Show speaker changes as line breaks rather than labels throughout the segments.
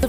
The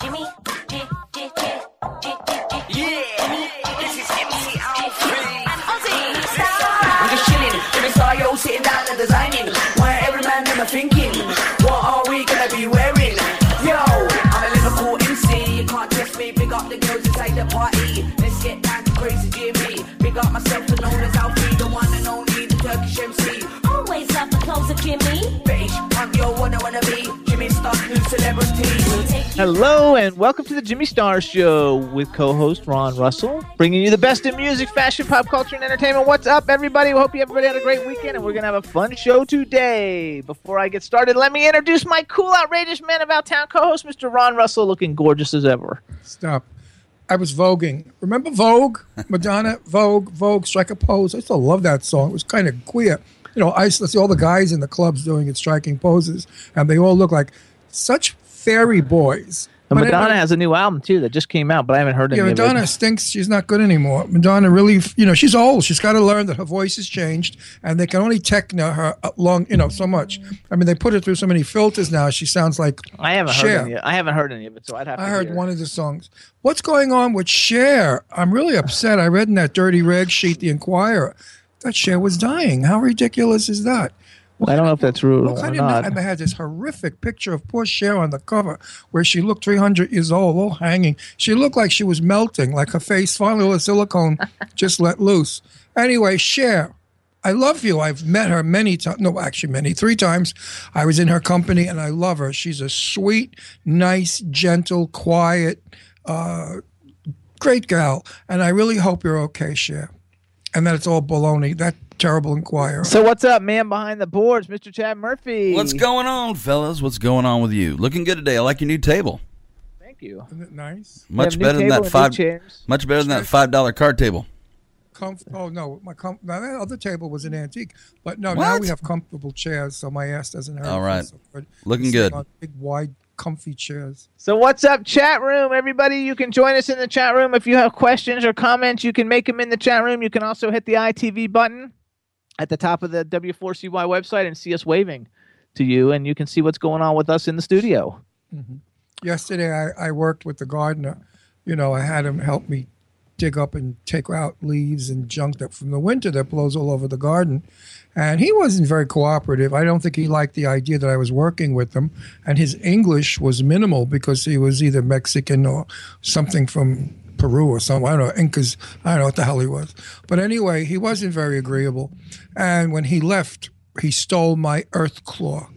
Jimmy, J, J, J, J, J, J. Yeah, this is MC Alfred. And Ozzy,
I'm just chilling, with a star yo sitting down and designing. Why every man in my thinking, what are we gonna be wearing? Yo, I'm a Liverpool MC, you can't test me. Big up the girls inside the party. Let's get down to crazy Jimmy. Big up myself and known as Alfie, the one and only the Turkish MC.
always love the clothes of Jimmy.
Bitch, I'm your one I wanna be. Jimmy Stark, new celebrity.
Hello and welcome to the Jimmy Star Show with co-host Ron Russell, bringing you the best in music, fashion, pop culture, and entertainment. What's up, everybody? We hope you everybody had a great weekend, and we're gonna have a fun show today. Before I get started, let me introduce my cool, outrageous man about town co-host, Mr. Ron Russell, looking gorgeous as ever.
Stop. I was voguing. Remember Vogue? Madonna, Vogue, Vogue, Strike a Pose. I still love that song. It was kind of queer. You know, I used to see all the guys in the clubs doing it, striking poses, and they all look like such fairy boys.
And
But
Madonna
anyway,
has a new album too that just came out, but I haven't heard
yeah,
any of
Madonna
it.
stinks. She's not good anymore. Madonna really, you know, she's old. She's got to learn that her voice has changed, and they can only techno her uh, long, you know, so much. I mean, they put her through so many filters now. She sounds like
I haven't
Cher.
heard any. I haven't heard any of it, so I'd have.
I
to
heard
hear.
one of the songs. What's going on with Cher? I'm really upset. I read in that dirty rag sheet, The Inquirer, that Cher was dying. How ridiculous is that?
I don't know if that's true
Look, I
or
didn't know-
not.
and they had this horrific picture of poor Cher on the cover where she looked 300 years old, all hanging. She looked like she was melting, like her face, finally, all the silicone just let loose. Anyway, Cher, I love you. I've met her many times. No, actually, many, three times. I was in her company and I love her. She's a sweet, nice, gentle, quiet, uh, great gal. And I really hope you're okay, Cher. And that it's all baloney, that terrible inquirer.
So what's up, man behind the boards, Mr. Chad Murphy?
What's going on, fellas? What's going on with you? Looking good today. I like your new table.
Thank you.
Isn't it nice?
Much
have new
better
table
than that
and new
five.
chairs.
Much better than that five dollar card table.
comf- oh no, my com- now that other table was an antique, but no, now
What?
we have comfortable chairs, so my ass doesn't hurt.
All
It
right.
feels so good.
Looking
Sitting
good.
on big, wide, comfy chairs.
So what's up, chat room? Everybody, you can join us in the chat room. If you have questions or comments, you can make them in the chat room. You can also hit the ITV button at the top of the W4CY website and see us waving to you, and you can see what's going on with us in the studio.
Yesterday, I, I worked with the gardener. You know, I had him help me dig up and take out leaves and junk that from the winter that blows all over the garden. And he wasn't very cooperative. I don't think he liked the idea that I was working with him. And his English was minimal because he was either Mexican or something from Peru or something. I don't know, Incas. I don't know what the hell he was. But anyway, he wasn't very agreeable. And when he left, he stole my earth claw.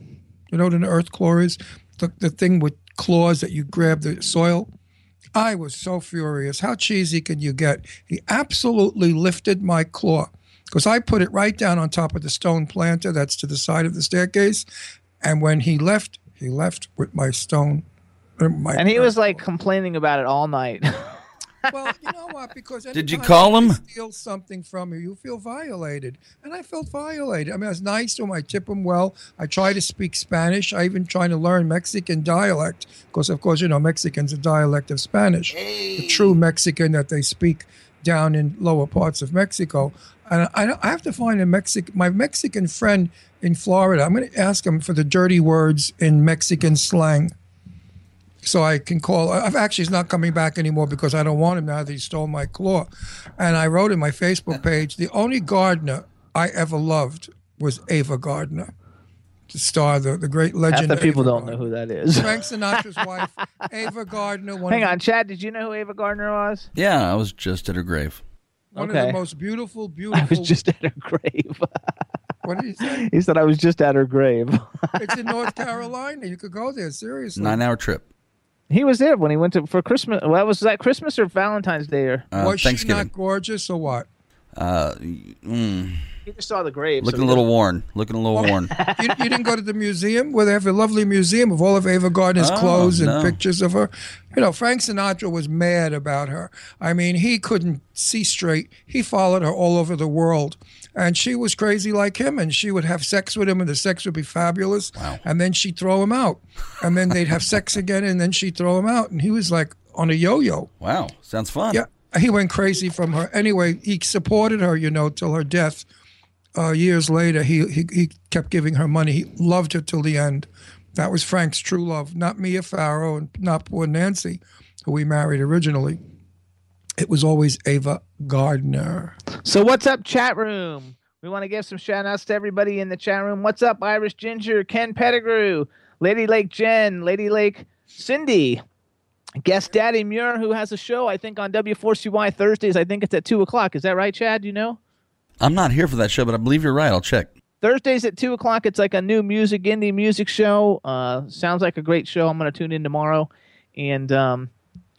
You know what an earth claw is? The, the thing with claws that you grab the soil. I was so furious. How cheesy can you get? He absolutely lifted my claw because I put it right down on top of the stone planter that's to the side of the staircase. And when he left, he left with my stone. uh, my-
And he was like complaining about it all night.
well, you know what? Because
Did you
anytime
call
somebody
him?
Steals something from you, you feel violated, and I felt violated. I mean, I was nice to him. I tip him well. I try to speak Spanish. I even try to learn Mexican dialect because, of course, you know Mexicans a dialect of Spanish, the true Mexican that they speak down in lower parts of Mexico. And I, I have to find a Mexican, my Mexican friend in Florida. I'm going to ask him for the dirty words in Mexican slang so I can call. I've actually he's not coming back anymore because I don't want him now that he stole my claw. And I wrote in my Facebook page the only gardener I ever loved was Ava Gardner. star, the, the great
Half
legend.
the people
Ava
don't know
Gardner.
who that is.
Frank Sinatra's wife, Ava Gardner. One
Hang
of,
on, Chad. Did you know who Ava Gardner was?
Yeah, I was just at her grave.
One of
Okay.
the most beautiful, beautiful.
I was just at her grave.
what did he say?
he said I was just at her grave.
It's in North Carolina. You could go there, seriously.
Nine hour trip.
he was there when he went to for Christmas. Well, was that Christmas or Valentine's Day? Or
Uh,
was she
Thanksgiving.
not gorgeous or what?
uh, mm,
he just saw the grave.
looking a little worn. Looking a little worn.
You, you didn't go to the museum where they have a lovely museum of all of Ava Gardner's
Oh,
clothes and
no.
pictures of her. You know, Frank Sinatra was mad about her. I mean, he couldn't see straight. He followed her all over the world. And she was crazy like him, and she would have sex with him, and the sex would be fabulous. Wow. And then she'd throw him out. And then they'd have sex again, and then she'd throw him out. And he was like on a yo yo.
Wow, sounds fun.
Yeah, he went crazy from her. Anyway, he supported her, you know, till her death. Uh, years later, he, he he kept giving her money. He loved her till the end. That was Frank's true love, not Mia Farrow and not poor Nancy, who he married originally. It was always Ava Gardner.
So what's up, chat room? We want to give some shout outs to everybody in the chat room. What's up, Irish Ginger, Ken Pettigrew, Lady Lake Jen, Lady Lake Cindy, guest Daddy Muir, who has a show, I think, on W4CY Thursdays. I think it's at 2 o'clock. Is that right, Chad? Do You know?
I'm not here for that show, but I believe you're right. I'll check.
Thursdays at 2 o'clock, it's like a new music, indie music show. Uh, sounds like a great show. I'm going to tune in tomorrow. And um,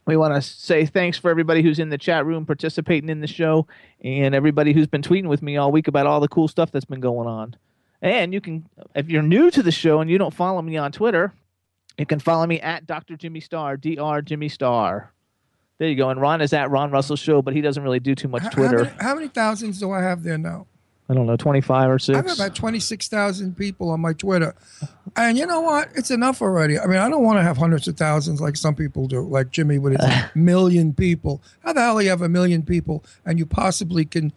we want to say thanks for everybody who's in the chat room participating in the show and everybody who's been tweeting with me all week about all the cool stuff that's been going on. And you can, if you're new to the show and you don't follow me on Twitter, you can follow me at Dr. Jimmy Star, Dr. Jimmy Star. There you go. And Ron is at Ron Russell Show, but he doesn't really do too much
H- How
Twitter.
many, how many thousands do I have there now?
I don't know, 25 or 6.
I have about 26,000 people on my Twitter. And you know what? It's enough already. I mean, I don't want to have hundreds of thousands like some people do, like Jimmy with his million people. How the hell do you have a million people and you possibly can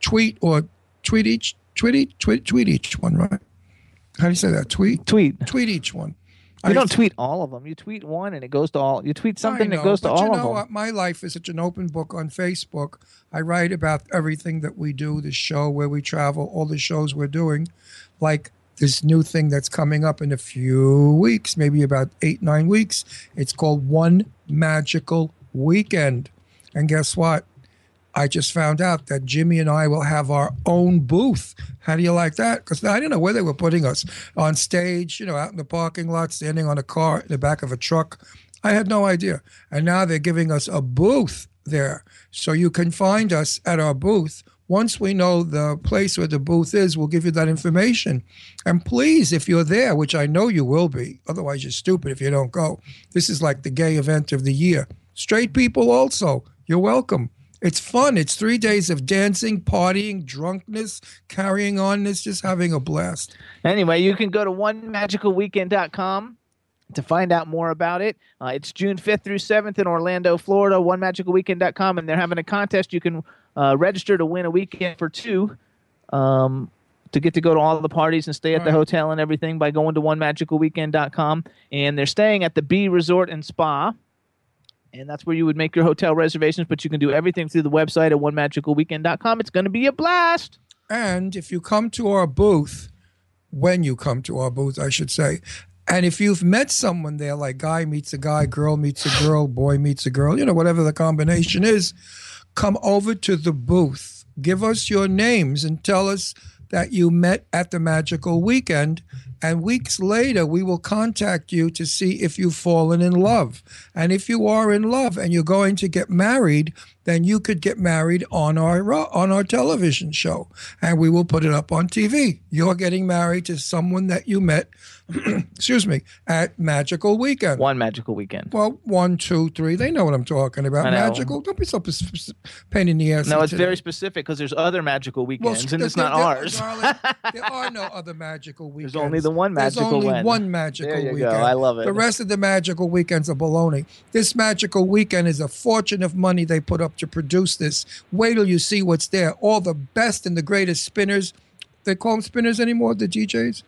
tweet or tweet each, tweet each, tweet, tweet each one, right? How do you say that? Tweet?
Tweet.
Tweet each one.
You don't tweet all of them. You tweet one and it goes to all. You tweet something
I
that
know,
goes to
but
all
you
of
know uh,
them.
what? My life is such an open book on Facebook. I write about everything that we do, the show where we travel, all the shows we're doing, like this new thing that's coming up in a few weeks, maybe about eight, nine weeks. It's called One Magical Weekend. And guess what? I just found out that Jimmy and I will have our own booth. How do you like that? Because I didn't know where they were putting us on stage, you know, out in the parking lot, standing on a car, in the back of a truck. I had no idea. And now they're giving us a booth there. So you can find us at our booth. Once we know the place where the booth is, we'll give you that information. And please, if you're there, which I know you will be, otherwise you're stupid if you don't go. This is like the gay event of the year. Straight people also, you're welcome. It's fun. It's three days of dancing, partying, drunkenness, carrying on. It's just having a blast.
Anyway, you can go to onemagicalweekend.com to find out more about it. Uh, it's June 5th through 7th in Orlando, Florida, onemagicalweekend.com, and they're having a contest. You can uh, register to win a weekend for two um, to get to go to all the parties and stay at the hotel and everything by going to onemagicalweekend.com. And they're staying at the B Resort and Spa. And that's where you would make your hotel reservations, but you can do everything through the website at onemagicalweekend.com. It's going to be a blast.
And if you come to our booth, when you come to our booth, I should say, and if you've met someone there, like guy meets a guy, girl meets a girl, boy meets a girl, you know, whatever the combination is, come over to the booth. Give us your names and tell us that you met at the magical weekend. And weeks later, we will contact you to see if you've fallen in love. And if you are in love and you're going to get married, then you could get married on our ro- on our television show, and we will put it up on TV. You're getting married to someone that you met, excuse me, at Magical Weekend.
One magical weekend.
Well, one, two, three. They know what I'm talking about.
I know.
Magical. Don't be so p- p- pain in the ass.
No, it's
today.
very specific because there's other magical
Well,
weekends, and
there-
it's not
there- there-
ours.
darling, there are no other magical weekends.
only the one
There's
magical
only
one.
one magical
There you go.
weekend.
I love it.
The rest of the magical weekends are baloney. This magical weekend is a fortune of money they put up to produce this. Wait till you see what's there. All the best and the greatest spinners. They call them spinners anymore, the DJs?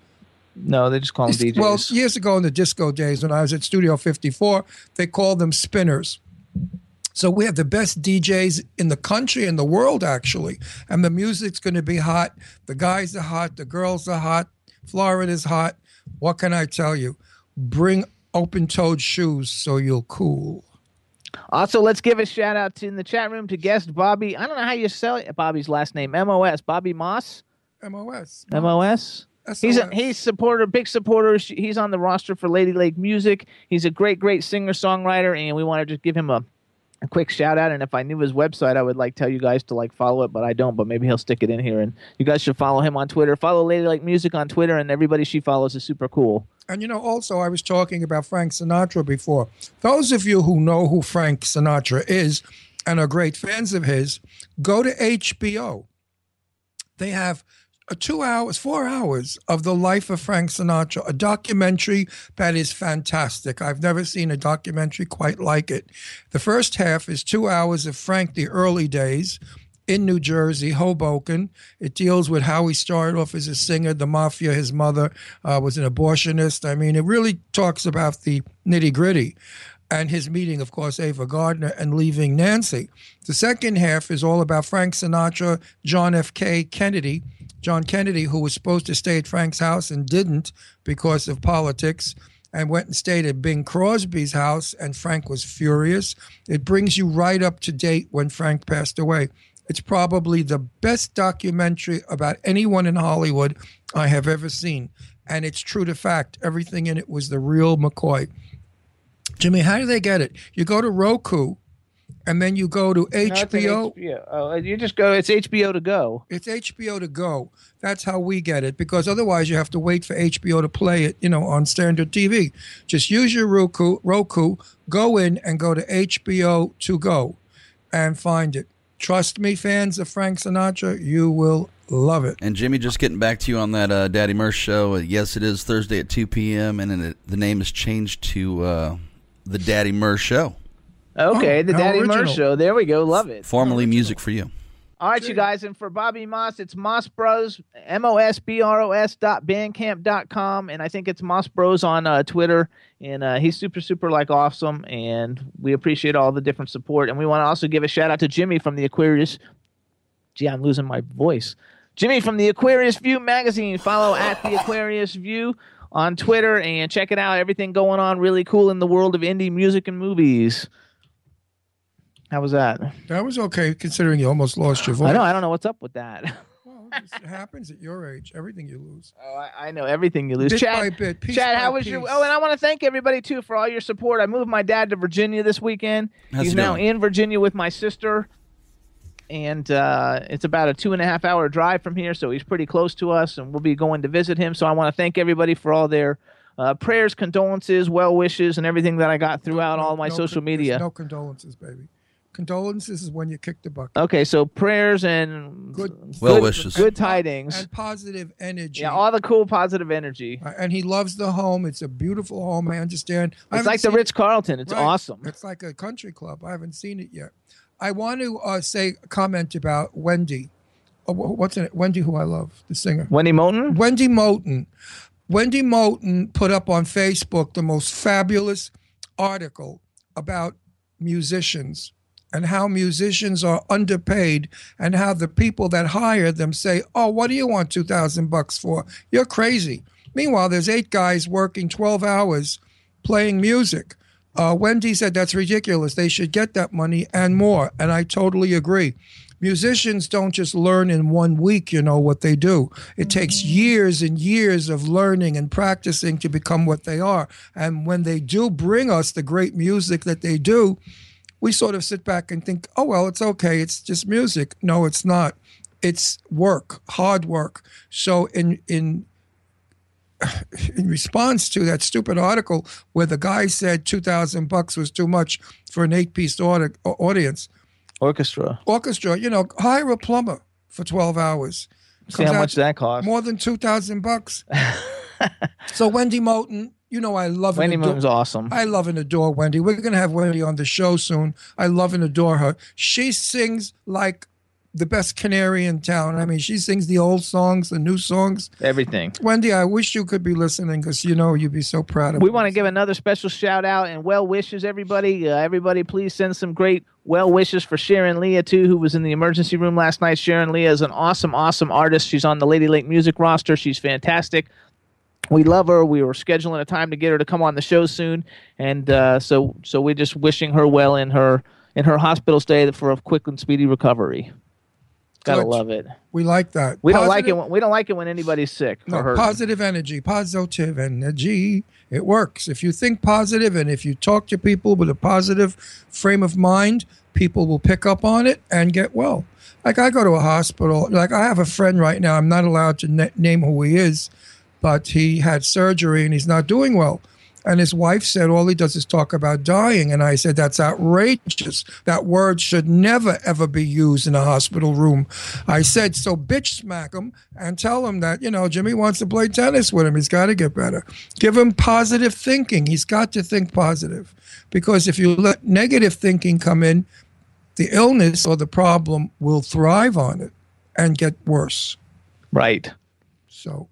No, they just call them DJs.
Well, years ago in the disco days when I was at Studio 54, they called them spinners. So we have the best DJs in the country and the world, actually. And the music's going to be hot. The guys are hot. The girls are hot. Florida's hot. What can I tell you? Bring open toed shoes so you'll cool.
Also, let's give a shout out to in the chat room to guest Bobby. I don't know how you sell it, Bobby's last name. MOS. Bobby Moss.
MOS.
MOS.
SOS.
He's a, he's supporter, big supporter. Sh- He's on the roster for Lady Lake Music. He's a great, great singer songwriter, and we want to just give him a, a quick shout out. And if I knew his website, I would like tell you guys to like follow it, but I don't. But maybe he'll stick it in here, and you guys should follow him on Twitter. Follow Lady Lake Music on Twitter, and everybody she follows is super cool.
And you know, also, I was talking about Frank Sinatra before. Those of you who know who Frank Sinatra is and are great fans of his, go to HBO. They have uh, two hours, four hours of the life of Frank Sinatra, a documentary that is fantastic. I've never seen a documentary quite like it. The first half is two hours of Frank, the early days in New Jersey, Hoboken. It deals with how he started off as a singer, the mafia, his mother uh, was an abortionist. I mean, it really talks about the nitty gritty and his meeting, of course, Ava Gardner and leaving Nancy. The second half is all about Frank Sinatra, John F. K. Kennedy. John Kennedy, who was supposed to stay at Frank's house and didn't because of politics and went and stayed at Bing Crosby's house, and Frank was furious. It brings you right up to date when Frank passed away. It's probably the best documentary about anyone in Hollywood I have ever seen. And it's true to fact. Everything in it was the real McCoy. Jimmy, how do they get it? You go to Roku and then you go to
No, it's an
HBO.
HBO. Oh, you just go. It's HBO to go.
It's HBO to go. That's how we get it because otherwise you have to wait for HBO to play it, you know, on standard TV. Just use your Roku, Roku, go in and go to HBO to go and find it. Trust me, fans of Frank Sinatra, you will love it.
And Jimmy, just getting back to you on that uh, Daddy Murph show. uh, Yes, it is Thursday at 2 p.m., and then it, the name is changed to uh, the Daddy Murph Show,
Okay,
Oh,
the
how
Daddy Murph
original.
Show. There we go. Love it.
formerly Music for You.
All right, you guys, and for Bobby Moss, it's Moss Bros, M O S B R O S dot bandcamp dot com, and I think it's Moss Bros on uh, Twitter. And uh, he's super, super like awesome, and we appreciate all the different support. And we want to also give a shout out to Jimmy from the Aquarius. Gee, I'm losing my voice. Jimmy from the Aquarius View magazine. Follow at the Aquarius View on Twitter and check it out. Everything going on really cool in the world of indie music and movies. How was that?
That was okay considering you almost lost your voice.
I know. I don't know what's up with that.
Well, it happens at your age. Everything you lose.
Oh, I, I know everything you lose.
Bit
Chad,
by bit, piece
Chad,
by
how was your?
piece.
Oh, and I want to thank everybody too for all your support. I moved my dad to Virginia this weekend.
How's
He's
he
now
doing?
in Virginia with my sister, and uh, it's about a two and a half hour drive from here, so he's pretty close to us, and we'll be going to visit him. So I want to thank everybody for all their uh, prayers, condolences, well wishes, and everything that I got throughout all my
No
social
con- there's
media.
No condolences, baby. Condolences is when you kick the bucket.
Okay, so prayers and
Good-
Well wishes.
good tidings.
And positive energy.
Yeah, all the cool positive energy.
Uh, and he loves the home. It's a beautiful home. I understand. I
It's
haven't
like the
seen-
Ritz Carlton. It's
Right.
awesome.
It's like a country club. I haven't seen it yet. I want to uh, say comment about Wendy. Uh, wh- what's in it? Wendy, who I love, the singer.
Wendy Moulton.
Wendy Moulton. Wendy Moulton put up on Facebook the most fabulous article about musicians and how musicians are underpaid and how the people that hire them say, "Oh, what do you want 2000 bucks for? You're crazy." Meanwhile, there's eight guys working 12 hours playing music. Uh, Wendy said that's ridiculous. They should get that money and more. And I totally agree. Musicians don't just learn in one week, you know, what they do. It takes years and years of learning and practicing to become what they are. And when they do bring us the great music that they do, we sort of sit back and think, oh, well, it's okay. It's just music. No, it's not. It's work, hard work. So, in, in in response to that stupid article where the guy said 2000 bucks was too much for an eight piece audience
Orchestra.
orchestra you know hire a plumber for 12 hours
See how much that costs.
more than 2000 bucks so wendy moulton you know i love
Wendy
and adore-
Moon's awesome.
I love and adore Wendy. We're going to have Wendy on the show soon. I love and adore her. She sings like the best canary in town. I mean, she sings the old songs, the new songs.
Everything.
Wendy, I wish you could be listening because you know you'd be so proud of
We
us.
want to give another special shout out and well wishes, everybody. Uh, everybody, please send some great well wishes for Sharon Leah, too, who was in the emergency room last night. Sharon Leah is an awesome, awesome artist. She's on the Lady Lake music roster. She's fantastic. we love her. We were scheduling a time to get her to come on the show soon, and uh, so so we're just wishing her well in her in her hospital stay for a quick and speedy recovery. Gotta
Good.
love it.
We like that.
We
Positive-
don't like it. When, we don't like it when anybody's sick or
No,
hurt.
positive energy, positive energy. It works. If you think positive and if you talk to people with a positive frame of mind, people will pick up on it and get well. Like I go to a hospital, like I have a friend right now, I'm not allowed to na- name who he is, but he had surgery and he's not doing well. And his wife said, All he does is talk about dying. And I said, That's outrageous. That word should never, ever be used in a hospital room. I said, So bitch smack him and tell him that, you know, Jimmy wants to play tennis with him. He's got to get better. Give him positive thinking. He's got to think positive. Because if you let negative thinking come in, the illness or the problem will thrive on it and get worse.
Right.
So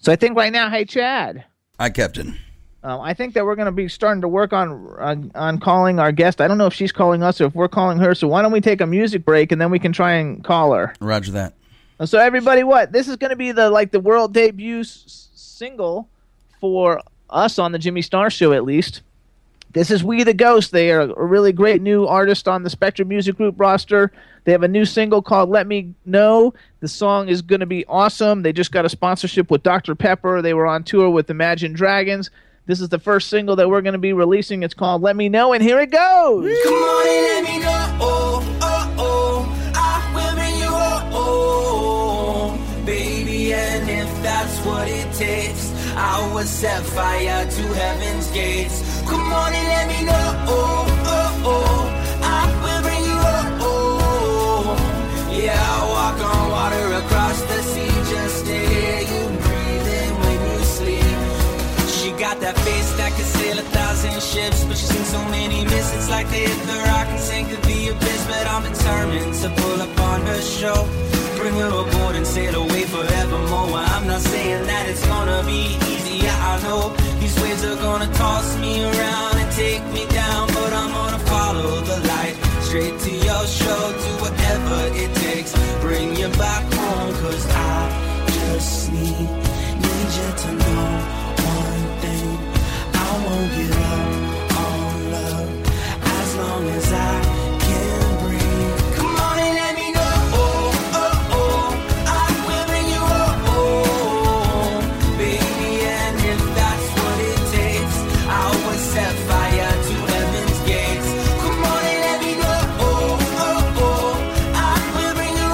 So I think right now, hey Chad,
Hi, Captain.
um, I think that we're going to be starting to work on on on calling our guest. I don't know if she's calling us or if we're calling her. So why don't we take a music break and then we can try and call her.
Roger that.
So everybody, what this is going to be the like the world debut s- single for us on the Jimmy Star Show at least. This is We the Ghost. They are a really great new artist on the Spectrum Music Group roster. They have a new single called Let Me Know. The song is going to be awesome. They just got a sponsorship with Dr. Pepper. They were on tour with Imagine Dragons. This is the first single that we're going to be releasing. It's called Let Me Know, and here it goes.
Come on and let me know. Oh, oh, oh. I will bring you home, baby. And if that's what it takes, I will set fire to heaven's gates. Come on and let me know. Oh, oh, oh. I will bring you home. Yeah, I'll walk on water across the sea. Just stay you breathing when you sleep. She got that face that could sail a thousand ships, but she's seen so many miss. It's like they hit the rock and sink to the abyss. But I'm determined to pull up on her show, bring her aboard and sail away forevermore. Well, I'm not saying that it's gonna be easy. Yeah, I know these waves are gonna toss me around and take me down, but I'm gonna follow the light straight to your show. Do whatever it takes, bring you back home, cause I just need need you to know one thing. I won't give up on love as long as I can breathe. Come on and let me know. Oh, oh, oh. I will bring you home, baby. And if that's what it takes, I will set fire to heaven's gates. Come on and let me know. Oh, oh, oh. I will bring you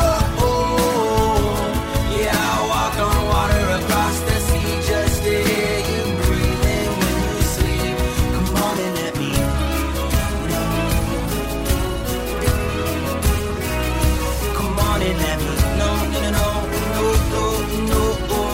home. Yeah, I walk on water across the sea. Just hear you breathing when you sleep. Come on and let me know. Come on and let me know. No, no, no, no, no, no.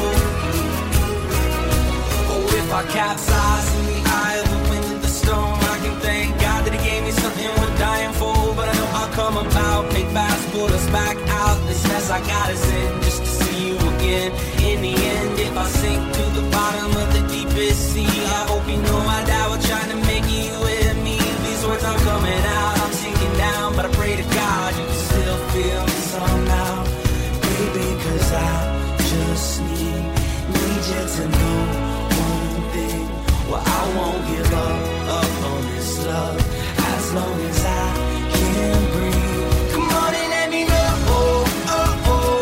Oh, if I capsize in the eye of the wind and the storm, I can thank God that He gave me something worth dying for. But I know I'll come about. Big bass pull us back out. This mess I got us in just to see you again. In the end, if I sink to the bottom of the deepest sea, I hope you know I die while trying to make you with me. These words are coming out. I'm sinking down, but I pray to God you can still feel me somehow. Baby, cause I just need, need you to know one thing. Well, I won't give up, up on this love as long as I can breathe. Come on and let me know. Oh, oh, oh.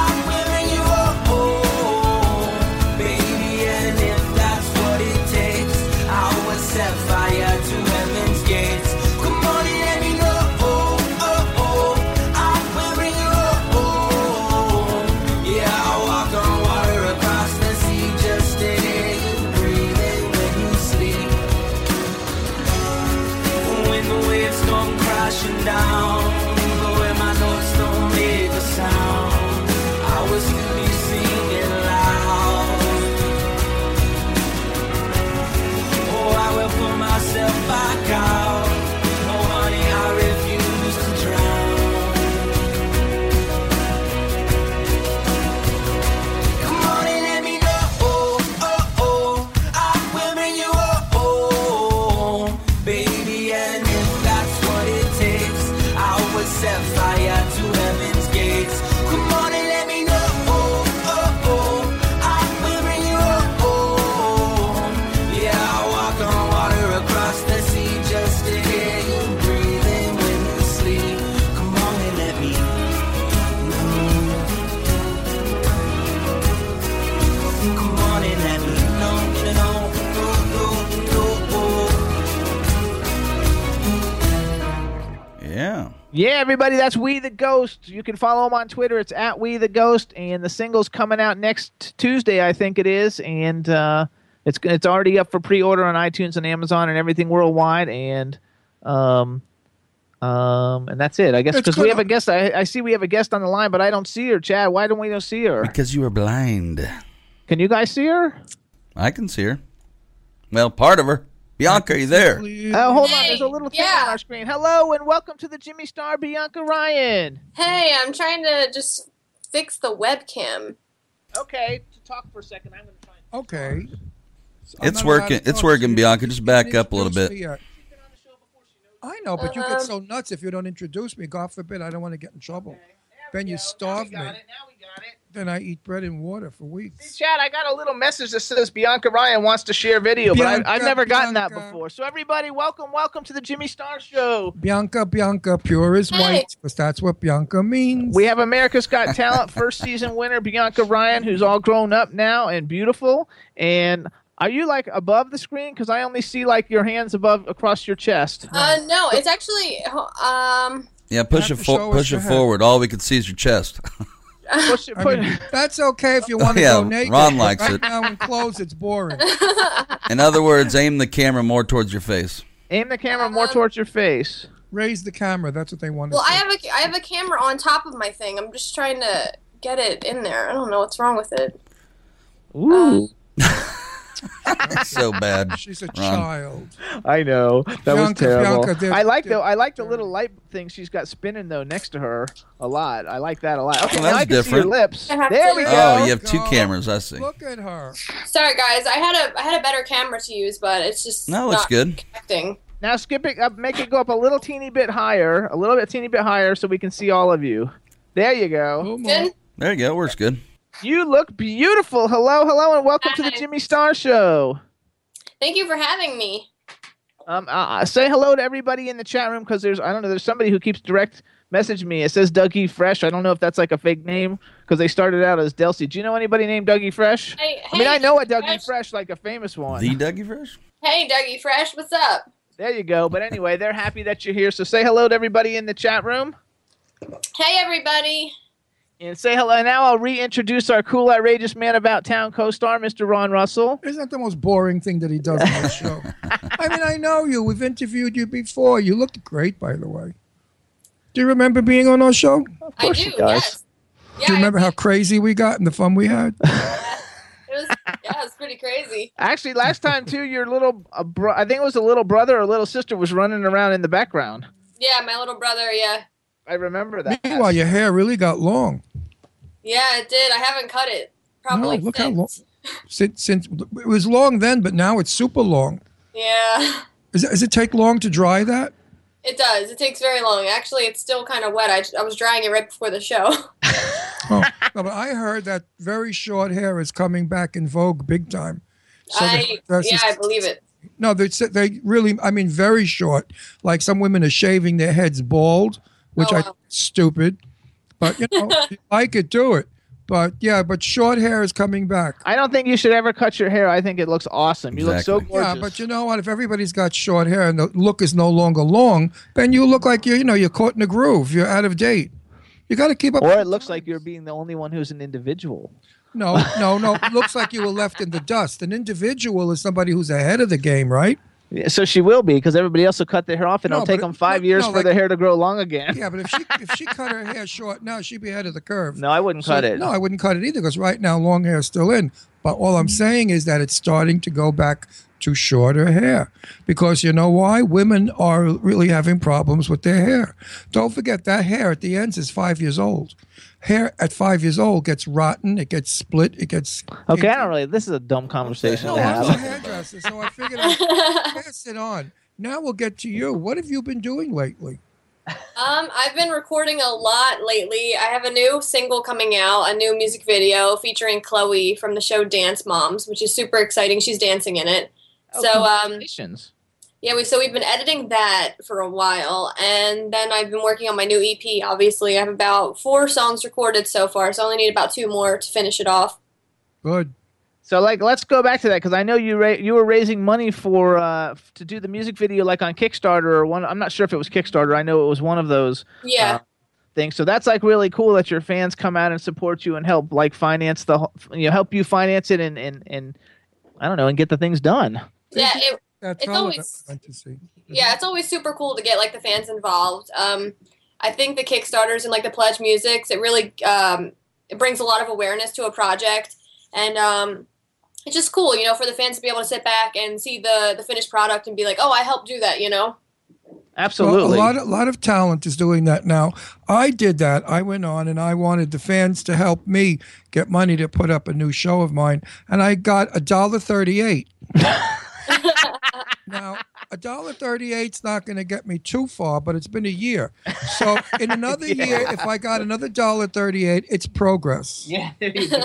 I'm wearing you home, baby. And if that's what it takes, I will set fire to heaven's gates. Come on and let me know. Oh, oh, oh. I'm wearing you home. Yeah, I walk on water across the sea. Just stay breathing when you sleep. When the waves come crashing down, even when my notes don't make a sound, I will still be singing loud. Oh, I will pull myself back out. Oh, honey, I refuse to drown. Come on and let me know. Oh, oh, oh. I will bring you home, baby. And if that's what it takes,
Yeah, everybody, that's We the Ghost. You can follow him on Twitter. It's at We the Ghost, and the single's coming out next Tuesday, I think it is, and uh, it's it's already up for pre-order on iTunes and Amazon and everything worldwide, and um, um, and that's it, I guess,
It's
because we
good.
have a guest. I, I see we have a guest on the line, but I don't see her, Chad. Why don't we don't see her?
Because you were blind.
Can you guys see her?
I can see her. Well, part of her. Bianca, are you there?
Uh, hold on, there's a little thing
yeah.
on our screen. Hello, and welcome to the Jimmy Star Bianca Ryan.
Hey, I'm trying to just fix the webcam.
Okay, to talk for a second, I'm going to try. and-
Okay. I'm
It's
not allowed
working.
to
It's
talk.
working, Bianca. Just back
didn't
up a little
introduce
bit.
me yet. I know, but you
Uh-huh.
Um,
get so nuts if you don't introduce me. God forbid, I don't want to get in trouble. Then you starve
Now we got
me.
it. Now we got it.
Then I eat bread and water for weeks.
Chad, I got a little message that says Bianca Ryan wants to share video, but
Bianca,
I, I've never gotten that
Bianca.
before. So everybody, welcome, welcome to the Jimmy Star Show.
Bianca, Bianca, pure as
Hey.
white, because that's what Bianca means.
We have America's Got Talent first season winner Bianca Ryan, who's all grown up now and beautiful. And are you like above the screen? Because I only see like your hands above across your chest.
Uh, no, it's actually um.
Yeah, push
have to
it for,
show us
push
your
it
hand.
forward. All we can see is your chest.
Push it, Oh,
I
put-
mean, that's okay if you want to
yeah,
go naked.
Ron
but
likes
right
it.
now in clothes, it's boring.
In other words, aim the camera more towards your face.
aim the camera more towards your face.
Raise the camera. That's what they want to
Well, I
say.
have a I have a camera on top of my thing. I'm just trying to get it in there. I don't know what's wrong with it.
Ooh,
so bad.
She's a
Ron.
child.
I know that was
Bianca,
terrible.
Bianca, they're-
I like the
they're-
I like the little light thing she's got spinning though next to her a lot. I like that a lot. Okay,
Well,
now
that's
I can see your
different.
lips.
I have
There
to-
we go.
Oh, you have two
God.
cameras. I see.
Look at her.
Sorry, guys. I had a I had a better camera to use, but it's just
No, it's
not
good.
Connecting.
Now skip it up, make it go up a little teeny bit higher, a little bit teeny bit higher, so we can see all of you. There you go.
Boom,
Good.
There you go. Works good.
You look beautiful. Hello, hello, and welcome to the
Hi.
Jimmy Star Show.
Thank you for having me.
Um, uh, say hello to everybody in the chat room because there's I don't know there's somebody who keeps direct messaging me. It says Dougie Fresh. I don't know if that's like a fake name because they started out as Delcy. Do you know anybody named Dougie Fresh?
Hey, hey,
I mean, I know a Dougie
Fresh.
Fresh, like a famous one.
The Dougie Fresh?
Hey, Dougie Fresh, what's up?
There you go. But anyway, they're happy that you're here. So say hello to everybody in the chat room.
Hey, everybody.
And say hello. And now I'll reintroduce our cool, outrageous man about town co-star, Mr. Ron Russell.
Isn't that the most boring thing that he does on the show? I mean, I know you. We've interviewed you before. You looked great, by the way. Do you remember being on our show?
Of
I
course
do.
he does.
Yes. Yeah,
Do you remember how crazy we got and the fun we had?
It was, yeah, it was pretty crazy.
Actually, last time too, your little, uh, bro- I think it was a little brother or little sister was running around in the background.
Yeah, my little brother. Yeah,
I remember that.
Meanwhile, your hair really got long.
yeah, it did. I haven't cut it.
No,
Probably.
look how
since.
long. Since, since it was long then, but now it's super long.
Yeah,
Is, it- does it take long to dry that?
it does. It takes very long. Actually, it's still kind of wet. I, j- I was drying it right before the show.
Oh, no, but I heard that very short hair is coming back in vogue big time. So
I
the- that's
yeah,
just-
I believe it.
No, they said- they really. I mean, very short. Like some women are shaving their heads bald, which
Oh,
I
wow.
think is stupid. But you know, if you like it, do it. But yeah, but short hair is coming back.
I don't think you should ever cut your hair. I think it looks awesome. You look so
Exactly.
gorgeous.
Yeah, but you know what? If everybody's got short hair and the look is no longer long, then you look like you are you know you're caught in a groove. You're out of date. You got to keep up.
or it looks like you're being the only one who's an individual.
No, no, no. It looks like you were left in the dust. An individual is somebody who's ahead of the game, right?
Yeah, so she will be because everybody else will cut their hair off, and
No,
it'll take
but it-
them five
no,
years
no,
for
like-
their hair to grow long again.
Yeah, but if she if she cut her hair short now, she'd be ahead of the curve.
No, I wouldn't
So-
cut it.
No, I wouldn't cut it either because right now long hair is still in. But all I'm saying is that it's starting to go back to shorter hair because you know why? Women are really having problems with their hair. Don't forget that hair at the ends is five years old. Hair at five years old gets rotten, it gets split, it gets.
okay, I don't really. This is a dumb conversation
No,
to
I was a
have.
hairdresser, so I figured I'd pass it on. Now we'll get to you. What have you been doing lately?
Um, I've been recording a lot lately. I have a new single coming out, a new music video featuring Chloe from the show Dance Moms, which is super exciting. She's dancing in it.
Oh,
So um,
Congratulations.
yeah, we so we've been editing that for a while, and then I've been working on my new EP. Obviously, I have about four songs recorded so far, so I only need about two more to finish it off.
Good.
So like, let's go back to that because I know you ra- you were raising money for uh, f- to do the music video like on Kickstarter or one. I'm not sure if it was Kickstarter. I know it was one of those
Yeah.
things. So that's like really cool that your fans come out and support you and help like finance the whole- you know help you finance it and and and I don't know and get the things done.
yeah, it,
That's
It's
all
always-
that I went to see.
yeah, it's always super cool to get like the fans involved. Um, I think the Kickstarters and like the pledge musics, it really um, it brings a lot of awareness to a project, and um, it's just cool, you know, for the fans to be able to sit back and see the the finished product and be like, oh, I helped do that, you know.
Absolutely.
Well, a lot, of, lot of talent is doing that now. I did that. I went on and I wanted the fans to help me get money to put up a new show of mine, and I got a dollar thirty-eight. now, a dollar thirty-eight's not going to get me too far, but it's been a year. So, in another year, if I got another dollar thirty-eight, it's progress.
yeah, there you go.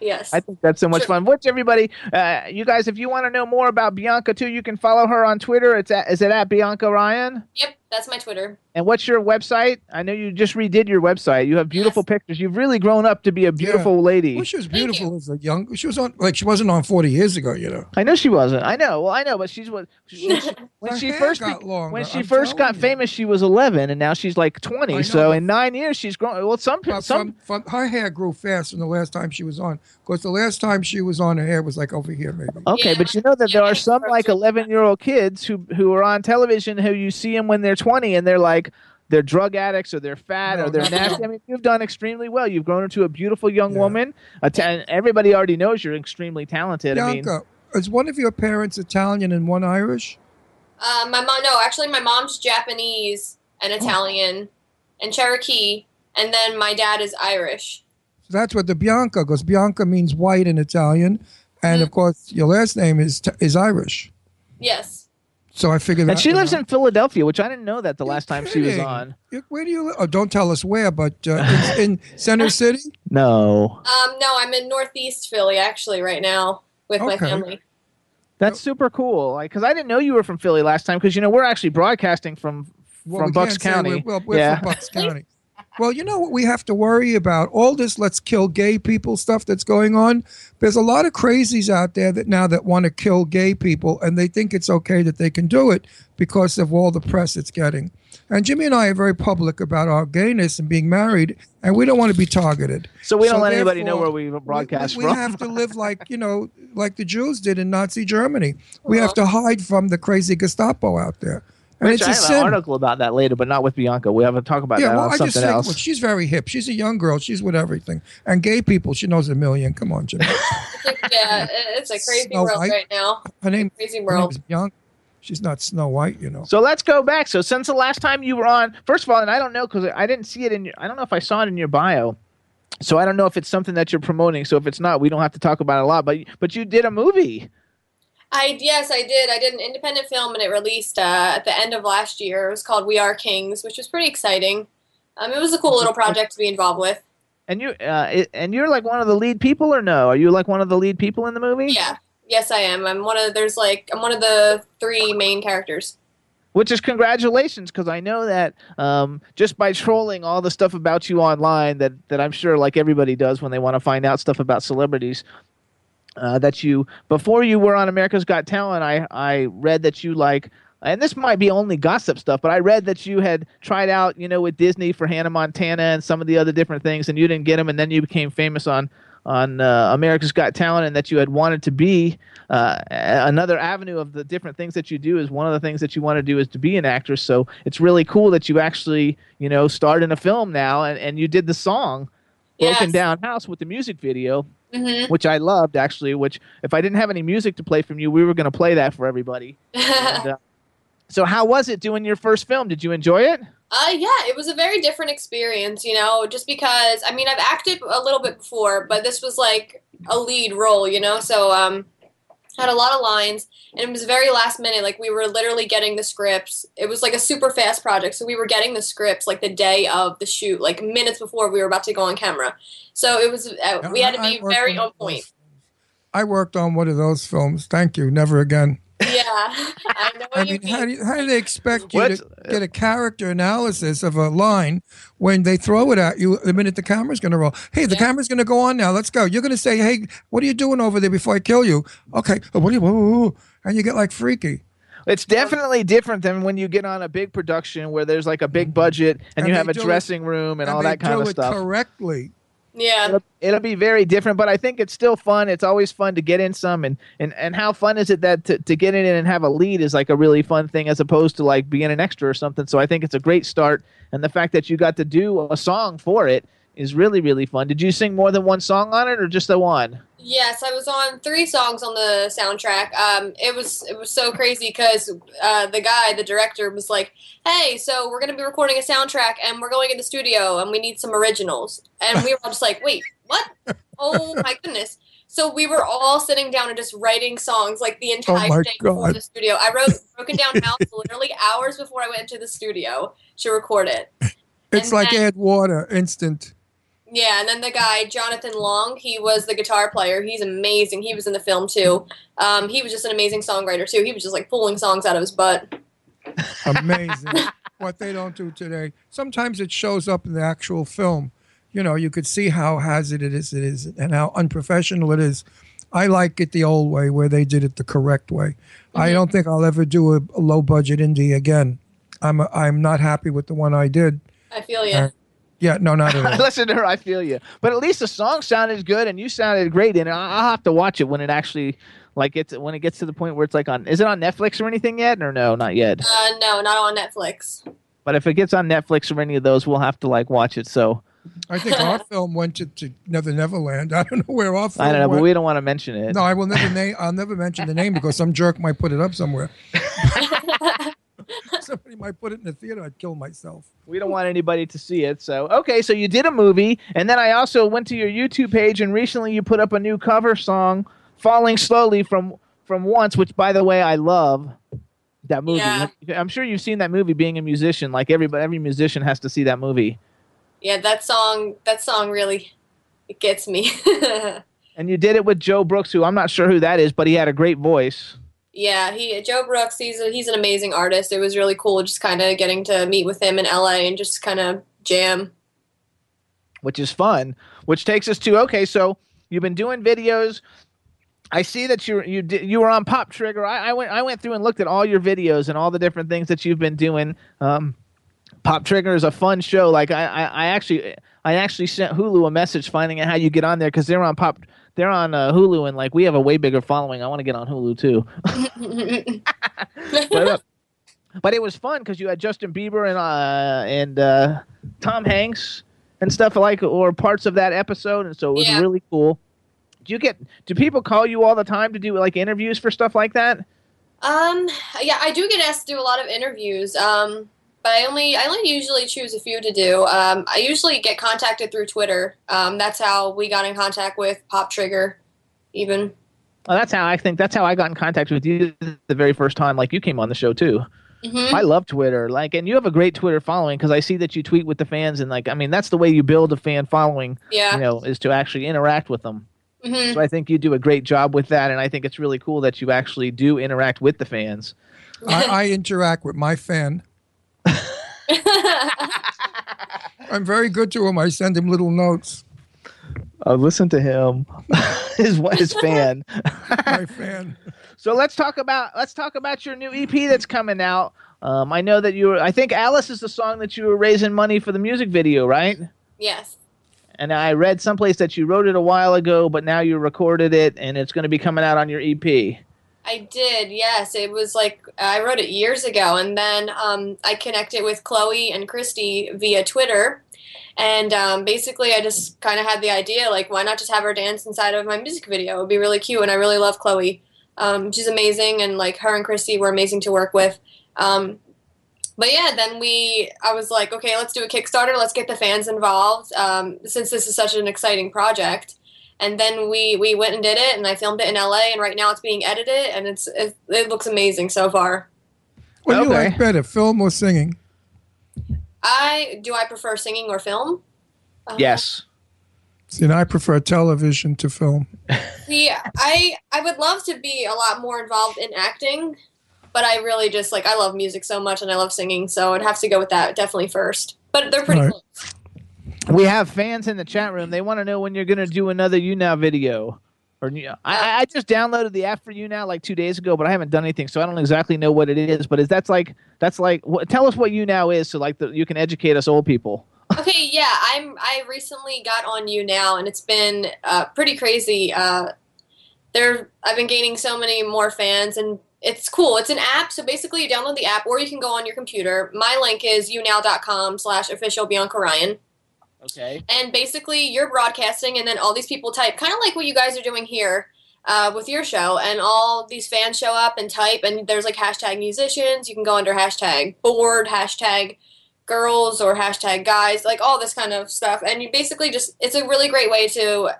Yes.
I think that's so much
Sure.
fun. Which everybody, uh, you guys, if you want to know more about Bianca too, you can follow her on Twitter. It's at, is it at Bianca Ryan?
yep, that's my Twitter.
And what's your website? I know you just redid your website. You have beautiful pictures. You've really grown up to be a beautiful lady.
Well, she was beautiful as a young. She was on like she wasn't on forty years ago, you know.
I know she wasn't. I know. Well, I know, but she's what she, she- when
Her
she
hair
first
got
be-
longer,
when she
I'm
first got
telling you.
famous, she was 11, and now she's like 20.
I know,
so
but-
in nine years, she's grown. Well, some
But
some
from, from her hair grew fast from the last time she was on. Because the last time she was on, her hair was like over here, maybe.
Okay,
Yeah.
but you know that
Yeah,
there are
it's
some like
virtual.
11 year old kids who who are on television who you see them when they're 20 and they're like they're drug addicts or they're fat
No,
or they're
no, no.
nasty. I mean, you've done extremely well. You've grown into a beautiful young
Yeah.
woman. A ta- and everybody already knows you're extremely talented. I mean,
Bianca, is one of your parents Italian and one Irish?
Uh, my mom, no, actually, my mom's Japanese
Oh.
and Italian and Cherokee, and then my dad is Irish.
So that's what the Bianca, because Bianca means white in Italian, and
Hmm.
of course your last name is is Irish.
Yes.
So I figured.
and
that
she
one
lives
out.
in Philadelphia, which I didn't know that the last time she was
kidding.
on.
You- Where do you? li- Oh, don't tell us where, but uh, it's in Center City.
No,
Um, no, I'm in Northeast Philly actually right now with my
Okay.
family.
that's super cool. Like, because I didn't know you were from Philly last time. Because you know we're actually broadcasting from
Well,
from
we
Bucks
can't say
County.
We're, well, we're
yeah.
from Bucks County. Well, you know what we have to worry about? All this let's kill gay people stuff that's going on. There's a lot of crazies out there that now that want to kill gay people and they think it's okay that they can do it because of all the press it's getting. And Jimmy and I are very public about our gayness and being married, and we don't want to be targeted.
so we don't let anybody know
therefore,
where we broadcast
we, we
from.
have to live like you know, like the Jews did in Nazi Germany. We have to hide from the crazy Gestapo out there, and
Rich,
it's
I
a
have
sin.
an article about that later, but not with Bianca. We have to talk about that
I
on
just
something
think
else.
well, she's very hip. She's a young girl. She's with everything. And gay people, she knows a million. Come on, Jimmy.
yeah, it- it's a crazy
Snow
world
White.
right now.
Her name,
Crazy
her name
world.
is Bianca. She's not Snow White, you know.
so let's go back. So since the last time you were on, first of all, and I don't know because I didn't see it in. Your, I don't know if I saw it in your bio. So I don't know if it's something that you're promoting. So if it's not, we don't have to talk about it a lot. But but you did a movie.
I yes, I did. I did an independent film and it released uh, at the end of last year. It was called We Are Kings, which was pretty exciting. Um, it was a cool little project to be involved with.
And you uh, it- and you're like one of the lead people, or no? Are you like one of the lead people in the movie?
Yeah. Yes, I am. I'm one of there's like I'm one of the three main characters.
which is congratulations because i know that um, just by trolling all the stuff about you online that, that i'm sure like everybody does when they want to find out stuff about celebrities uh, that you before you were on america's got talent i, I read that you like and this might be only gossip stuff, but I read that you had tried out, you know, with Disney for Hannah Montana and some of the other different things, and you didn't get them, and then you became famous on on uh, America's Got Talent, and that you had wanted to be uh, a- another avenue of the different things that you do is one of the things that you want to do is to be an actress. So it's really cool that you actually, you know, starred in a film now, and, and you did the song Broken
Yes.
Down House with the music video,
hmm
which I loved actually. Which if I didn't have any music to play from you, we were going to play that for everybody. And, uh, so how was it doing your first film? Did you enjoy it?
Uh, yeah, it was a very different experience, you know, just because, I mean, I've acted a little bit before, but this was like a lead role, you know, so, um, had a lot of lines, and it was very last minute. Like, we were literally getting the scripts. It was like a super fast project, so we were getting the scripts like the day of the shoot, like minutes before we were about to go on camera. So it was, uh, we had to
I- I
be
worked
very
one
on
of those
point.
films. I worked on one of those films. Thank you. Never again.
Yeah, I know what
I
you
mean,
mean.
how do, you, how do they expect you
What's-
to get a character analysis of a line when they throw it at you the minute the camera's going to roll? Hey, the camera's going to go on now. Let's go. You're going to say, hey, what are you doing over there before I kill you? Okay. Oh, what are you, whoa, whoa, whoa. And you get like freaky.
It's definitely different than when you get on a big production where there's like a big budget Mm-hmm. and,
And
you
they
have a
do it-
dressing room and, all
they
that kind
do
of
it
stuff.
correctly.
yeah,
It'll, it'll be very different, but I think it's still fun. It's always fun to get in some, and and, and how fun is it that to, to get in and have a lead is like a really fun thing as opposed to like being an extra or something. So I think it's a great start, and the fact that you got to do a song for it is really really fun. Did you sing more than one song on it or just the one?
Yes, I was on three songs on the soundtrack. Um, it was it was so crazy because uh, the guy, the director, was like, "Hey, so we're gonna be recording a soundtrack, and we're going in the studio, and we need some originals." And we were all just like, "Wait, what? Oh my goodness!" So we were all sitting down and just writing songs like the entire
Oh my
day before
God.
the studio. I wrote "Broken Down House" literally hours before I went into the studio to record it.
It's
And
like
then-
add water, instant.
Yeah, and then the guy Jonathan Long, he was the guitar player. He's amazing. He was in the film too. Um, he was just an amazing songwriter too. He was just like pulling songs out of his butt.
Amazing. what they don't do today. Sometimes it shows up in the actual film. You know, you could see how hazard it is, it is, and how unprofessional it is. I like it the old way, where they did it the correct way. I don't think I'll ever do a, a low budget indie again. I'm a, I'm not happy with the one I did.
I feel you.
Uh, yeah, no, not at all.
Listen to her, I feel you. But at least the song sounded good, and you sounded great. And I- I'll have to watch it when it actually like it's when it gets to the point where it's like on. Is it on Netflix or anything yet? Or no, not yet.
Uh, no, not on Netflix.
But if it gets on Netflix or any of those, we'll have to like watch it. So
I think our film went to, to Never Neverland. I don't know where our film
I don't know,
went.
but we don't want to mention it.
No, I will never name. I'll never mention the name because some jerk might put it up somewhere. Somebody might put it in the theater. I'd kill myself.
We don't want anybody to see it. So okay, so you did a movie, and then I also went to your YouTube page, and recently you put up a new cover song, "Falling Slowly" from from Once, which by the way I love that movie.
Yeah.
I'm sure you've seen that movie. Being a musician, like everybody, every musician has to see that movie.
Yeah, that song. That song really, it gets me.
And you did it with Joe Brooks, who I'm not sure who that is, but he had a great voice.
yeah, he Joe Brooks. He's a, he's an amazing artist. It was really cool just kind of getting to meet with him in LA and just kind of jam.
which is fun. Which takes us to okay, so you've been doing videos. I see that you you di- you were on Pop Trigger. I, I went I went through and looked at all your videos and all the different things that you've been doing. Um, Pop Trigger is a fun show. Like I, I, I actually I actually sent Hulu a message finding out how you get on there because they're on Pop they're on uh, Hulu and like we have a way bigger following. I want to get on Hulu too. but, uh, but it was fun because you had Justin Bieber and uh, and uh, Tom Hanks and stuff like or parts of that episode, and so it was
Yeah.
really cool. Do you get? Do people call you all the time to do like interviews for stuff like that?
Um, yeah, I do get asked to do a lot of interviews. Um, but I only I only usually choose a few to do. Um, I usually get contacted through Twitter. Um, that's how we got in contact with Pop Trigger, even.
Well, that's how I think. That's how I got in contact with you the very first time. Like you came on the show too.
Mm-hmm. Hmm?
I love Twitter. Like, and you have a great Twitter following because I see that you tweet with the fans, and like, I mean, that's the way you build a fan following.
Yeah.
you know, is to actually interact with them.
Mhm.
So I think you do a great job with that, and I think it's really cool that you actually do interact with the fans.
I, I interact with my fan. I'm very good to him. I send him little notes.
Oh, listen to him, his his fan.
My fan.
so let's talk about let's talk about your new EP that's coming out. Um, I know that you were. I think Alice is the song that you were raising money for the music video, right?
Yes.
And I read someplace that you wrote it a while ago, but now you recorded it, and it's going to be coming out on your E EP.
I did, yes. It was like I wrote it years ago, and then um, I connected with Chloe and Christy via Twitter. And um, basically, I just kind of had the idea like, why not just have her dance inside of my music video? It would be really cute, and I really love Chloe. Um, she's amazing, and like her and Christy were amazing to work with. Um, but yeah, then we, I was like, okay, let's do a Kickstarter, let's get the fans involved, um, since this is such an exciting project and then we we went and did it and i filmed it in la and right now it's being edited and it's it, it looks amazing so far
What do you
Okay.
like better, film or singing?
i do i prefer singing or film
Yes.
See, and I prefer television to film.
See, I I would love to be a lot more involved in acting, but I really just like I love music so much and I love singing, so I'd have to go with that definitely first. But they're pretty
All right.
close.
We have fans in the chat room. They want to know when you're going to do another You Now video. Or you know, I, I- I just downloaded the app for You Now like two days ago, but I haven't done anything, so I don't exactly know what it is. But is that's like that's like wh- tell us what You Now is, so like the, you can educate us old people.
Okay, yeah, I'm. I recently got on you now, and it's been uh, pretty crazy. Uh, there, I've been gaining so many more fans, and it's cool. It's an app, so basically you download the app, or you can go on your computer. My link is younow.com slash official Bianca Ryan,
Okay.
and basically you're broadcasting, and then all these people type, kind of like what you guys are doing here. Uh, with your show, and all these fans show up and type, and there's like hashtag musicians. You can go under hashtag bored, hashtag girls or hashtag guys, like all this kind of stuff. And you basically just, it's a really great way to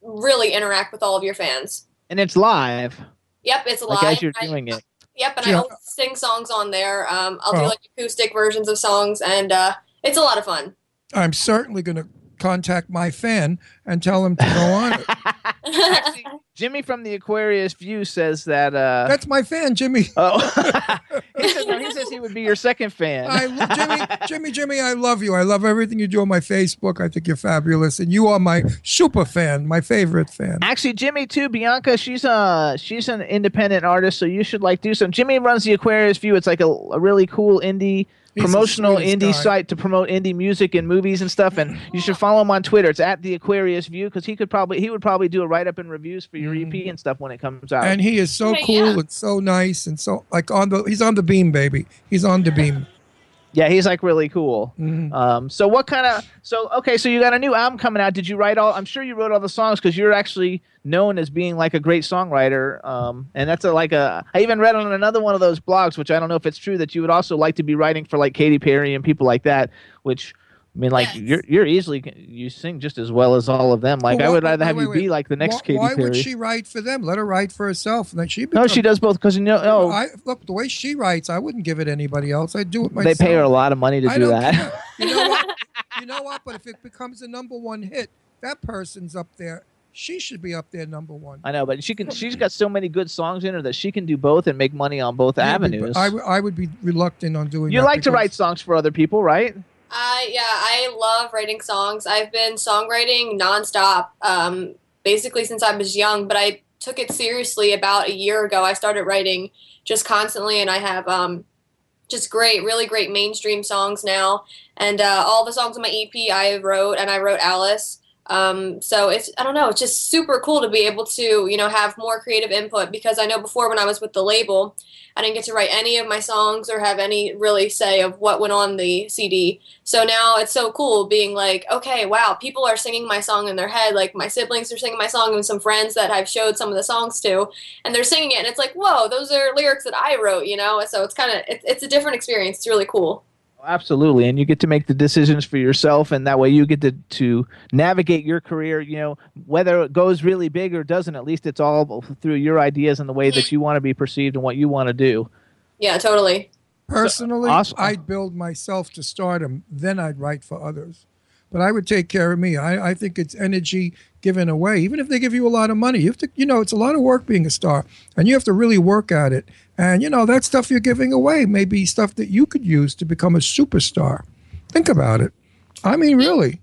really interact with all of your fans.
And it's live,
Yep, it's live.
like as you're
I-
doing it.
Yep, and
Yeah.
I always sing songs on there. Um, I'll do
Oh.
Uh-huh.
like acoustic versions of songs, and uh, it's a lot of fun.
I'm certainly going to contact my fan and tell him to go on it.
Actually, Jimmy from the Aquarius View says that. Uh,
That's my fan, Jimmy.
oh, he, says, no, he says he would be your second fan.
I, Jimmy, Jimmy, Jimmy, I love you. I love everything you do on my Facebook. I think you're fabulous, and you are my super fan, my favorite fan.
Actually, Jimmy too. Bianca, she's uh she's an independent artist, so you should like do some. Jimmy runs the Aquarius View. It's like a, a really cool indie
He's the
promotional
sweetest
indie
guy.
site to promote indie music and movies and stuff. And you should follow him on Twitter. It's at the Aquarius View because he could probably he would probably do a write up and reviews for your EP and stuff when it comes out.
Mm. And he is so
Yeah,
cool
yeah.
and so nice and so like on the he's on the beam, baby. He's on the beam.
yeah, he's like really cool. Um, so what kind of so okay? So you got a new album coming out. Did you write all? I'm sure you wrote all the songs because you're actually known as being like a great songwriter. Um, and that's a, like a. I even read on another one of those blogs, which I don't know if it's true that you would also like to be writing for like Katy Perry and people like that. Which I mean, like
Yes.
you're you're easily you sing just as well as all of them. Like
Well,
I would
why-
rather
wait,
have you
wait, wait.
be like the next
why,
Katy
Why
Perry.
would she write for them? Let her write for herself, and then she.
no,
becomes-
she does both because you know. Oh,
I look the way she writes. I wouldn't give it anybody else. I'd do it
they
myself.
pay her a lot of money to
I
do
don't
that.
care. You know what? you know what? But if it becomes a number one hit, that person's up there. She should be up there number one.
I know, but she can. She's got so many good songs in her that she can do both and make money on both
I would be-
avenues.
I would- I would be reluctant on doing.
you
that
like to
because-
write songs for other people, right?
I yeah, I love writing songs. I've been songwriting nonstop, um, basically since I was young. But I took it seriously about a year ago. I started writing just constantly, and I have um, just great, really great mainstream songs now. And uh, all the songs on my EP I wrote, and I wrote Alice. Um, so it's I don't know, it's just super cool to be able to you know have more creative input because I know before when I was with the label, I didn't get to write any of my songs or have any really say of what went on the CD. So now it's so cool being like, okay, wow, people are singing my song in their head. Like my siblings are singing my song, and some friends that I've showed some of the songs to, and they're singing it. And it's like, whoa, those are lyrics that I wrote, you know? So it's kind of, it, it's a different experience. It's really cool.
Absolutely, and you get to make the decisions for yourself, and that way you get to to navigate your career. You know, whether it goes really big or doesn't, at least it's all through your ideas and the way that you want to be perceived and what you want to do.
Yeah, totally.
Personally,
awesome.
I'd build myself to stardom, then I'd write for others. But I would take care of me. I, I think it's energy given away. Even if they give you a lot of money, you have to, you know, it's a lot of work being a star, and you have to really work at it. And you know that stuff you're giving away may be stuff that you could use to become a superstar. Think about it. I mean, really,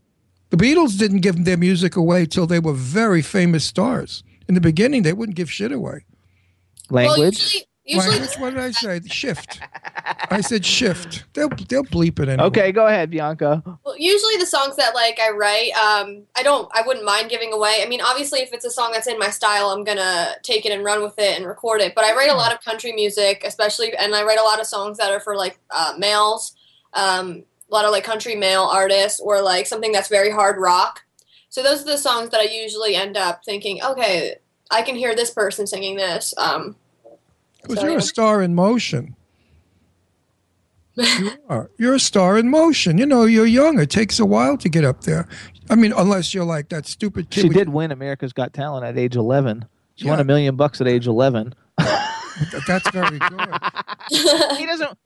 the Beatles didn't give their music away till they were very famous stars. In the beginning, they wouldn't give shit away.
Well,
Language.
usually, usually
Language, what did I say? Shift. I said shift. They'll they'll bleep it anyway.
okay, go ahead, Bianca.
Well, usually the songs that like I write, um, I don't, I wouldn't mind giving away. I mean, obviously, if it's a song that's in my style, I'm gonna take it and run with it and record it. But I write a lot of country music, especially, and I write a lot of songs that are for like uh, males, um, a lot of like country male artists, or like something that's very hard rock. So those are the songs that I usually end up thinking, okay, I can hear this person singing this. Um,
Because you're a star in motion. You are. You're a star in motion. You know, you're young. It takes a while to get up there. I mean, unless you're like that stupid kid.
She
with-
did win America's Got Talent at age 11. She won
Yeah.
a million bucks at age 11.
That's very good.
he doesn't.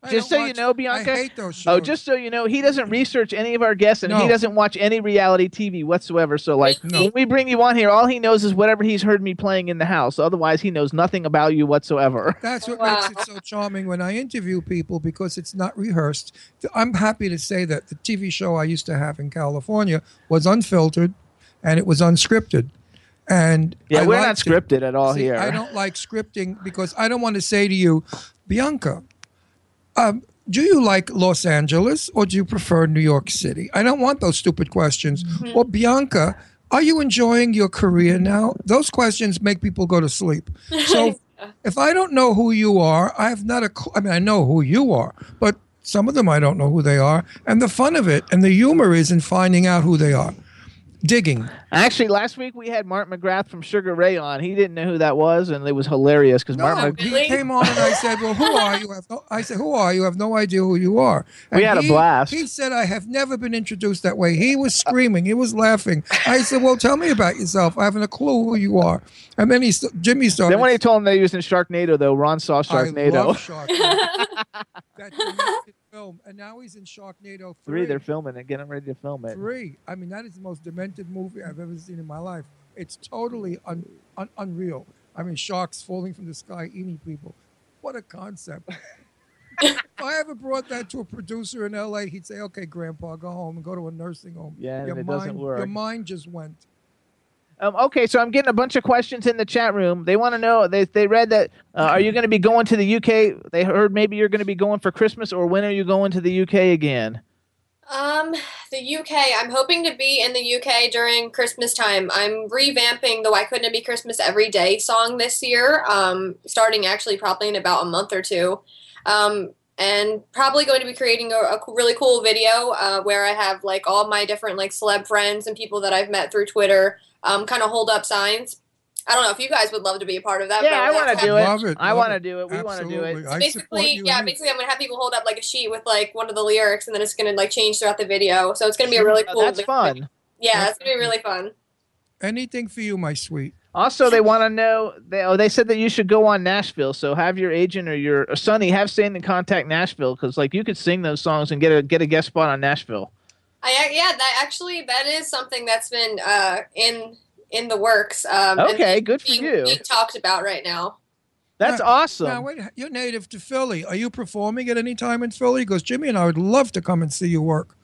I
just
don't
so you
watch-
know, Bianca.
I hate those shows.
Oh, just so you know, he doesn't research any of our guests, and he
No.
doesn't watch any reality TV whatsoever. So, like,
No.
when we bring you on here, all he knows is whatever he's heard me playing in the house. Otherwise, he knows nothing about you whatsoever.
That's what
Wow.
makes it so charming when I interview people because it's not rehearsed. I'm happy to say that the TV show I used to have in California was unfiltered and it was unscripted. And
Yeah,
I
we're not
liked it.
scripted at all
See,
here.
I don't like scripting because I don't want to say to you, Bianca, um, do you like Los Angeles or do you prefer New York City? I don't want those stupid questions. Or Bianca, are you enjoying your career now? Those questions make people go to sleep. So if I don't know who you are, I have not a. cl- I mean, I know who you are, but some of them I don't know who they are. And the fun of it and the humor is in finding out who they are. Digging.
Actually, last week we had Mark McGrath from Sugar Ray on. He didn't know who that was, and it was hilarious because Mark. Mc-
really?
He came on and I said, "Well, who are you?" I, have no, I said, "Who are you?" I have no idea who you are.
We
And
had a
he-
blast.
He said, "I have never been introduced that way." He was screaming. He was laughing. I said, "Well, tell me about yourself. I haven't a clue who you are." And then he, st- Jimmy started.
Then when he told him that he was in Sharknado, though, Ron saw Sharknado.
I love Sharknado. that domestic film, and now he's in Sharknado
Three,
three.
they're filming it, getting ready to film it.
three. I mean, that is the most demented movie I've ever seen in my life. It's totally un, un, unreal. I mean, sharks falling from the sky eating people. What a concept. if I ever brought that to a producer in LA, he'd say, okay, Grandpa, go home and go to a nursing home.
Yeah, and
your
it
mind,
doesn't
Your
work.
mind just went.
Um, okay, so I'm getting a bunch of questions in the chat room. They want to know. They they read that. Uh, are you going to be going to the UK? They heard maybe you're going to be going for Christmas, or when are you going to the UK again?
Um, the UK. I'm hoping to be in the UK during Christmas time. I'm revamping the "Why Couldn't It Be Christmas Every Day" song this year. Um, starting actually probably in about a month or two. Um, and probably going to be creating a, a co- really cool video uh, where I have like all my different like celeb friends and people that I've met through Twitter. Um, kind of hold up signs. I don't know if you guys would love to be a part of that. but
Yeah, I
we'll have
want
have
to do it.
Love it,
I
love
want to
it.
do it. We want to do
Absolutely. I
it.
support
basically,
you
yeah,
in it.
basically, I'm gonna have people hold up like a sheet with like one of the lyrics, and then it's gonna like change throughout the video. So it's gonna be a really
Uh,
cool.
that's fun.
Yeah, it's gonna be really fun.
Anything for you, my sweet.
Also, they want to know. They oh, they said that you should go on Nashville. So have your agent or your or Sonny have Sandy contact Nashville because like you could sing those songs and get a get a guest spot on Nashville.
I ac- yeah, that actually that is something that's been uh, in in the works. Um, and
Okay, good for
being,
you.
being talked about right now.
That's
Now- Now,
awesome.
wait, you're native to Philly. Are you performing at any time in Philly? Because Jimmy and I would love to come and see you work.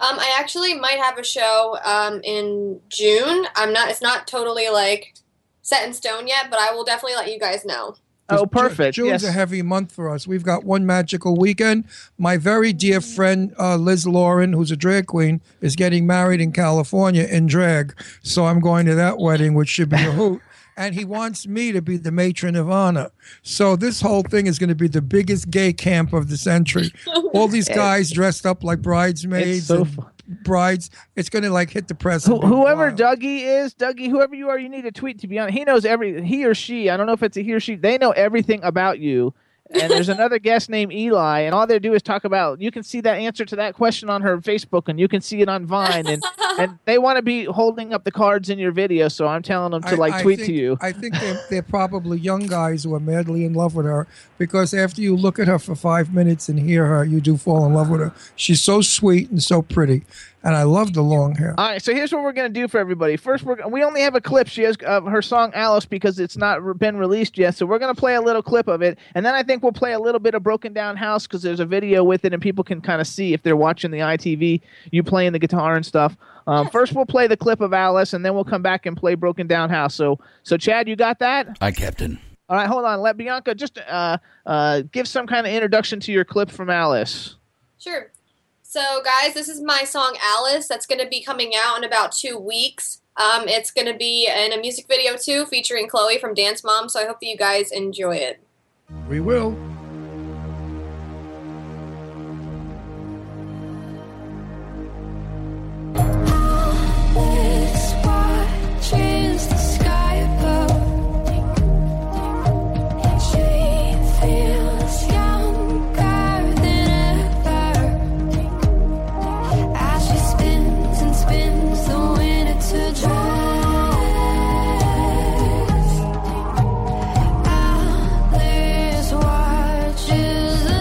Um, I actually might have a show um, in June. I'm not. It's not totally like set in stone yet, but I will definitely let you guys know.
Oh,
Ju-
perfect.
June's
Yes.
a heavy month for us. We've got one magical weekend. My very dear friend uh, Liz Lauren, who's a drag queen, is getting married in California in drag. So I'm going to that wedding, which should be a hoot. And he wants me to be the matron of honor. So this whole thing is going to be the biggest gay camp of the century. All these guys dressed up like bridesmaids
It's so
and
fun.
brides. It's going to like hit the press.
Who,
and be
whoever
wild.
Dougie is, Dougie, whoever you are, you need to tweet to be on. He knows every he or she. I don't know if it's a he or she. They know everything about you. And there's another guest named Eli, and all they do is talk about. You can see that answer to that question on her Facebook, and you can see it on Vine, and and they want to be holding up the cards in your video. So I'm telling them to like tweet to
think-
you.
I think they're, they're probably young guys who are madly in love with her because after you look at her for five minutes and hear her, you do fall in love with her. She's so sweet and so pretty, and I love the long hair.
All right, so here's what we're gonna do for everybody. First, we're we only have a clip. She has of her song Alice because it's not re- been released yet. So we're gonna play a little clip of it, and then I think we'll play a little bit of Broken Down House because there's a video with it, and people can kind of see if they're watching the ITV, you playing the guitar and stuff. Um, first, we'll play the clip of Alice, and then we'll come back and play Broken Down House. So, so Chad, you got that?
I, Captain.
All right, hold on. Let Bianca just uh, uh, give some kind of introduction to your clip from Alice.
Sure. So, guys, this is my song Alice that's going to be coming out in about two weeks. Um, it's going to be in a music video too featuring Chloe from Dance Mom. So, I hope that you guys enjoy it.
We will.
Dress. Alice, why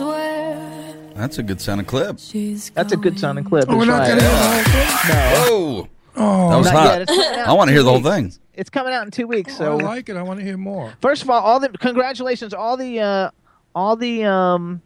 That's a good sounding clip.
That's a good sounding clip.
Oh, we're
Let's
not
try
gonna
it.
hear the whole thing?
Oh, that
Oh,
Not
was
yet.
hot.
It's coming out
I want to
in
hear
two
the whole
weeks.
thing.
It's coming out in two weeks.
Oh, I
So
like it. I want to hear more.
first of all, all the congratulations, all the uh, all the um,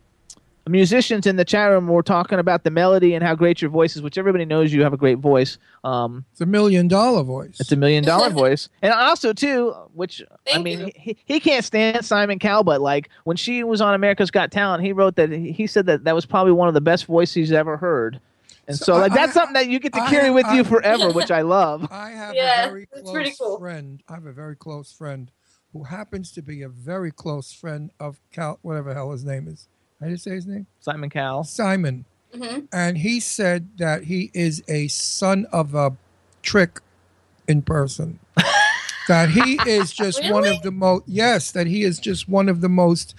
musicians in the chat room were talking about the melody and how great your voice is, which everybody knows you have a great voice. Um,
It's a million dollar voice.
it's a million dollar voice, and also too, which I
Thank
mean,
you.
he, he can't stand Simon Cowell, but like when she was on America's Got Talent, he wrote that he he said that that was probably one of the best voices he's ever heard. And so,
So I-
like that's
I-
something that you get to
I-
carry with
I-
you forever, which I love.
I have
Yeah,
a very
it's
close
pretty cool.
friend. I have a very close friend who happens to be a very close friend of Cal, whatever the hell his name is. I just say his name,
Simon Cowell.
Simon.
Mhm.
And he said that he is a son of a trick in person. that he is just one
Really?
of the most yes. That he is just one of the most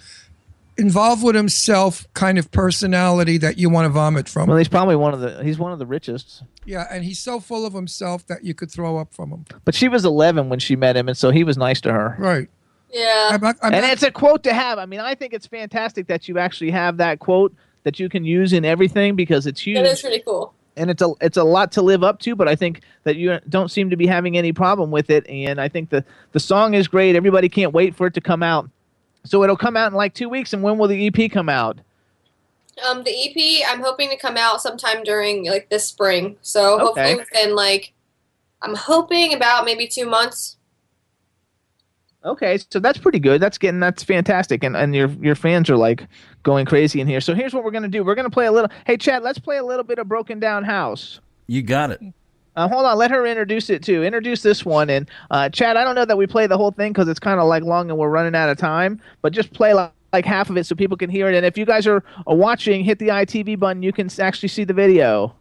involved with himself kind of personality that you want to vomit from.
Well, he's probably one of the he's one of the richest.
Yeah, and he's so full of himself that you could throw up from him.
But she was 11 when she met him, and so he was nice to her.
Right.
Yeah.
I'm not- I'm
And
not-
it's a quote to have. I mean, I think it's fantastic that you actually have that quote that you can use in everything because it's
That is
huge
pretty cool.
and it's a it's a lot to live up to. But I think that you don't seem to be having any problem with it, and I think the the song is great. Everybody can't wait for it to come out. So it'll come out in like two weeks. And when will the EP come out?
Um, the EP I'm hoping to come out sometime during like this spring. So
Okay.
hopefully within like I'm hoping about maybe two months.
Okay, so that's pretty good. That's getting that's fantastic, and and your your fans are like going crazy in here. So here's what we're gonna do. We're gonna play a little. Hey Chad, let's play a little bit of Broken Down House.
You got it.
Uh, hold on, let her introduce it too. Introduce this one, and uh, Chad. I don't know that we play the whole thing because it's kind of like long and we're running out of time. But just play like, like half of it so people can hear it. And if you guys are, are watching, hit the ITV button. You can s- actually see the video.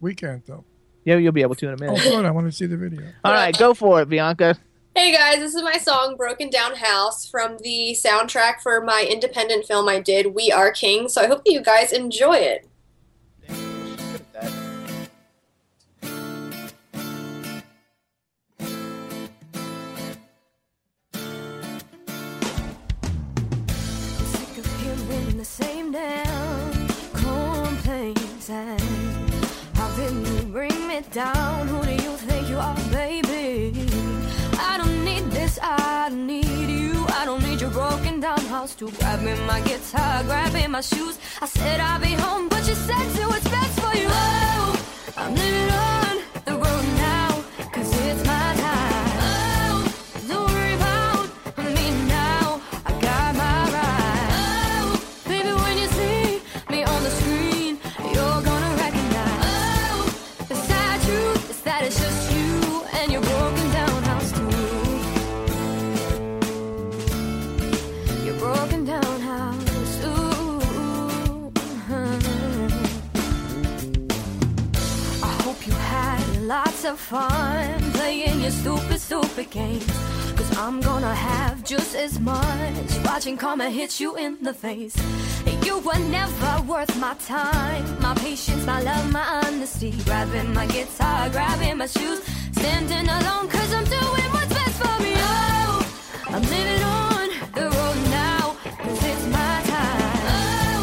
we can't though.
Yeah, you'll be able to in a
Oh,
minute.
good. I want to see the video.
All right, go for it, Bianca.
Hey guys, this is my song Broken Down House from the soundtrack for my independent film I did, We Are King. So I hope that you guys enjoy it.
Sick of hearing the same damn complaints and how can you bring me down? Who do you think you are, baby? I don't need this, I don't need you. I don't need your broken down house to grab me my guitar, grab me my shoes. I said I'll be home, but you said to it's best for you. Oh, I'm living on the road now, cause it's my time. Oh, don't worry about me now. I got my ride. Oh, baby, when you see me on the screen, you're gonna recognize. Oh, the sad truth is that it's just you and your broken down house too. Your broken down house. Ooh. uh-huh. I hope you had lots of fun playing your stupid, stupid games. Cause I'm gonna have just as much watching karma hit you in the face. You were never worth my time, my patience, my love, my honesty. Grabbing my guitar, grabbing my shoes, standing alone, cause I'm doing what's best for me. Oh, I'm living on the road now, cause it's my time. Oh,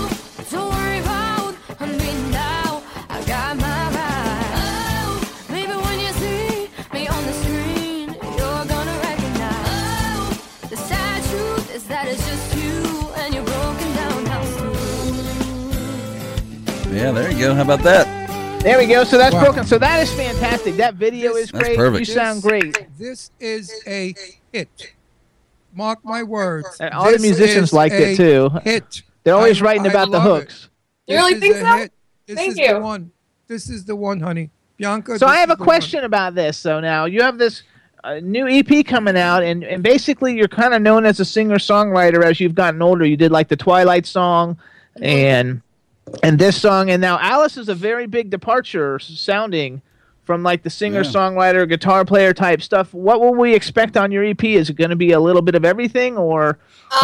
don't worry about me now, I got my ride. Oh, maybe when you see me on the screen, you're gonna recognize. Oh, the sad truth is that it's just you and your broken down house.
Yeah, there you go. How about that?
There we go. So that's
Wow.
broken. So that is fantastic. That video is
That's
great.
perfect.
You sound great.
This is a hit. Mark my words.
And all the
This
musicians
is
liked it,
a
too.
Hit.
They're always
I-
writing
I
about the
love it.
hooks.
You
This
really
is
think
a
so?
hit. This
Thank
is
you.
the one. This is the one, honey. Bianca.
So
this
I have
is
a
the
question about this. So now you have this uh, new EP coming out, and, and basically you're kind of known as a singer songwriter as you've gotten older. You did like the Twilight song, and and this song, and now Alice is a very big departure s- sounding from like the singer songwriter guitar player type stuff. What will we expect on your EP? Is it going to be a little bit of everything, or,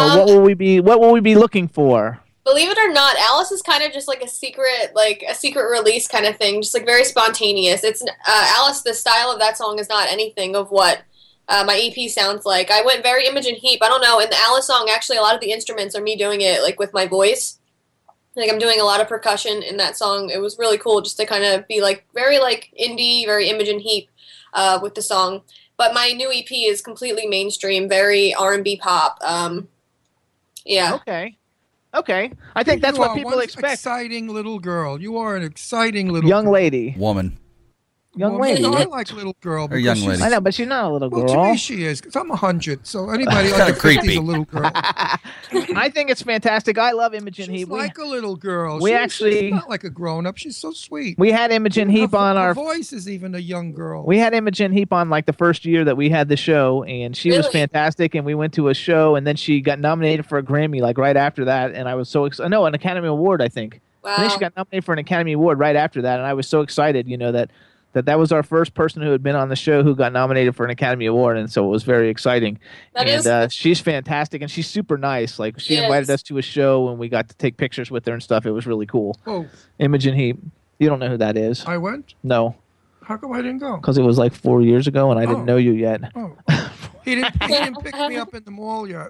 or
Um,
what will we be what will we be looking for?
Believe it or not, Alice is kind of just like a secret, like a secret release kind of thing, just like very spontaneous. It's uh, Alice. The style of that song is not anything of what uh, my EP sounds like. I went very Imogen Heap. I don't know. In the Alice song, actually, a lot of the instruments are me doing it like with my voice. Like I'm doing a lot of percussion in that song. It was really cool just to kind of be like very like indie, very Imogen Heap uh, with the song. But my new EP is completely mainstream, very R&B pop. Um, yeah.
Okay. Okay. I think that's
You
what
are
people
one
expect.
Exciting little girl. You are an exciting little
Young lady.
Woman.
Young
woman.
lady.
I like little girl. because
young
she's-
lady.
I know, but she's not a little
Well, to
girl.
me she is because I'm a hundred. So anybody
Kinda
under fifty is
creepy.
a little girl.
I think it's fantastic. I love Imogen
She's
Heap. We,
like a little girl.
we
She- she's
actually-
not like a grown up. She's so sweet.
we had Imogen Heap
Her-
on
her
our
voice is even a young girl.
We had Imogen Heap on like the first year that we had the show, and she was
Really?
fantastic. And we went to a show, and then she got nominated for a Grammy like right after that. And I was so excited. No, an Academy Award, I think. I think
Wow.
she got nominated for an Academy Award right after that, and I was so excited, you know that that that was our first person who had been on the show who got nominated for an Academy Award, and so it was very exciting.
That
and
is-
uh, she's fantastic, and she's super nice. Like she
Yes.
invited us to a show, and we got to take pictures with her and stuff. It was really cool.
Oh,
Imogen Heap. You don't know who that is?
I went.
No,
How come I didn't go?
because it was like four years ago, and I
Oh.
didn't know you yet.
Oh, he didn't. He didn't pick me up in the mall yet.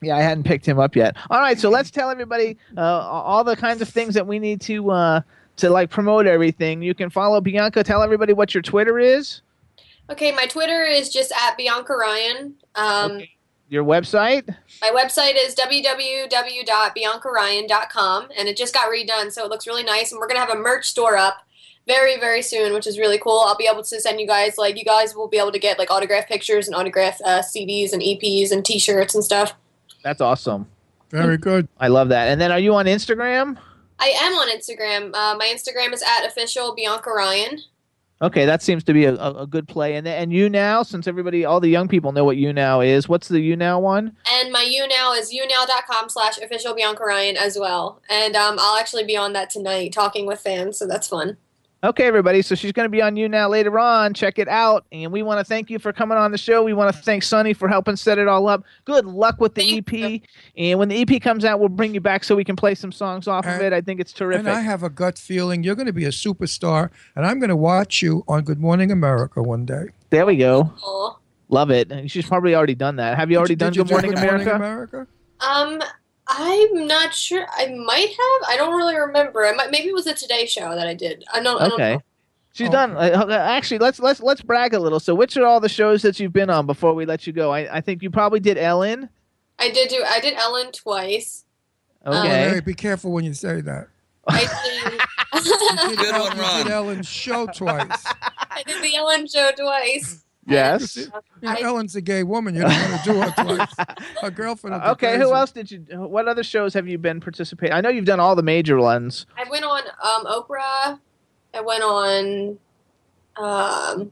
Yeah, I hadn't picked him up yet. All right, so let's tell everybody uh, all the kinds of things that we need to uh, to like promote everything. You can follow Bianca. Tell everybody what your Twitter is,
Okay, my Twitter is just at Bianca Ryan. Um,
Okay. your website.
My website is www.biancaryan.com, and it just got redone, so it looks really nice. And we're gonna have a merch store up very, very soon, which is really cool. I'll be able to send you guys like you guys will be able to get like autograph pictures and autograph uh, CDs and EPs and T-shirts and stuff.
That's awesome.
Very good.
I love that. And then, are you on Instagram?
I am on Instagram. Uh, my Instagram is at official Bianca Ryan.
Okay, that seems to be a, a, a good play. And and you now, since everybody, all the young people know what you now is. What's the you now one?
And my you now is younow.com slash official Bianca Ryan as well. And um, I'll actually be on that tonight talking with fans, so that's fun.
Okay, everybody. So she's going to be on you now later on. Check it out. And we want to thank you for coming on the show. We want to thank Sonny for helping set it all up. Good luck with the
Thank
EP. And when the EP comes out, we'll bring you back so we can play some songs off of
And-
it. I think it's terrific.
And I have a gut feeling you're going to be a superstar, and I'm going to watch you on Good Morning America one day.
there we go.
Aw.
Love it. And she's probably already done that. Have you already
Did
done
you
Good
do
Morning America?
America?
Um, I'm not sure. I might have. I don't really remember. I might, maybe it was the Today Show that I did. I don't. I don't
Okay.
know.
She's
Oh,
done. Uh, uh, Actually, let's let's let's brag a little. So, which are all the shows that you've been on before we let you go? I, I think you probably did Ellen.
I did do. I did Ellen twice. Um,
Oh,
Okay.
Larry, be careful when you say that.
I did.
You did,
Good
El-
one,
you
Ron.
did Ellen's show twice.
I did the Ellen Show twice.
yes.
You know,
I-
Ellen's a gay woman. You don't want to do her twice. Her girlfriend. will go
Uh, Okay,
crazy.
who else did you? What other shows have you been participating? I know you've done all the major ones.
I went on um Oprah. I went on. Um,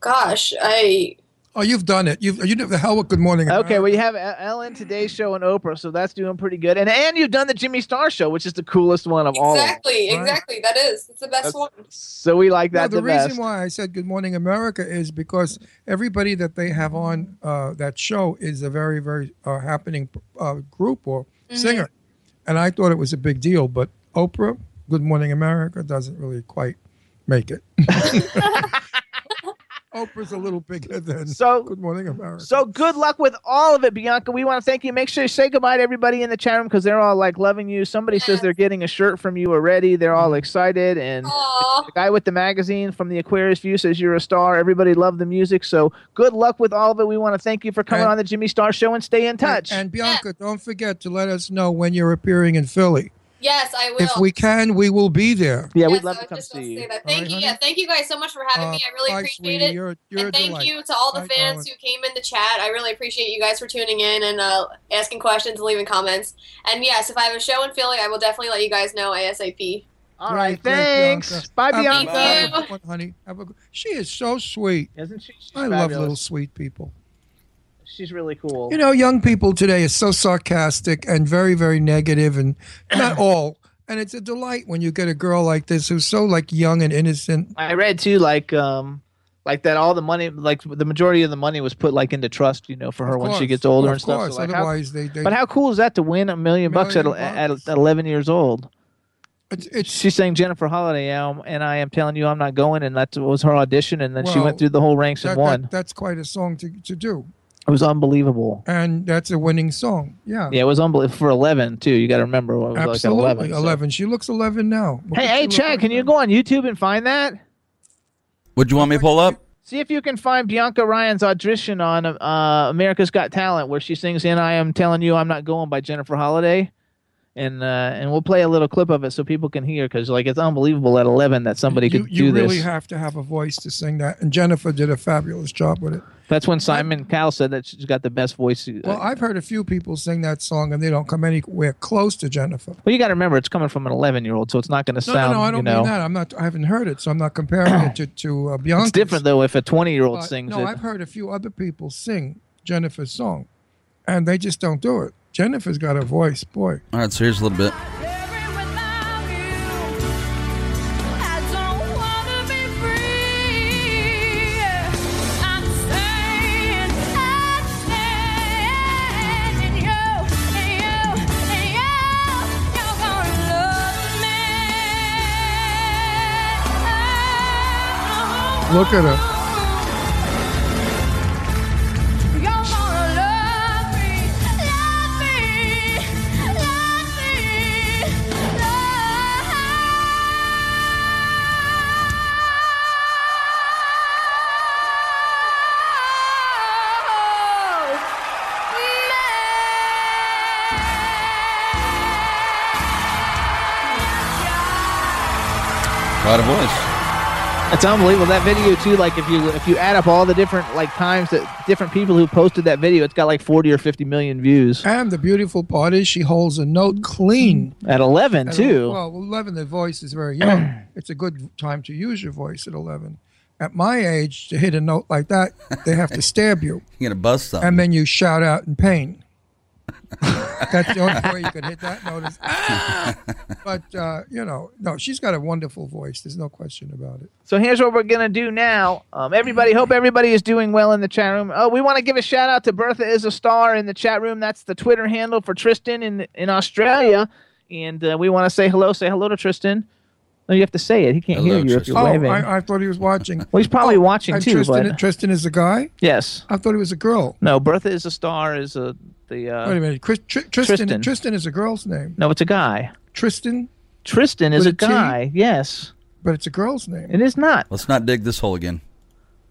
gosh, I
Oh, you've done it. You've you did the hell with Good Morning America.
Okay, well you have E- Ellen Today's Show and Oprah, so that's doing pretty good. And and you've done the Jimmy Star Show, which is the coolest one of all. Of them.
exactly,
right.
exactly. That is. It's the best
That's-
one.
So we like that
no, the,
the,
reason
best.
why I said Good Morning America is because everybody that they have on uh, that show is a very, very uh, happening uh, group or
Mm-hmm.
singer, and I thought it was a big deal. But Oprah, Good Morning America, doesn't really quite make it. Oprah's a little bigger than
So-
Good Morning America.
So good luck with all of it, Bianca. We want to thank you. Make sure you say goodbye to everybody in the chat room because they're all like loving you. Somebody says
Yes.
they're getting a shirt from you already. They're
Mm-hmm.
all excited and.
Aw.
The guy with the magazine from the Aquarius View says you're a star. Everybody loved the music. So good luck with all of it. We want to thank you for coming
And-
on the Jimmy Star Show and stay in touch.
and, and Bianca, don't forget to let us know when you're appearing in Philly.
Yes, I will.
If we can, we will be there.
yeah,
Yes,
we'd love
I
to
was
come
just about
see
say
you.
that. Thank
right,
you.
honey?
Yeah, thank you guys so much for having
Uh,
me. I really
bye,
appreciate
sweetie.
it.
You're- you're a
and thank
delight.
you to all the
Bye,
fans
darling.
who came in the chat. I really appreciate you guys for tuning in and uh, asking questions and leaving comments. And yes, if I have a show in Philly, I will definitely let you guys know ASAP.
All right,
Great, great,
thanks.
Bianca.
Bye,
Have a-
Thank
Bianca.
you.
have a good one, honey. Have a good- she is so sweet.
Isn't she? She's
I love
fabulous.
little sweet people.
She's really cool.
You know, young people today are so sarcastic and very, very negative, and not all. And it's a delight when you get a girl like this who's so like young and innocent.
I read too, like, um, like that all the money, like the majority of the money was put like into trust, you know, for her
Of
when she
course.
gets older
Of
and stuff.
course,
So, like, how-
otherwise they. they
but how cool is that to win a million bucks at,
Million
at
bucks.
11 years old?
it's, it's
She sang Jennifer Holiday, um, and I am telling you, I'm not going. And that was her audition, and then she
Well,
went through the whole ranks
that,
and won.
that- that's quite a song to to do.
It was unbelievable.
and that's a winning song. Yeah,
Yeah, it was unbelievable for eleven too. You got to remember what it was
absolutely.
like at eleven.
eleven.
so-
She looks eleven now. Look
Hey,
at
hey,
look
Chad,
like
can you
that.
go on YouTube and find that?
Would you want me to pull up?
See if you can find Bianca Ryan's audition on uh, America's Got Talent, where she sings "And I Am Telling You I'm Not Going" by Jennifer Holliday, and uh, and we'll play a little clip of it so people can hear because like it's unbelievable at 11 that somebody
You,
could
you
do
really
this.
have to have a voice to sing that, and Jennifer did a fabulous job with it.
That's when Simon Cowell said that she's got the best voice. uh,
Well, I've heard a few people sing that song, and they don't come anywhere close to Jennifer.
well, you got to remember it's coming from an 11 year old, so it's not going to
No,
sound.
no, no, I
you
don't
know,
mean that. I'm not. I haven't heard it, so I'm not comparing it to to uh, Beyonce.
It's different though if a 20 year old sings
no,
it.
I've heard a few other people sing Jennifer's song, and they just don't do it. Jennifer's got a voice, boy.
All right, so here's a little bit.
Look at her.
Got a voice.
It's unbelievable that video too. Like if you if you add up all the different like times that different people who posted that video, it's got like 40 or 50 million views
And the beautiful part is she holds a note clean.
at 11
At
too.
el- Well, 11, the voice is very young. it's a good time to use your voice at 11. At my age, to hit a note like that, they have to stab you,
You gonna bust something?
and then you shout out in pain. That's the only way you could hit that note. Is, "Ah!" But, uh, you know, no, she's got a wonderful voice. There's no question about it.
So here's what we're gonna do now. Um, everybody, hope everybody is doing well in the chat room. Oh, we want to give a shout out to Bertha is a star in the chat room. That's the Twitter handle for Tristan in in Australia, and uh, we want to say hello. Say hello to Tristan. No, you have to say it. He can't
Hello,
hear you if
Tristan.
you're
Oh,
waving.
I, I thought he was watching.
well, he's probably
Oh,
watching
and
too.
Tristan,
but
Tristan is a guy?
yes,
I thought he was a girl.
no. Bertha is a star is a the.
Wait a
Uh,
minute. Chris, Tr- Tristan,
Tristan.
Tristan. is a girl's name.
no, it's a guy.
Tristan,
Tristan is
With
a,
a T?
guy. Yes,
but it's a girl's name.
it is not.
Let's not dig this hole again.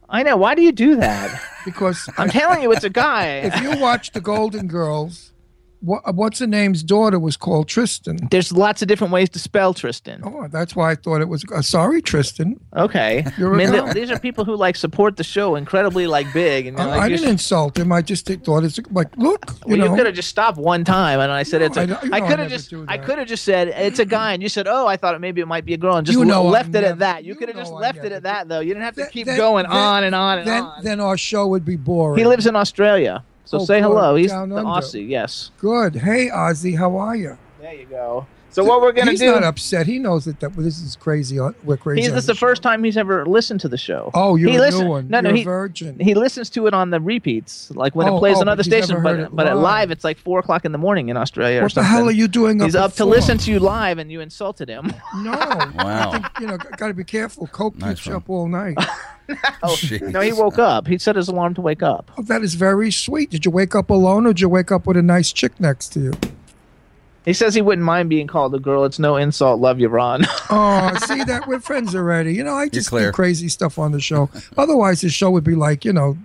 I know. Why do you do that?
Because
I'm telling you, it's a guy.
if you watch the Golden Girls, what, what's her name's daughter was called Tristan.
There's lots of different ways to spell Tristan.
Oh, that's why I thought it was. Uh, sorry, Tristan.
Okay.
You're
I mean,
welcome.
th- these are people who like support the show incredibly like big, and
I,
you're like,
I
you're-
didn't insult him. I just thought it's like, look, you
well, you,
know,
could have just stopped one time, and I said
No,
it's. A,
I don't- you
I
know I
could have
never
just.
do
I
that.
could have just said it's a guy, and you said, "Oh, I thought it maybe it might be a girl," and just
You
le-
know I
left it
never-
at that. You
you
could have
know
just
I
left it
never
at
do-
that, though. You didn't have to
Then-
keep
then-
going
then-
on and on and
then
on.
then our show would be boring.
he lives in Australia, so
Oh,
say
boy,
hello. He's the
down under.
Aussie. Yes.
good. Hey, Ozzy, how are you?
There you go. So what we're gonna
he's
do?
not upset. He knows that, that this is crazy. On, we're crazy.
he's
on
this is the
show.
first time he's ever listened to the show.
Oh, you're
he
a
listen-
new one.
No, no,
you're
he,
a virgin.
he listens to it on the repeats, like when it
Oh,
plays
oh,
on
but
other
he's never
stations.
heard
But
it
but at
live.
live, it's like four o'clock in the morning in Australia or
what the
something.
hell are you doing?
He's up to
at four?
listen to you live, and you insulted him.
No. I
Wow.
think, you know, got to be careful. Coke
Nice
keeps
one.
you up all night.
Jeez.
no, he woke up. He set his alarm to wake up.
Oh, that is very sweet. Did you wake up alone or did you wake up with a nice chick next to you?
He says he wouldn't mind being called a girl. It's no insult. Love you, Ron.
Oh, see that we're friends already. You know, I just
clear.
do crazy stuff on the show. Otherwise, the show would be like, you know,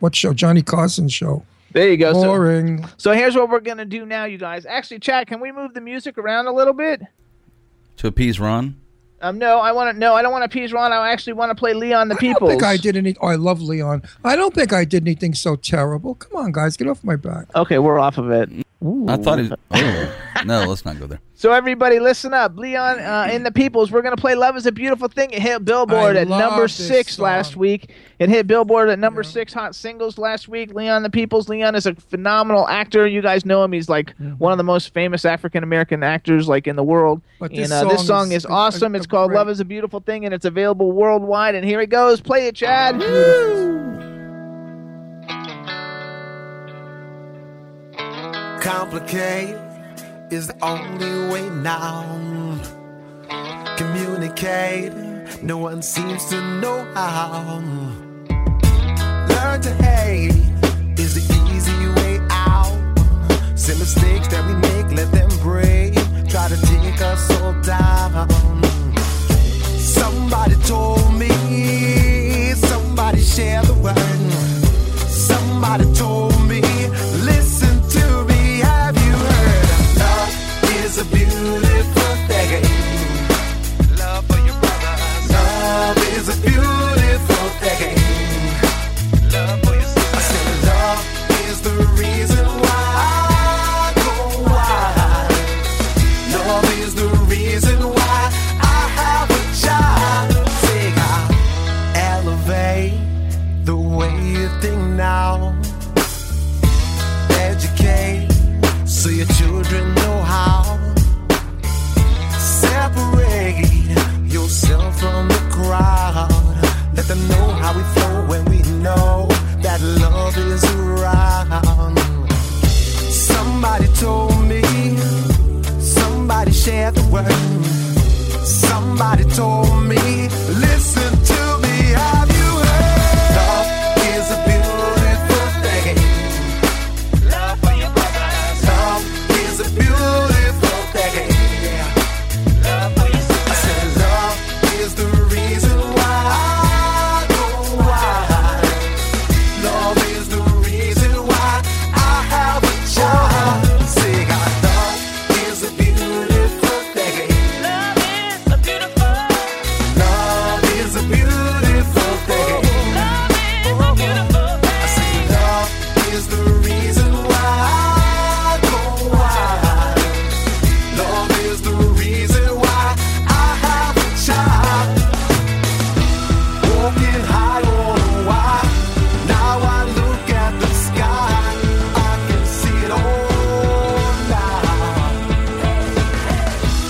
what show? Johnny Carson's show.
there you go. So,
Boring.
so here's what we're gonna do now, you guys. Actually, Chad, can we move the music around a little bit?
To appease Ron,
Um, no, I want to. No, I don't want to appease Ron. I actually want to play Leon the
I don't
People.
think I did any. Oh, I love Leon. I don't think I did anything so terrible. Come on, guys, get off my back.
Okay, we're off of it.
I thought he. Oh, no, let's not go there.
So everybody, listen up. Leon uh, in the Peoples, we're gonna play "Love Is a Beautiful Thing." It hit Billboard
I
at
love
number
this
six
song.
last week. It hit Billboard at number six hot singles last week. Leon the Peoples. Leon is a phenomenal actor. You guys know him. He's like one of the most famous African American actors like in the world.
But
and
this
uh,
song
this song is,
is- is-
awesome.
is
it's called
great.
"Love Is a Beautiful Thing" and it's available worldwide. And here he goes. Play it, Chad.
Uh,
Complicate is the only way now. Communicate, no one seems to know how. Learn to hate is the your children know how. Separate yourself from the crowd. Let them know how we flow when we know that love is around. Somebody told me, somebody shared the word. Somebody told me, listen to me, have you heard? Love is a beautiful thing. Love for your brothers. Love is a beautiful thing. Love for your sisters. I said, love is the reason why I go wild. Love is the reason why I have a child. Say, God, love is a beautiful thing. Love is a beautiful thing. I say love is the reason why I go wild. Love is the reason why I have a child. Walking high on a wire. Now I look at the sky. I can see it all now.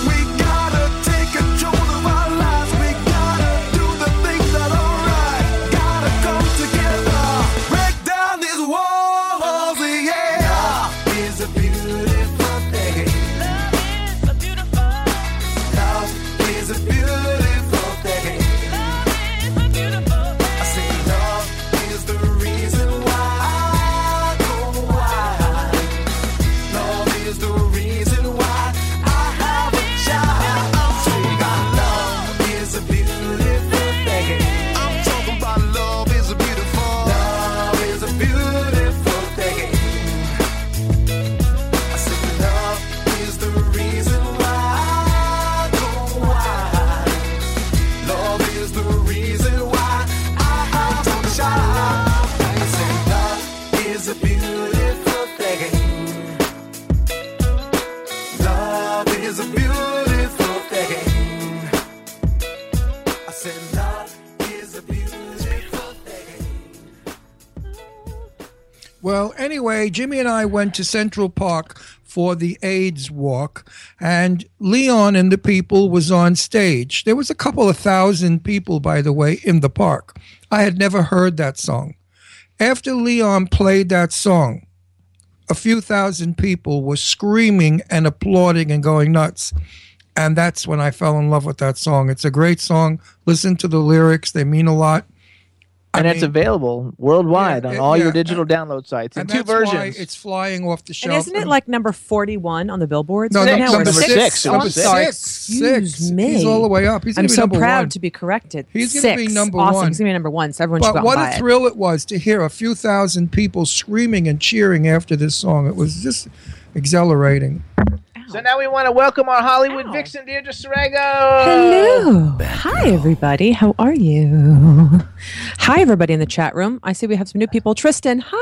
We gotta take control of our lives. We gotta do the things that are right. Gotta come together. Break down these walls, yeah. Love is a beautiful thing. Love is a beautiful thing. I say love is the reason why I go wild. Love is the reason why I have a child. Take our love is a beautiful thing. I'm talking about love is a beautiful. Love is a beautiful thing. I said love is the reason why I go wild. Love is the reason why I have a child. I said love is a beautiful thing. Love is a beautiful thing. I said, love is a beautiful thing.
Well, anyway, Jimmy and I went to Central Park for the AIDS walk, and Leon and the people was on stage. There was a couple of thousand people, by the way, in the park. I had never heard that song. After Leon played that song, a few thousand people were screaming and applauding and going nuts. And that's when I fell in love with that song. It's a great song. Listen to the lyrics, they mean a lot.
and it's available worldwide
Yeah,
on
it-
all
yeah,
your digital download sites in
And
two
that's why
versions.
it's flying off the
And
shelf.
isn't it like number 41 on the billboards?
No,
right
no,
now?
number
Or
six. It
I'm
was six.
sorry.
Six.
Excuse
Six.
me.
He's all the way up. He's gonna
I'm
be
so
number
proud
one.
to be corrected.
He's gonna
going
be
to
number
awesome.
one.
He's going to be number one, so everyone should go
But
out
what
and buy
a
it.
thrill it was to hear a few thousand people screaming and cheering after this song. It was just exhilarating.
so now we want to welcome our Hollywood
Ow.
vixen, Deirdre Sorego.
Hello. Hi, everybody. How are you? Hi, everybody in the chat room. I see we have some new people. Tristan, hi.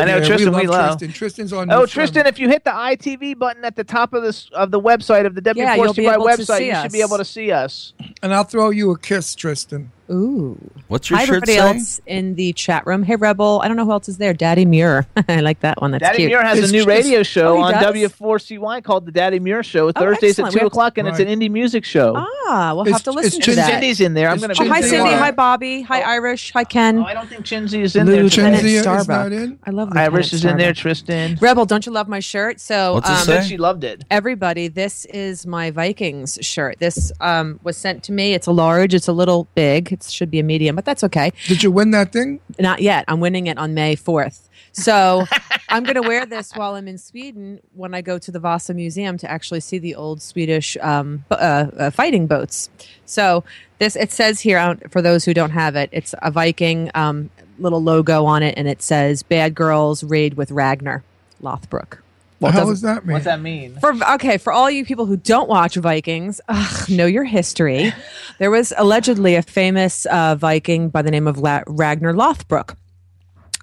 I know
Yeah,
Tristan.
we love,
We love.
Tristan. Tristan's on. um,
Oh,
new
Tristan,
friend.
if you hit the ITV button at the top of this of the website of the W4CY
Yeah, you'll be able to
website,
see
you should be
us.
able to see us.
and I'll throw you a kiss, Tristan.
Ooh.
What's your
Hi,
shirt
everybody
say?
else in the chat room. Hey, Rebel. I don't know who else is there. Daddy Muir. I like that one. That's
Daddy
cute.
Muir has
It's
a new
just-
radio show
Oh, he
on
does? Oh,
W4CY called the Daddy Muir Show Thursdays
excellent.
at
We
two
have to-
o'clock, and it's an
Right.
indie music show.
Ah, we'll
It's-
have to
it's
listen to
Chin-
and
that.
Cindy's in there. I'm
It's
going to.
Oh, hi,
Chinzy
Cindy.
Wire.
Hi, Bobby. Hi, Irish. Hi,
Oh,
Ken.
I don't think Chinzy is in there.
Lieutenant
today.
Chinzy is
Starbuck.
not in?
I love Lieutenant
Irish is in there.
Starbuck.
Tristan
Rebel, don't you love my shirt? So,
What's it
um,
say?
said she loved it.
everybody, this is my Vikings shirt. This um, was sent to me. It's a large. It's a little big. It should be a medium, but that's okay.
Did you win that thing?
Not yet. I'm winning it on May 4th. So I'm going to wear this while I'm in Sweden when I go to the Vasa Museum to actually see the old Swedish um, b- uh, uh, fighting boats. So this it says here uh, for those who don't have it, it's a Viking um, little logo on it, and it says "Bad Girls Raid with Ragnar Lothbrok."
the hell
doesn't-
does that mean?
What's that mean?
For okay, for all you people who don't watch Vikings, ugh, know your history. There was allegedly a famous uh, Viking by the name of La- Ragnar Lothbrok,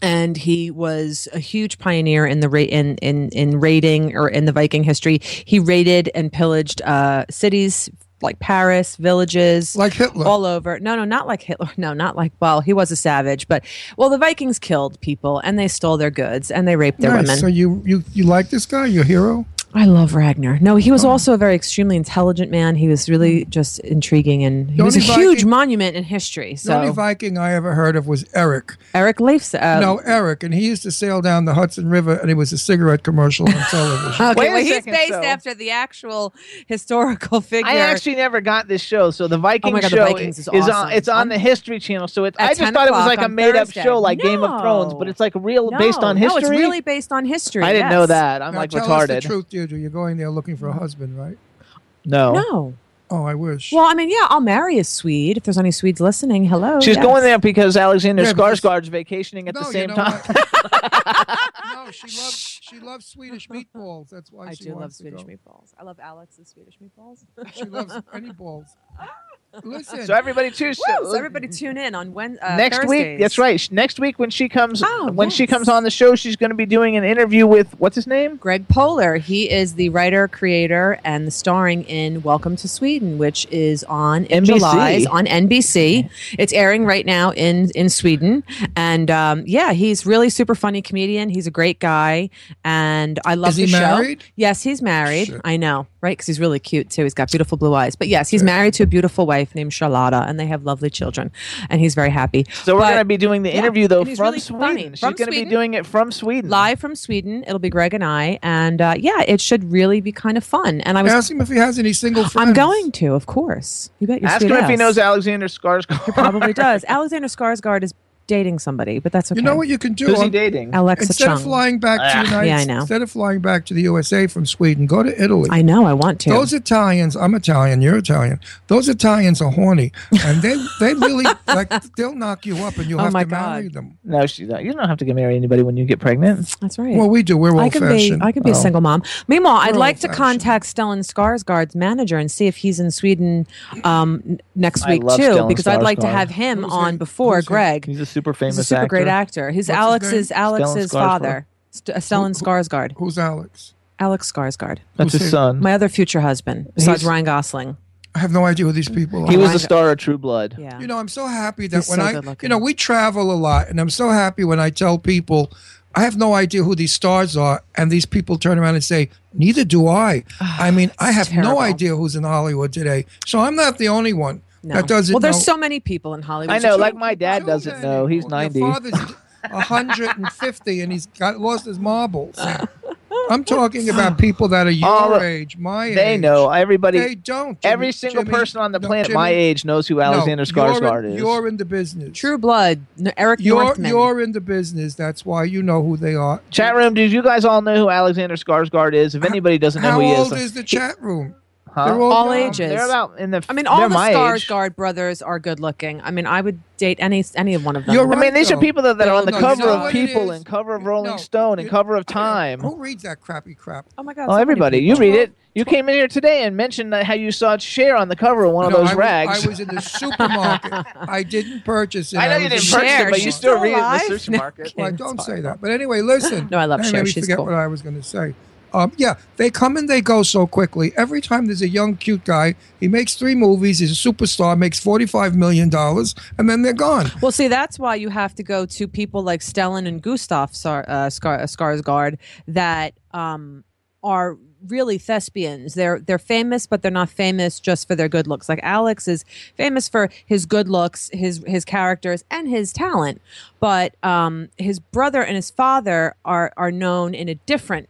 and he was a huge pioneer in the ra- in, in in raiding or in the Viking history. He raided and pillaged uh, cities. like Paris, villages,
like Hitler,
all over. No, no, not like Hitler. No, not like well, he was a savage, but well, the Vikings killed people and they stole their goods and they raped their
Nice.
women.
So you, you you like this guy, your hero?
I love Ragnar. No, he was
Oh.
also a very extremely intelligent man. He was really
Mm.
just intriguing, and he
The
was a
only Viking-
huge monument in history. So
The only Viking I ever heard of was Eric.
Eric Leif's. Uh,
no, Eric, and he used to sail down the Hudson River, and it was a cigarette commercial on television.
Okay,
Wait a
well, he's
second,
based
so-
after the actual historical figure. Oh
I actually never got this show, so the Viking
God, the
show
Vikings is
is, on.
awesome.
It's on the History Channel, so it's.
At
I just
10
thought it was
o'clock
like a
on
made
Thursday.
up show, like Game of Thrones, but it's like real based on history.
No, it's really based on history.
I didn't
yes.
know that. I'm
Now
like
tell
retarded.
us the truth, Deirdre. You're going there looking for a husband, right?
No.
No.
Oh, I wish.
Well, I mean, yeah, I'll marry a Swede if there's any Swedes listening. Hello.
She's
yes.
going there because Alexander
Yeah, because-
Skarsgård's vacationing at
no,
the
you
same
know
time.
what? no, she loves she loves Swedish meatballs. That's why
I
she
do love
wants to
Swedish
go.
meatballs. I love Alex's Swedish meatballs.
She loves any balls. Listen,
so everybody too.
Woo! So everybody tune in on Wednesday. Uh,
next week.
Thursdays.
That's right. Sh- Next week when she comes
Oh,
when she
yes.
comes on the show, she's going to be doing an interview with what's his name?
Greg Poler. He is the writer, creator, and the starring in Welcome to Sweden, which is on in
NBC.
July It's on NBC. It's airing right now in in Sweden, and um, yeah, he's really super funny comedian. He's a great guy, and I love
Is he
the show.
married?
Yes, he's married.
Shit.
I know, right? Because he's really cute too. He's got beautiful blue eyes. But yes, he's married to a beautiful wife named Charlotta, and they have lovely children, and he's very happy.
So we're
But-
going to be doing the
yeah,
interview though
and he's
from
really
Sweden.
funny.
She's
From
going to be
Sweden.
doing it from Sweden.
live from Sweden. It'll be Greg and I, and uh, yeah, it should really be kind of fun. And I was,
ask him if he has any single friends.
I'm going to, of course. You bet your
Ask
sweet
him if he
ass.
knows Alexander Skarsgård.
Probably does. Alexander Skarsgård is dating somebody, but that's okay.
You know what you can do?
Who's he
on-
dating?
Alexa
Instead
Chung.
of flying back to
Ah.
the United,
Yeah, I know.
instead of flying back to the USA from Sweden, go to Italy.
I know. I want to.
Those Italians, I'm Italian, you're Italian. Those Italians are horny, and they they really like they'll knock you up, and you'll
Oh
have
my
to marry
God.
them.
No, she's not. You don't have to get married to anybody when you get pregnant.
that's right.
Well, we do. We're old
I can
fashioned.
be. I can be a
Oh.
single mom. Meanwhile, I'd
We're
like to
old-fashioned.
contact Stellan Skarsgård's manager and see if he's in Sweden um, n- next
I
week
love
too,
Stellan
because I'd like to
Skarsgård.
have him
Who's
on
he?
before
Who's he?
Greg.
He's a super famous
He's a super
actor.
gre's great actor. He's
What's his
Alex's
name?
Skarsgård.
Alex's father, St- uh, Stellan
Who- who-
Skarsgård.
Who's Alex?
Alex Skarsgård,
Who's
That's his
he?
son.
my other future husband, besides
He's-
Ryan Gosling.
I have no idea who these people are.
he was
my
the star of True Blood.
Yeah.
You know, I'm so happy that
He's
when
so
I,
good
you
looking.
know, we travel a lot, and I'm so happy when I tell people I have no idea who these stars are, and these people turn around and say, "Neither do I." I mean, I have no
Ah, terrible.
idea who's in Hollywood today, so I'm not the only one
No.
that doesn't.
well, there's
know.
so many people in Hollywood.
I know,
It's
like
true.
my dad
Too
doesn't
many.
know. He's
Your
90.
father's 150 and he's got lost his marbles.
Uh,
I'm talking about people that are your
All of-
age, my
They
age.
know. Everybody,
They don't. Jimmy-
every single
Jimmy-
person on the
no,
planet
Jimmy,
my age knows who
no,
Alexander
you're
Skarsgård
in,
is.
You're in the business.
True Blood, N- Eric
You're
Northman.
you're in the business. That's why you know who they are.
Chat room, do you guys all know who Alexander Skarsgård is? If anybody doesn't know
How
who he
old
is,
is the chat room?
huh?
They're all,
All
young.
ages.
They're about in the.
I mean, all
they're
the
my age.
Skarsgård brothers are good looking. I mean, I would date any any one of them.
You're
I mean,
right,
these are
though.
people that, that are on the
No, you
cover
know
of
what it
People
is?
and cover of Rolling
No,
Stone and
you-
cover of Time.
Who reads that crappy crap?
Oh my God!
Oh,
so many
everybody, you
people.
read it. You came in here today and mentioned that how you saw Cher on the cover of one of
No,
those
I was-
rags.
I was in the supermarket. I didn't purchase it.
I know you
was
didn't
in the
purchase
Cher,
it, but you
she's
still,
still
read
alive?
it in
No,
the supermarket.
kidding.
Well,
It's
don't say
horrible.
that. But anyway, listen.
No, I love
Now,
Cher.
maybe
She's
forget
cool.
what I was going to say. Um, yeah, they come and they go so quickly. Every time there's a young, cute guy, he makes three movies, he's a superstar, makes $45 million, and then they're gone.
Well, see, that's why you have to go to people like Stellan and Gustav Sar- uh, Skar- Skarsgård that um, are really thespians. They're they're famous, but they're not famous just for their good looks. Like Alex is famous for his good looks, his his characters, and his talent. But um, his brother and his father are are known in a different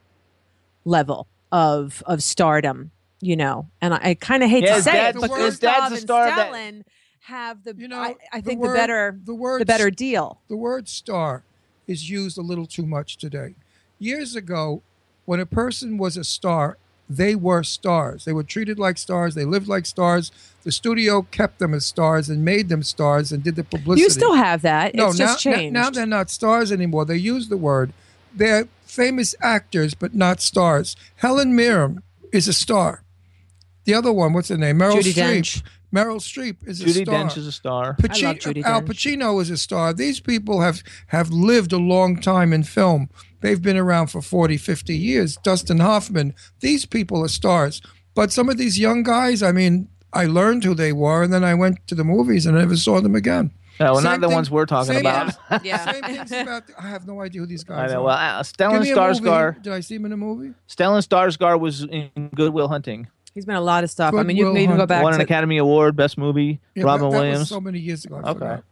level of of stardom. You know, and I, I kind of hate
Yeah,
to
his
say
dad's
it,
a-
but
his
dad's
Gustav
a
and
star that-
Stellan have the
You know,
I, I
the
think the
word-
better
the word
the better deal.
The word star is used a little too much today. Years ago, when a person was a star, they were stars. They were treated like stars. They lived like stars. The studio kept them as stars and made them stars and did the publicity.
You still have that. it's
now,
just
now-
changed.
Now, they're not stars anymore. They use the word. They're famous actors, but not stars. Helen Mirren is a star. The other one, what's her name? Meryl
Judi
Streep.
Dench.
Meryl Streep is
Judy
a star.
Dench is a star.
Paci-
I love Judi
Al
Dench.
Pacino is a star. These people have, have lived a long time in film. They've been around for 40, 50 years. Dustin Hoffman, these people are stars. But some of these young guys, I mean, I learned who they were, and then I went to the movies and I never saw them again.
No, well,
Same
not the
thing-
ones we're talking
same
about.
things-
Yeah.
Same things about. I have no idea who these
I
guys
know.
are.
Well, uh,
Give
Stellan
me a movie.
Skarsgård.
Did I see him in a movie?
Stellan Skarsgård was in Goodwill Hunting.
He's been a lot of stuff. I
Good
mean, you can
Will
even go
Hunting.
back
Won an
to
Academy Award, Best Movie.
Yeah,
Robin
that, that
Williams.
Was so many years ago. I
Okay.
forgot.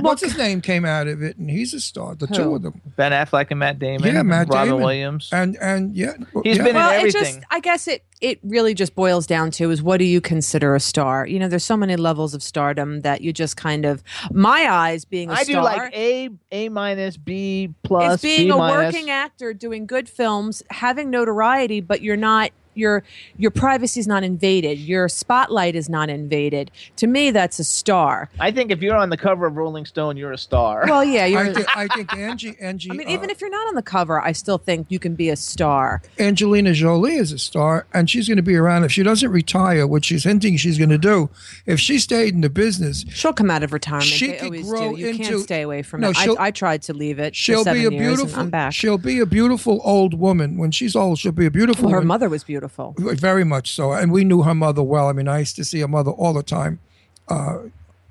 What's his name came out of it, and he's a star. The two
Who?
of them.
Ben Affleck and Matt Damon.
Yeah, Matt
Robin
Damon.
Williams.
And and yeah,
He's
yeah.
been in
well, it
everything.
just I guess it it really just boils down to is what do you consider a star? You know, there's so many levels of stardom that you just kind of my eyes being a
I do
star
like A, A minus, B plus,
is being
B
a
minus.
working actor doing good films, having notoriety, but you're not your your privacy's not invaded. Your spotlight is not invaded. To me that's a star.
I think if you're on the cover of Rolling Stone, you're a star.
Well, yeah, you're
I, thi- I think Angie Angie.
I mean,
uh,
even if you're not on the cover, I still think you can be a star.
Angelina Jolie is a star, and she's going to be around if she doesn't retire, which she's hinting she's going to do. If she stayed in the business,
She'll come out of retirement.
She
they
could
always
grow
do. You
into-
can't stay away from
No,
it. I,
she'll-
I tried to leave it. for
she'll
seven
be a
years and
beautiful.
I'm back.
She'll be a beautiful old woman when she's old. She'll be a beautiful.
Well, her
woman.
mother was beautiful.
Very much so. And we knew her mother well. I mean, I used to see her mother all the time. Uh,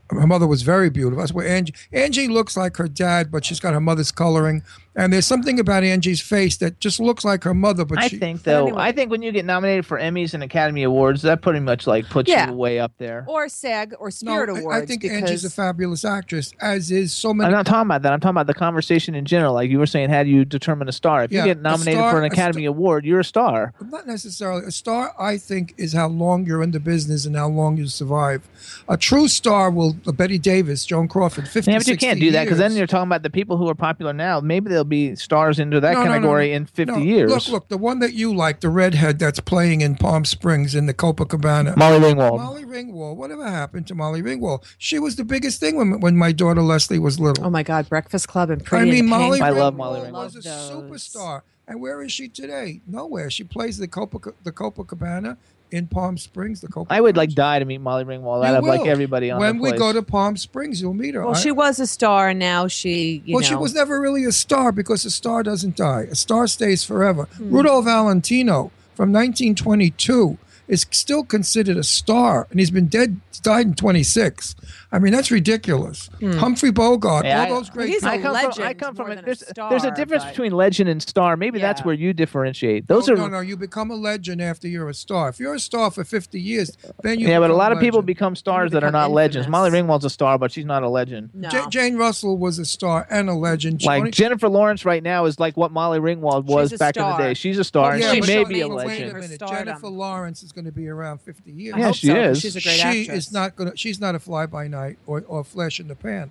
her mother was very beautiful. That's where Angie Angie looks like her dad, but she's got her mother's coloring. And there's something about Angie's face that just looks like her mother, but
I
she
think though,
anyway.
I think when you get nominated for Emmys and Academy Awards, that pretty much like puts
Yeah.
you way up there.
Or SAG or
no,
Spirit
I-
Awards.
I think
because
Angie's a fabulous actress, as is so many
I'm not talking about that. I'm talking about the conversation in general. Like you were saying, how do you determine a star? If
Yeah,
you get
a
nominated
star-
for an
a
Academy Award, you're a star.
not necessarily a star i think is how long you're in the business and how long you survive a true star will uh, betty davis joan crawford 50
Yeah, but you can't
60
do that because then
years.
you're talking about the people who are popular now. Maybe they'll be stars into that
No, no, no,
category
no.
in 50
No,
years.
look look the one that you like the redhead that's playing in palm springs in the copacabana
Molly Ringwald.
molly ringwald whatever happened to molly ringwald she was the biggest thing when, when my daughter leslie was little
Oh my God, Breakfast Club and
i
Pretty
mean
in
molly
Pink.
I
ringwald
love Molly Ringwald.
was a
Love those.
superstar and where is she today nowhere she plays the, Copac- the copacabana in palm springs the copacabana
I would like die to meet Molly Ringwald out
You
of like
will.
everybody on
When
the
we
place.
go to Palm Springs, you'll meet her.
Well,
I-
she was a star, and now she. You
well,
know,
she was never really a star because a star doesn't die. A star stays forever.
Hmm.
Rudolph Valentino from 1922 is still considered a star, and he's been dead, died in 26. I mean, that's ridiculous. Humphrey Bogart,
Yeah,
all
I-
those great.
Hmm. He's a
I come from, I
legend
come from
more
a,
than a
there's, there's a
star,
difference
but-
between legend and star. Maybe that's
Yeah.
where you differentiate. Those
no,
are
no, no, you become a legend after you're a star. If you're a star for 50 years, then you
yeah, but a
become
lot of people
legend.
become stars that are
become
not legends.
infamous.
Molly Ringwald's a star, but she's not a legend.
No.
Ja- Jane Russell was a star and a legend. She
Like
only-
Jennifer Lawrence right now is like what Molly Ringwald was
She's a
back in the
star.
day. She's a star,
Well, yeah,
and she
but
may
she's
be a
amazing.
Wait a
legend.
Her
minute.
stardom.
Jennifer Lawrence is going to be around 50 years.
I
Yeah,
hope
she
so, 'cause
is.
She's a great
she
actress.
is not going to she's not a fly by night or, or flesh in the pan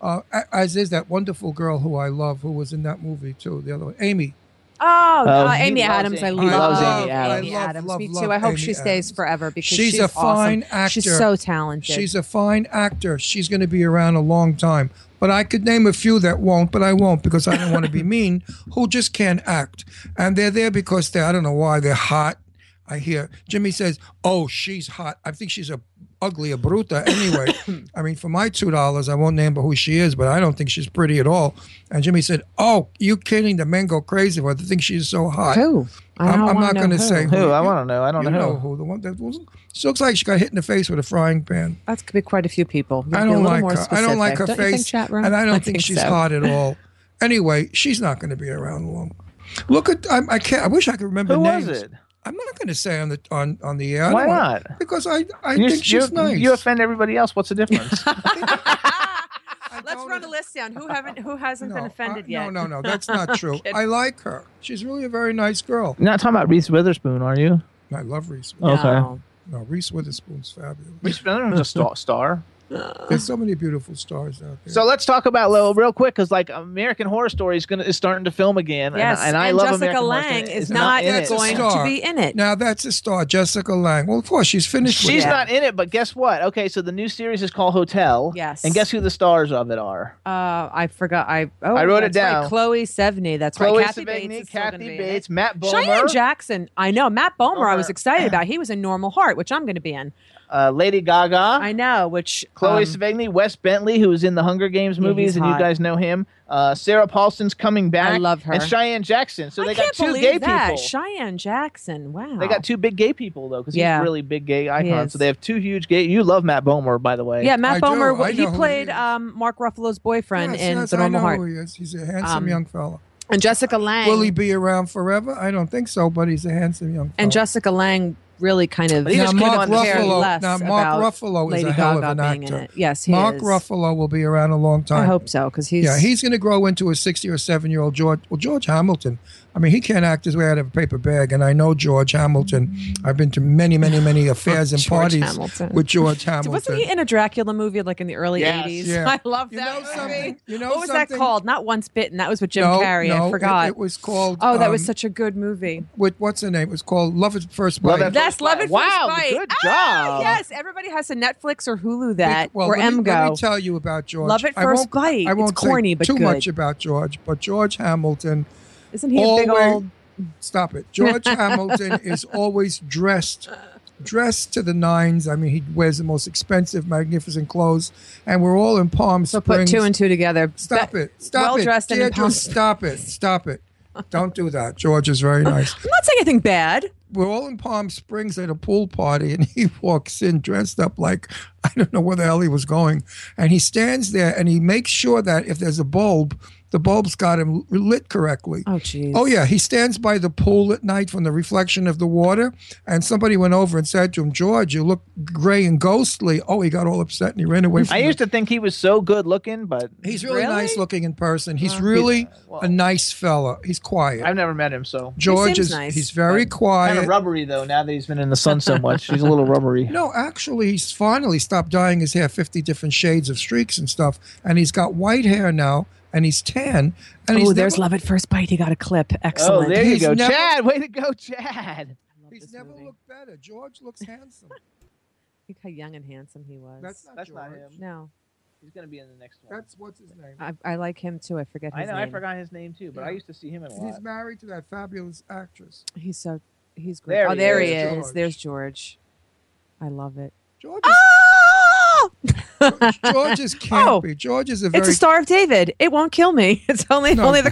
uh, a- as is that wonderful girl who i love who was in that movie too the other one amy
Oh,
Oh,
uh,
he
Amy
loves
Adams. I
Amy-
love
he loves Amy Adams.
Amy
I love,
Adams.
love,
Me
love
too. I hope
Amy
she stays
Adams.
forever because
She's
she's,
a
awesome.
fine actor.
She's so talented.
she's a fine actor she's going to be around a long time but i could name a few that won't but i won't because i don't want to be mean who just can't act and they're there because they i don't know why they're hot i hear jimmy says oh she's hot i think she's a ugly a bruta anyway i mean for my two dollars i won't name who she is but i don't think she's pretty at all and jimmy said oh you kidding the men go crazy for her. they think she's so hot
who? I
I'm,
don't
I'm
wanna
not
know
going to
who.
say
Who? I
You-
want to know. I don't
you
know.
know who the one that was. She looks like she got hit in the face with a frying pan.
That could be quite a few people. You'd be
I
a
don't
little
like
more
her. I don't like her
specific. you
face,
think, chat room?
and I don't think, she's
so.
hot at all. Anyway, she's not going to be around long. Look at I, I can't. I wish I could remember
Who
names.
was it?
I'm not going to say on the on on the air. I
Why
don't wanna-
not?
Because I I
you,
think she's
you,
nice.
you offend everybody else. What's the difference?
I
Let's
don't-
run a list down. Who haven't? Who hasn't
No,
been
I-
offended
no,
yet?
No, no, That's not true. I like her. She's really a very nice girl.
You're not talking about Reese Witherspoon, are you?
I love Reese.
Oh. Okay.
No.
No, Reese Witherspoon's fabulous.
Reese Witherspoon's a sta- star.
There's so many beautiful stars out there.
So let's talk about Lo real quick because like American Horror Story is gonna is starting to film again.
Yes,
and, and I love
Jessica
American Horror Story.
Lang is
It's
not,
in
That's
it.
a
going to
star.
be in it.
now that's a star, Jessica Lang. Well, of course she's finished. with
She's
it.
not in it, but guess what? Okay, so the new series is called Hotel.
Yes.
And guess who the stars of it are?
Uh, I forgot. I oh,
I wrote it
that's right.
down.
Chloe Sevigny. That's
Chloe
right. Kathy
Sevigny,
Bates. is still
Kathy
gonna be in
Bates,
it.
Matt Bomer.
Cheyenne Jackson. I know Matt Bomer. I was
Bomer.
excited about. He was in Normal Heart, which I'm going to be in.
uh, Lady Gaga. I
know, which
Chloe
um,
Sevigny, Wes Bentley, who was in the Hunger Games
Yeah,
movies,
he's
and you
hot.
guys know him. Uh, Sarah Paulson's coming back.
I love her.
And Cheyenne Jackson. So
I
they
can't
got two
believe
gay
that.
people.
Cheyenne Jackson. Wow.
They got two big gay people though, because
Yeah.
he's a really big gay
He
icon.
is.
So they have two huge gay. You love Matt Bomer, by the way.
Yeah, Matt Bomer. he played
is.
um, Mark Ruffalo's boyfriend
Yes,
in
yes,
The
I
Normal
know
Heart.
who he is. He's a handsome
Um,
young fellow.
And Jessica Lange.
Will he be around forever? I don't think so, but he's a handsome young fellow.
and Jessica Lange really kind of
But he just Now, came Mark on-
cared
Ruffalo-
less
now, Mark
about
Ruffalo is
Lady
a hell of
Gaga
an
being in
actor.
it. Yes, he
Mark
is.
Ruffalo will be around a long time.
I hope so because he's
yeah, he's going to grow into a 60 or 7 year old George. Well, George Hamilton, I mean, he can't act his way out of a paper bag. And I know George Hamilton. I've been to many, many, many affairs and
George
parties
Hamilton.
with George
So
Hamilton.
wasn't he in a Dracula movie like in the early
Yes.
80s?
Yeah.
I love
You
that.
know
movie.
something- you know
what was that
something?
called? Not Once Bitten. That was with Jim
no,
Carrey.
No,
I
it-
forgot.
It, was called.
oh, that was
um,
such a good movie.
With what's her name? It was called Love at First Bite.
Love at
That's Love at
Wow,
First Bite.
good
Ah,
job.
yes, everybody has a Netflix or
Bec-
Hulu that
well,
or
let me,
MGO.
Let me tell you about George.
Love at
I
first
won't-
bite.
I won't
It's
say
corny, but
too
good.
much about George. But George Hamilton.
Isn't he a big
always-
old?
Stop it. George Hamilton is always dressed, dressed to the nines. I mean, he wears the most expensive, magnificent clothes, and we're all in Palm
So put
Springs.
two and two together.
Stop
Be-
it. Stop it.
well-dressed and in
Deirdre,
Palm
stop it. Stop it. Don't do that. George is very nice.
I'm not saying anything bad.
we're all in Palm Springs at a pool party, and he walks in dressed up like I don't know where the hell he was going. And he stands there and he makes sure that if there's a bulb, the bulb's got him lit correctly.
Oh, jeez.
Oh, yeah. He stands by the pool at night from the reflection of the water. And somebody went over and said to him, George, you look gray and ghostly. Oh, he got all upset and he ran away from
I
the
used to think he was so good looking, but
He's really,
Really?
nice looking in person. He's really a nice fella. He's quiet.
I've never met him. So
George is he's very quiet.
Kind of rubbery though. Now that he's been in the sun so much, he's a little rubbery.
No, actually, he's finally stopped dyeing his hair 50 different shades of streaks and stuff. And he's got white hair now, and he's tan. And
oh,
he's
there's
never,
Love at First Bite. He got a clip. Excellent.
Oh, there you
He's
go,
never-
Chad. Way to go, Chad.
He's never looked better. George looks handsome.
Look how young and handsome he was.
That's not
That's not
George.
him.
No,
He's gonna be in the next one.
That's what's his name.
I, I like him too. I forget his
I know.
name.
I forgot his name too, but I used to see him in a lot.
He's married to that fabulous actress.
He's so he's great.
There
oh,
he
there he
is.
is.
George.
There's George. I love it.
George is,
Oh!
George is campy. George is a very
It's a Star of David. It won't kill me. It's only
No,
only the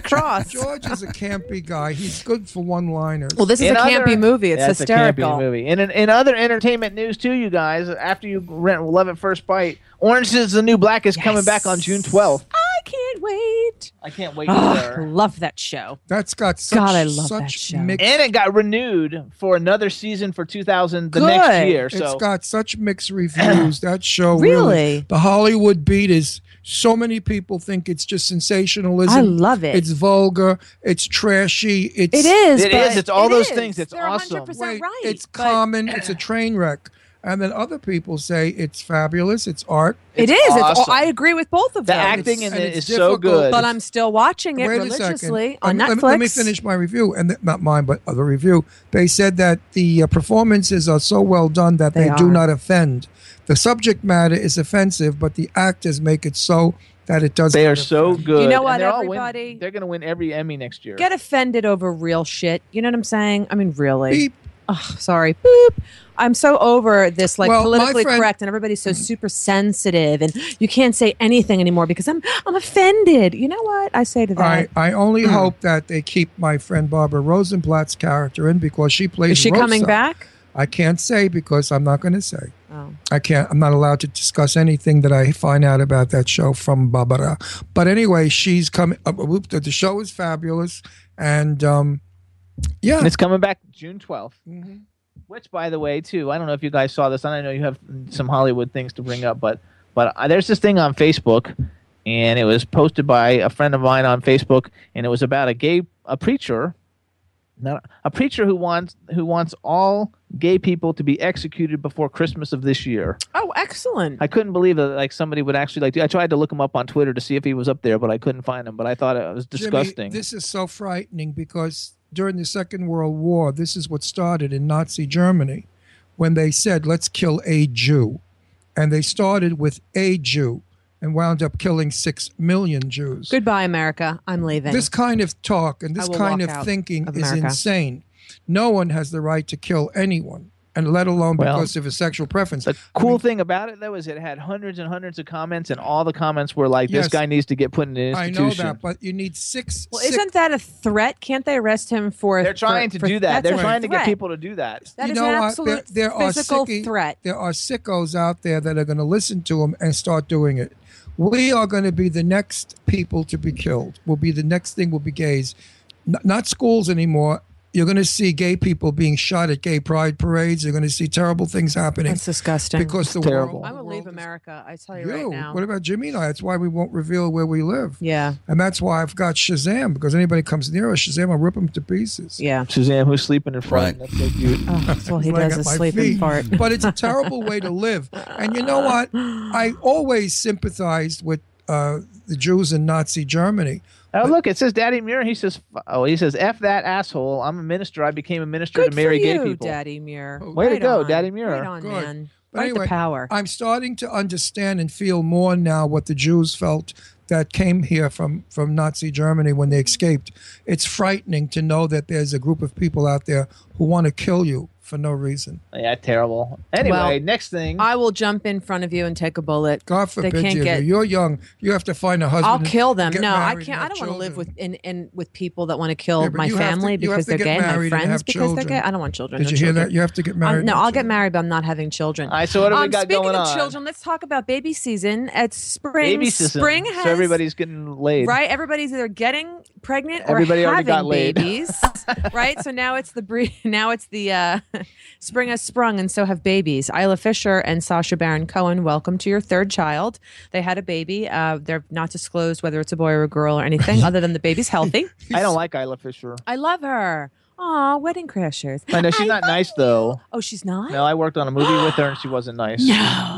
cross.
George is a campy guy. He's good for one-liners.
Well, this is
In
a
other-
campy movie. It's
Yeah, a campy
hysterical.
movie. And in, in other entertainment news too, you guys, after you rent Love at First Bite, Orange is the New Black is coming back on June 12th.
I can't wait.
I can't wait
Oh,
either.
love that show.
That's got such,
God, I love
such
that show.
mixed
And it got renewed for another season for 2000 the next
Good.
year.
It's
So
got such mixed reviews. that show really?
Really?
the Hollywood beat is so many people think it's just sensationalism.
I love it.
It's vulgar. It's trashy. It's
It is.
It
but
is. It's all
it
those
is.
things. It's
They're
awesome.
100%
Wait,
right.
It's
but
common. it's a train wreck. And then other people say it's fabulous. It's art.
It
It's
is. It's all,
awesome.
I agree with both of
the
them.
acting
it's-
in
and
it
it's
is so
difficult,
good.
but I'm still watching it
Wait a second.
religiously
Let
on
me- let
Netflix.
me- Let me finish my review, and th- not mine, but the review. They said that the uh, performances are so well done that
They
they, do
are.
not offend. The subject matter is offensive, but the actors make it so that it does.
they are so good.
You know
And
what,
they're all win-
everybody?
they're going to win every Emmy next year.
Get offended over real shit. You know what I'm saying? I mean, really.
Beep.
Oh, sorry. Boop. I'm so over this, like
Well, my
politically
friend- Mm.
correct, and everybody's so super sensitive, and you can't say anything anymore because I'm I'm offended. You know what I say to that?
I, I only
Hmm.
hope that they keep my friend Barbara Rosenblatt's character in because she plays.
Is she
Rosa.
coming back?
I can't say because I'm not going to say.
Oh.
I can't. I'm not allowed to discuss anything that I find out about that show from Barbara. But anyway, she's coming. Uh, whoop, the, the show is fabulous, and um, yeah,
And it's coming back June 12th.
Mhm.
Which, by the way, too, I don't know if you guys saw this, and I know you have some Hollywood things to bring up, but but uh, there's this thing on Facebook, and it was posted by a friend of mine on Facebook, and it was about a gay a preacher, not a preacher who wants who wants all gay people to be executed before Christmas of this year.
Oh, excellent.
I couldn't believe that like somebody would actually like. do- I tried to look him up on Twitter to see if he was up there, but I couldn't find him. But I thought it was
Jimmy,
disgusting.
this is so frightening because during the Second World War, this is what started in Nazi Germany when they said, "Let's kill a Jew," and they started with a Jew and wound up killing six million Jews.
Goodbye, America. I'm leaving.
This kind of talk and
I
this
will
kind
walk
of
out
thinking
of
is
America.
insane. No one has the right to kill anyone. and let alone
Well,
because of his sexual preference.
Cool thing about it though is it had hundreds and hundreds of comments, and all the comments were like,
Yes.
"This guy needs to get put in an
I
institution."
know that, but you need six.
Well, isn't that a threat? Can't they arrest him for?
They're trying to do that. They're trying to get people to
Do-
do that.
That
you
is
know
an
what?
absolute
there, there
physical
are sickie-
threat.
There are sickos out there that are going to listen to him and start doing it. We are going to be the next people to be killed. Will be the next thing. Will be gays, N- not schools anymore. You're going to see gay people being shot at gay pride parades. You're going to see terrible things happening.
That's disgusting.
Because the
I
world.
will leave America. I tell you,
You.
right now.
What about Jimmy and I? That's why we won't reveal where we live.
Yeah.
And that's why I've got Shazam because anybody comes near us, Shazam, I'll rip them to pieces.
Yeah.
Suzanne, who's sleeping in front? That's so cute.
Oh, that's all he
Leg
does
at
is
my
sleep and
feet.
fart.
But it's a terrible way to live. And you know what? I always sympathized with uh, the Jews in Nazi Germany.
Oh, look, it says Daddy Muir. He says, f- oh, he says, F that asshole. I'm a minister. I became a minister
Good
to marry
for
gay
you,
people.
Daddy Muir.
Way to
Right
go,
on.
Daddy Muir.
Right on, man.
Oh, But
Fight
anyway,
the power.
I'm starting to understand and feel more now what the Jews felt that came here from, from Nazi Germany when they escaped. It's frightening to know that there's a group of people out there who want to kill you for no reason.
Yeah, terrible. Anyway,
Well-
next thing.
I will jump in front of you and take a bullet.
God
they
forbid
can't
you.
get.
You're young. You have to find a husband.
I'll
and
kill them.
get
No, I
married and
can't. I
have
don't want to live
children.
with in, in with people that want to kill
Yeah, but
my
you have to-
family
you have
because
to
they're
get
gay,
married
my
and
friends
have
because they're
children.
gay. I don't want children.
Did
no
you hear
children.
that? You have to get
I'm-
married and
no,
have
I'll get married, but I'm not having children.
All right, so what do we
um,
got
speaking
going
of
on?
children, let's talk about baby season. It's spring.
Baby season.
Spring
so
has
everybody's getting laid.
Right, everybody's either getting pregnant
Everybody
or
already
having
got laid.
babies. right, so now it's the breed. Now it's the uh, spring has sprung, and so have babies. Isla Fisher and Sasha Baron Cohen, welcome to your third child. They had a baby. Uh, they're not disclosed whether it's a boy or a girl or anything, other than the baby's healthy.
I don't like Isla Fisher.
I love her. Aw, wedding crashers.
I know she's not nice though.
Oh, she's not.
No, I worked on a movie with her and she wasn't nice.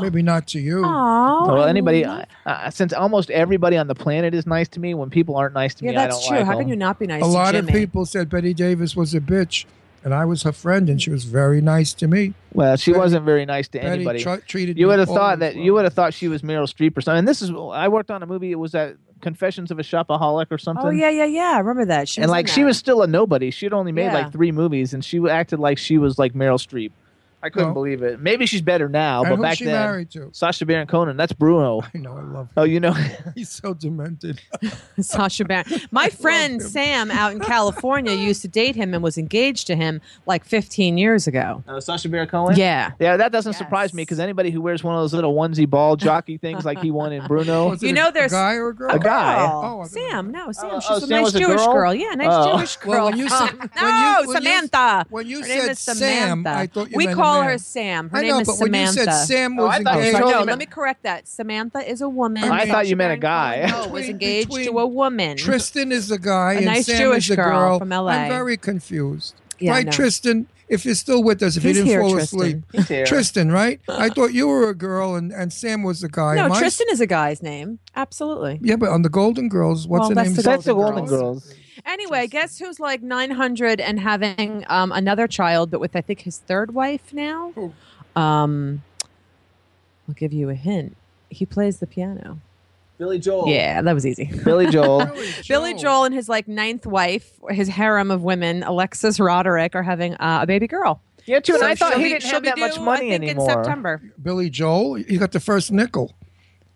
Maybe not to you.
Aw.
Well,
Oh, I
anybody, uh,
love-
I, I, since almost everybody on the planet is nice to me, when people aren't nice to
Yeah,
me, I
that's
don't
true.
like
How
them.
can you not be nice?
a
to
lot of
Jimmy?
people said Betty Davis was a bitch, and I was her friend, and she was very nice to me.
Well, she wasn't very nice to
Betty
anybody.
tr- treated
you
me
would have
always
thought that
well.
you would have thought she was Meryl Streep or something. And this is I worked on a movie. It was that Confessions of a Shopaholic or something.
Oh yeah, yeah, yeah. I remember that. She
and
was in
like
that.
she was still a nobody. She'd only made
Yeah.
like three movies, and she acted like she was like Meryl Streep. I couldn't
Well-
believe it. Maybe she's better now,
And
but
who
back
she
then,
married to?
Sasha Baron Cohen. That's Bruno.
I know, I love him.
Oh, you know,
He's so demented.
Sasha Baron. My friend Sam out in California used to date him and was engaged to him like 15 years ago.
uh, Sasha Baron Cohen.
Yeah.
yeah, that doesn't surprise me because anybody who wears one of those little onesie ball jockey things like he won in Bruno,
Was Oh,
You
it
know
a,
there's-
a guy or a girl?
a guy.
Oh, I thought-
Sam, no, Sam.
Oh,
She's
oh,
a
Sam
nice
was a
Jewish
girl?
girl? Yeah, nice
Oh.
Jewish girl.
Well, when you
Uh,
said- when
no,
you- when you-
Samantha.
when you
Her name
said
is
Sam,
Samantha.
I thought you
we
meant a
call
man.
her Sam. Her
I
name
know,
is
but when you
Samantha.
said Sam
Oh,
was
I thought you
engaged,
told
no,
me
let me correct that. Samantha is a woman.
I
and
thought
Sasha
you meant a
Baron
guy.
Cohen, No, was
Between-
engaged
between
to a woman.
Tristan is the guy,
A
and
nice
Sam
Jewish
is the
girl
girl.
from LA.
I'm very confused.
Yeah, I
right,
know.
Tristan? If you're still with us, if
He's
you didn't
here,
fall
Tristan.
asleep,
He's here.
Tristan, right? I thought you were a girl and, and Sam was the guy. Am
No,
I-
Tristan is a guy's name. Absolutely.
Yeah, but on the Golden Girls, what's
Well,
her
that's
name?
the
That's the
Golden
Golden
Girls.
Girls.
Anyway, guess who's like 900 and having um, another child, but with I think his third wife now.
Who?
Um, I'll give you a hint. He plays the piano.
Billy Joel.
Yeah, that was easy.
Billy Joel.
Billy Joel and his like ninth wife, his harem of women, Alexis Roderick, are having uh, a baby girl.
yeah, too. And I thought
she'll
he
be-
didn't
she'll
have
be
that much
due,
money
I think,
anymore.
in September.
Billy Joel, you got the first nickel.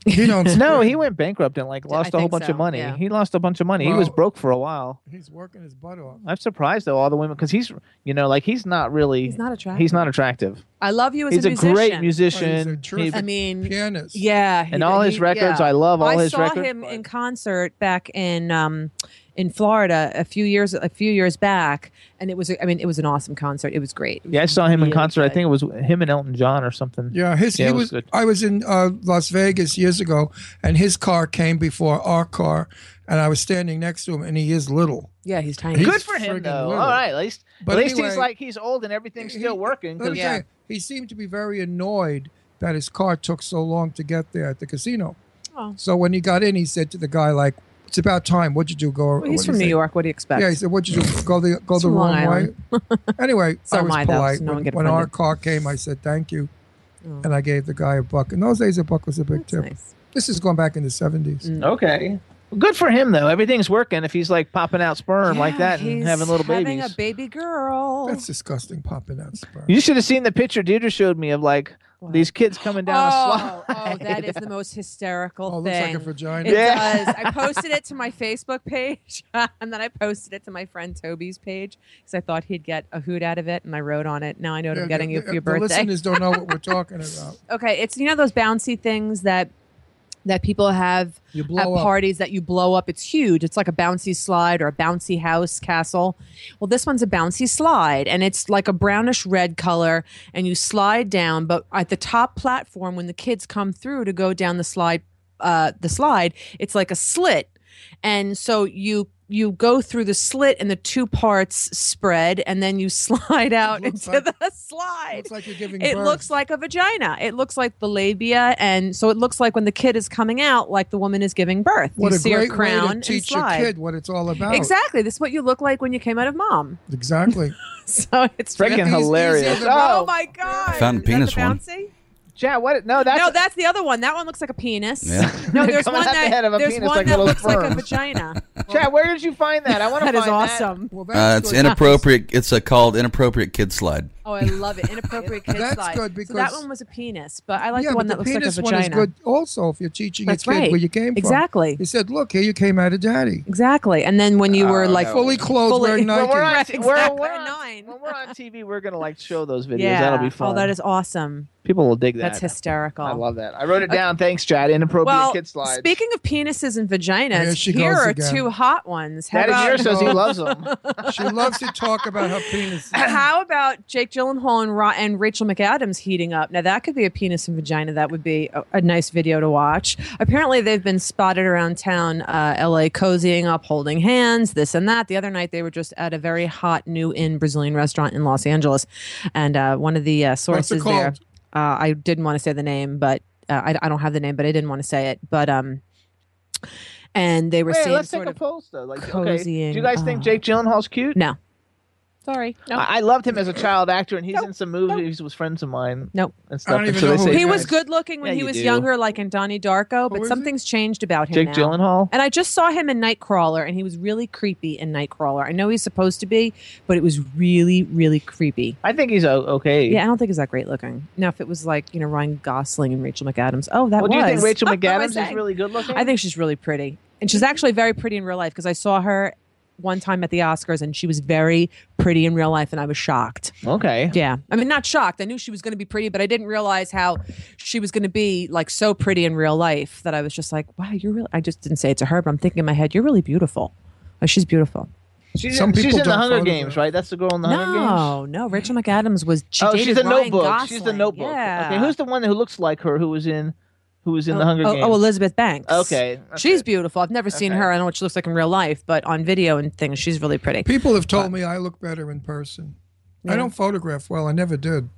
You don't.
No, he went bankrupt and like lost a whole
think
bunch
so,
of money.
yeah.
He lost a bunch of money. he was
Well-
broke for a while.
He's working his butt off.
I'm surprised though all the women because he's you know like he's not really
He's not attractive.
he's not attractive.
I love you as
He's
a
a,
musician.
great
Well, he's a
musician. He-
terrific
I mean,
pianist.
Yeah, he-
And all his records, I love all his
I saw
records,
him
but-
in concert back in um, in Florida a few years a few years back, and it was I mean it was an awesome concert. It was great. It was
yeah, I saw him in
really
concert.
good.
I think it was him and Elton John or something.
Yeah, his
Yeah,
he
it was
was.
good.
I was in uh, Las Vegas years ago, and his car came before our car, and I was standing next to him, and he is little.
yeah, he's tiny.
He's
Good for him
friggin'
though.
little.
All right, at least
But
at least he's
anyway-
like he's old and everything's still
He-
working.
Let
'cause-
me tell you, he seemed to be very annoyed that his car took so long to get there at the casino.
Oh.
So when he got in, he said to the guy, "Like, it's about time. What'd you do? Go."
Well, he's
what'd
from
he
New
say?
York. What do you expect?
Yeah, he said, "What'd you do? Go the go
It's
the
from Long
wrong way." anyway,
So
I
am
was
I, though, so
polite.
no one
when,
get
when our
offended. Oh.
car came, I said, "Thank you," and I gave the guy a buck. In those days, a buck was a big
That's
tip.
nice. Mm,
This is going back in the seventies.
Okay. Good for him though. Everything's working. If he's like popping out sperm like that and
Oh, He's
having little
having
babies,
a baby girl.
That's disgusting, popping out sperm.
you should have seen the picture Deirdre showed me of like these kids coming down a slide.
Oh, oh, that is the most hysterical
Oh, it looks
thing.
like a vagina.
It
Yeah.
does. I posted it to my Facebook page, and then I posted it to my friend Toby's page because I thought he'd get a hoot out of it, and I wrote on it. Now I know what
Yeah,
I'm getting
the-
you
the-
for your
the
birthday.
listeners don't know what we're talking about.
okay, it's you know those bouncy things that that people have
You
at
blow up.
parties that you blow up. It's huge. It's like a bouncy slide or a bouncy house castle. Well, this one's a bouncy slide and it's like a brownish red color and you slide down, but at the top platform when the kids come through to go down the slide uh the slide, it's like a slit. And so you you go through the slit and the two parts spread and then you slide out
looks
into
like-
the slide.
It's like you're giving
It
birth.
looks like a vagina. It looks like the labia, and so it looks like when the kid is coming out, like the woman is giving birth.
what
you
a
see
great
her crown
way to teach
and
your
slide.
kid what it's all about.
Exactly. This is what you look like when you came out of mom.
Exactly.
So it's
Freaking
It's easier
hilarious!
than-
Oh,
Oh,
my god!
Found a
Is that the
penis one.
bouncy?
Jack, what? No, that's
no, that's the other one. That one looks like a penis.
Yeah.
No, there's
Coming
one
out the head
that
of a
there's
penis
one
like
that
little
looks like a
sperm.
vagina.
Chad, where did you find that? I want to
that
find
is awesome.
Well, that's
Uh, it's
good.
inappropriate. It's uh, called inappropriate kid slide.
Oh, I love it. Inappropriate kids
That's
slide.
good
so that
because-
one was a penis, but I like
yeah,
the one
but
that
the
looks like a
penis
vagina.
one is good also if you're teaching
That's
your kid
right.
where you came
Exactly.
from. He said, look, here you came out of daddy.
Exactly. And then when you
Oh,
were like
Fully clothed,
Fully-
wearing
When
When
Nike.
we're on,
Right,
we're,
exactly.
we're on,
Nine.
when we're on TV, we're gonna like show those videos.
yeah,
That'll be fun.
Oh, that is awesome.
People will dig that.
That's hysterical.
I love that. I wrote it down. Thanks, Chad. Inappropriate
well,
kid slides.
speaking of penises and
There
vaginas,
she
here
goes
are
again.
two hot ones. How
that
about,
engineer says he
No.
loves them.
she loves to talk about her penis.
how about Jake Gyllenhaal and, Ra- and Rachel McAdams heating up? Now that could be a penis and vagina. That would be a, a nice video to watch. Apparently, they've been spotted around town, uh, L.A. cozying up, holding hands, this and that. The other night, they were just at a very hot new in Brazilian restaurant in Los Angeles, and uh, one of the uh,
What's it
sources there,
called?
uh, I didn't want to say the name, but uh, I, I don't have the name, but I didn't want to say it, but um. And they were
Wait,
seeing
let's
sort
take a
of
poll though. Like, okay, do
cozying uh,
you guys think
up.
Jake Gyllenhaal's cute?
no. Sorry, no.
I I loved him as a child actor, and he's
Nope.
in some movies with friends of mine.
Nope.
And stuff.
don't
and
even
so
know
they
who
say
he
He was
Yes.
good looking when
Yeah,
he
you
was
do.
younger, like in Donnie Darko,
is
but
he?
something's changed about him.
Jake
now.
Gyllenhaal.
And I just saw him in Nightcrawler, and he was really creepy in Nightcrawler. I know he's supposed to be, but it was really, really creepy.
I think he's o- okay.
Yeah, I don't think he's that great looking. Now, if it was like you know Ryan Gosling and Rachel McAdams, oh, that
Well,
was.
do you think Rachel
What am I
McAdams is
saying?
really good looking?
I think she's really pretty, and she's actually very pretty in real life because I saw her one time at the Oscars, and she was very pretty in real life, and I was shocked.
Okay.
Yeah. I mean, not shocked. I knew she was going to be pretty, but I didn't realize how she was going to be like so pretty in real life that I was just like, wow, you're really, I just didn't say it to her, but I'm thinking in my head, you're really beautiful. Oh, she's beautiful.
She's,
Some
in, she's
people
in the
don't
Hunger
photograph.
Games, right? That's the girl in the Hunger Games.
No, no. Rachel McAdams was, she
oh,
dated
she's a
Ryan
notebook.
Gosling.
She's the notebook.
Yeah.
Okay, who's the one who looks like her? Who was in, who was in the Hunger
oh,
Games?
oh, Elizabeth Banks.
Okay, that's
She's
it.
beautiful. I've never seen
Okay.
her. I don't know what she looks like in real life, but on video and things, she's really pretty.
People have told me I look better in person. I don't photograph well. I never did.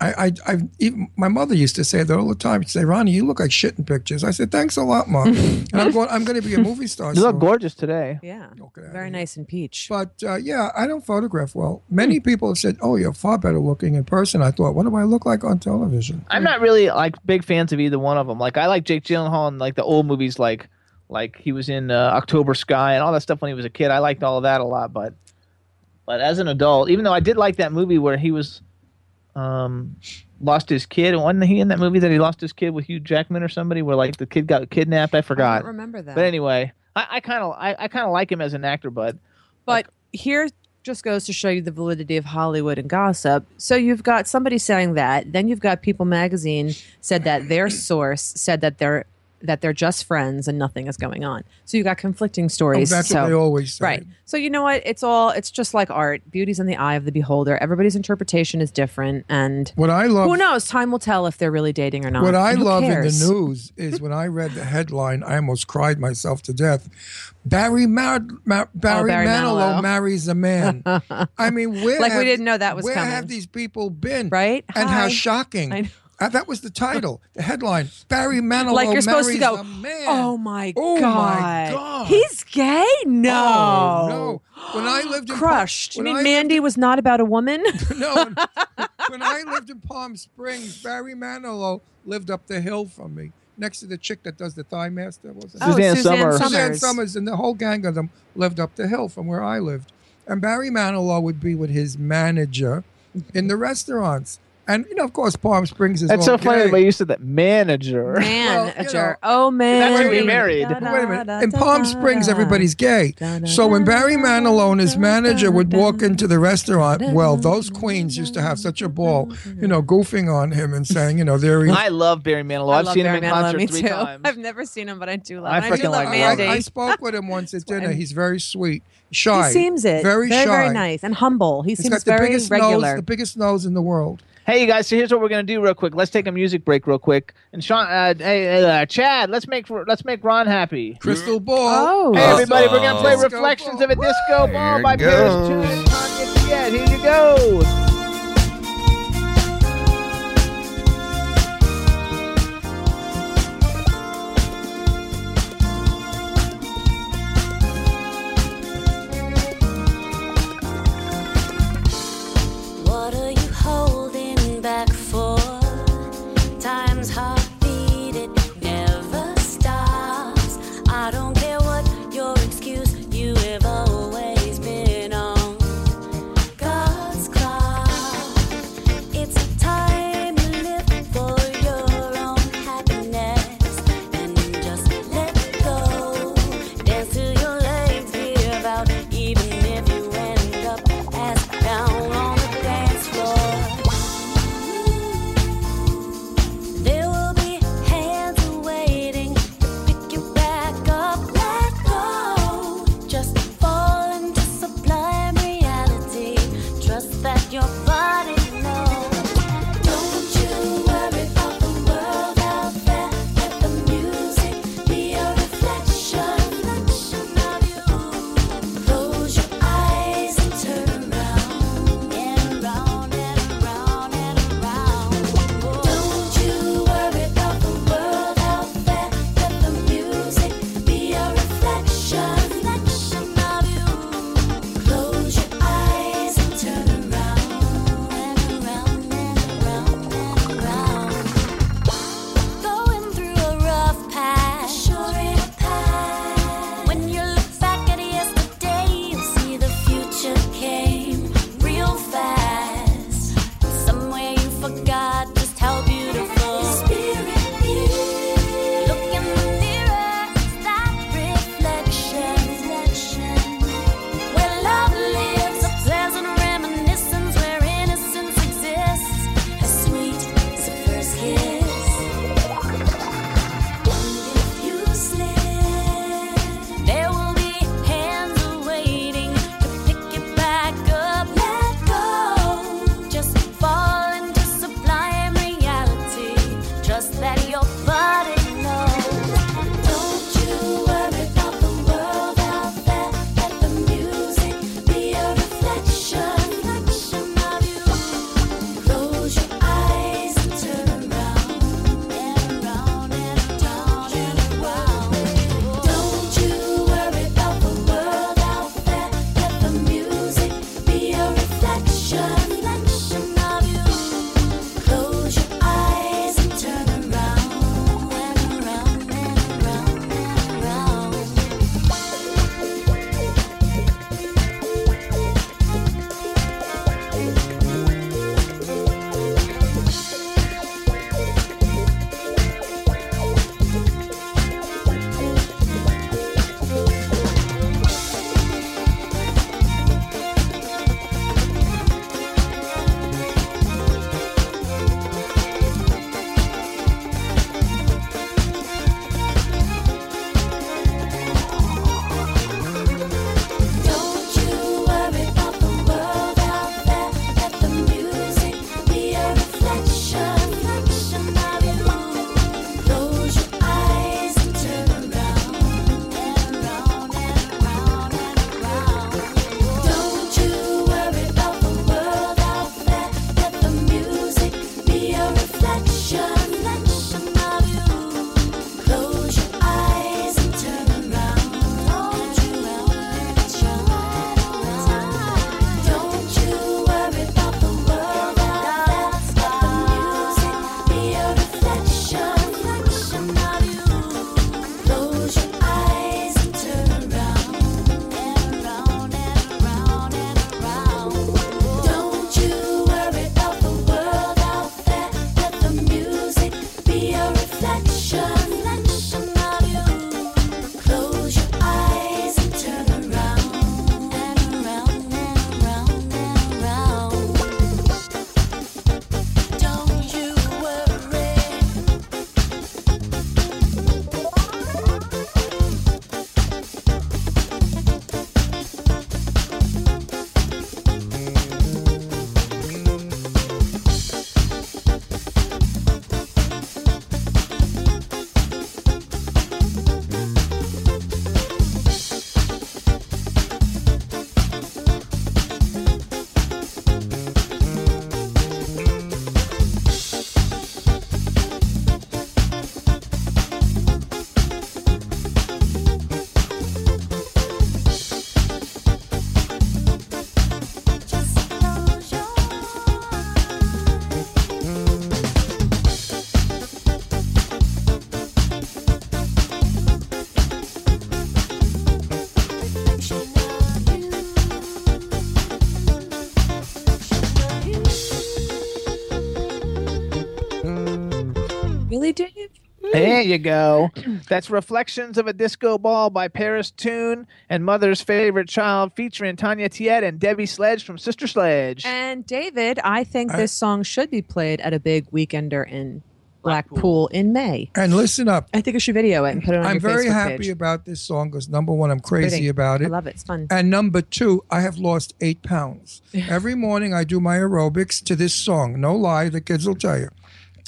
I, I, I've even my mother used to say that all the time. She'd say, "Ronnie, you look like shit in pictures." I said, "Thanks a lot, mom." and I'm going. I'm going to be a movie star.
You look
soon."
gorgeous today.
Yeah.
Okay.
Very nice and peach.
But uh, yeah, I don't photograph well. Many people have said, "Oh, you're far better looking in person." I thought, "What do I look like on television?"
I'm not really like big fans of either one of them. Like I like Jake Gyllenhaal in like the old movies, like like he was in uh, October Sky and all that stuff when he was a kid. I liked all of that a lot, but but as an adult, even though I did like that movie where he was um lost his kid, wasn't he in that movie that he lost his kid with Hugh Jackman or somebody where like the kid got kidnapped? I
I
forgot.
don't remember that.
but anyway, I, I kind of I, I kind of like him as an actor, but
But here just goes to show you the validity of Hollywood and gossip. So you've got somebody saying that, then you've got People Magazine said that their source said that they're that they're just friends and nothing is going on. So you got conflicting
Oh,
stories.
that's
so.
what they always say.
Right. So you know what? It's all it's just like art. Beauty's in the eye of the beholder. Everybody's interpretation is different and
What I love.
who knows? Time will tell if they're really dating or not.
What I
And who
love
cares?
in the news is when I read the headline, I almost cried myself to death. Barry Mar- Mar- Barry,
Oh, Barry
Manilow,
Manilow.
marries a man. I mean, where
Like we
have-
didn't know that was
Where
coming.
have these people been?
Right?
And how
Hi.
shocking!
I know.
Uh, that was the title, the headline. Barry Manilow
like you're
marries
supposed to go.
a man.
Oh my
Oh my
god.
God.
He's gay? No.
Oh, no. When I lived in Pal-
crushed. You
when
mean
I
Mandy was not about a woman?
No. When, when I lived in Palm Springs, Barry Manilow lived up the hill from me. next to the chick that does the thigh master? Was it?
Oh, Suzanne Suzanne Summers.
Suzanne
Summers.
Summers and the whole gang of them lived up the hill from where I lived. And Barry Manilow would be with his manager in the restaurants. And you know, of course, Palm Springs is
That's
all
so funny
gay.
that you said that manager.
Man,
you
a jerk. oh man,
That's who he married.
Wait a minute. In Palm Springs, everybody's gay. So when Barry Manilow and his manager would walk into the restaurant, well, those queens used to have such a ball, you know, goofing on him and saying, you know, there he
I love Barry Manilow.
I
I've
love
seen
Barry
him in
Manilow,
concert
me
three
too.
times.
I've never seen him, but I do love.
I
him. I do
freaking
love
like him.
Mandy.
I spoke with him once at dinner. He's very sweet, shy.
He seems it.
Very,
very,
shy.
very nice and humble. He
He's
seems
got the
very
biggest
regular.
nose, the biggest nose in the world.
Hey, you guys. So here's what we're gonna do, real quick. Let's take a music break, real quick. And Sean, uh, hey, uh, Chad, let's make let's make Ron happy.
Crystal ball.
Oh.
Hey, everybody, we're gonna play
Disco ball.
"Reflections of a Disco Ball"
Here
by
it
Pierce
goes.
Two and Tanya Piet. Here you go.
What are you holding back for? Time's heartbeat, it never stops. I don't care what your excuse, you have always been on God's clock. It's a time to live for your own happiness and just let go. Dance till your legs give out, even if you end up ass down on the dance floor. There will be hands waiting to pick you back up. Let go, just fall into sublime reality. Trust that your body knows. Don't you worry about the world out there. Let the music be a reflection of you. Close your eyes and turn around and round and round and round. Don't you worry about the world out there. Let the music be a reflection of you. Close your eyes and turn around. Reflection. Where love lives, a pleasant reminiscence where innocence exists, as sweet as a first kiss. And if you slip, there will be hands waiting to pick you back up. Let go, just fall into sublime reality. Trust that your body knows. Don't you worry about the world out there. Let the music be a reflection of you. Close your eyes and turn around and round and round and round. Don't you worry about the world out there. Let the music be a reflection of you. Close your eyes and turn around and round and round and round. Don't
Hey, Dave.
There you go. That's Reflections of a Disco Ball by Paris Toon and Mother's Favorite Child featuring Tanya Tiet and Debbie Sledge from Sister Sledge.
And David, I think
I-
this song should be played at a big weekender in Blackpool in May.
And listen up.
I think I should video it and put it on
I'm
your
very
Facebook
happy
page.
about this song because number one, I'm crazy
Pretty.
about it.
I love it. It's fun.
And number two, I have lost eight pounds. Every morning I do my aerobics to this song. No lie, the kids will tell you.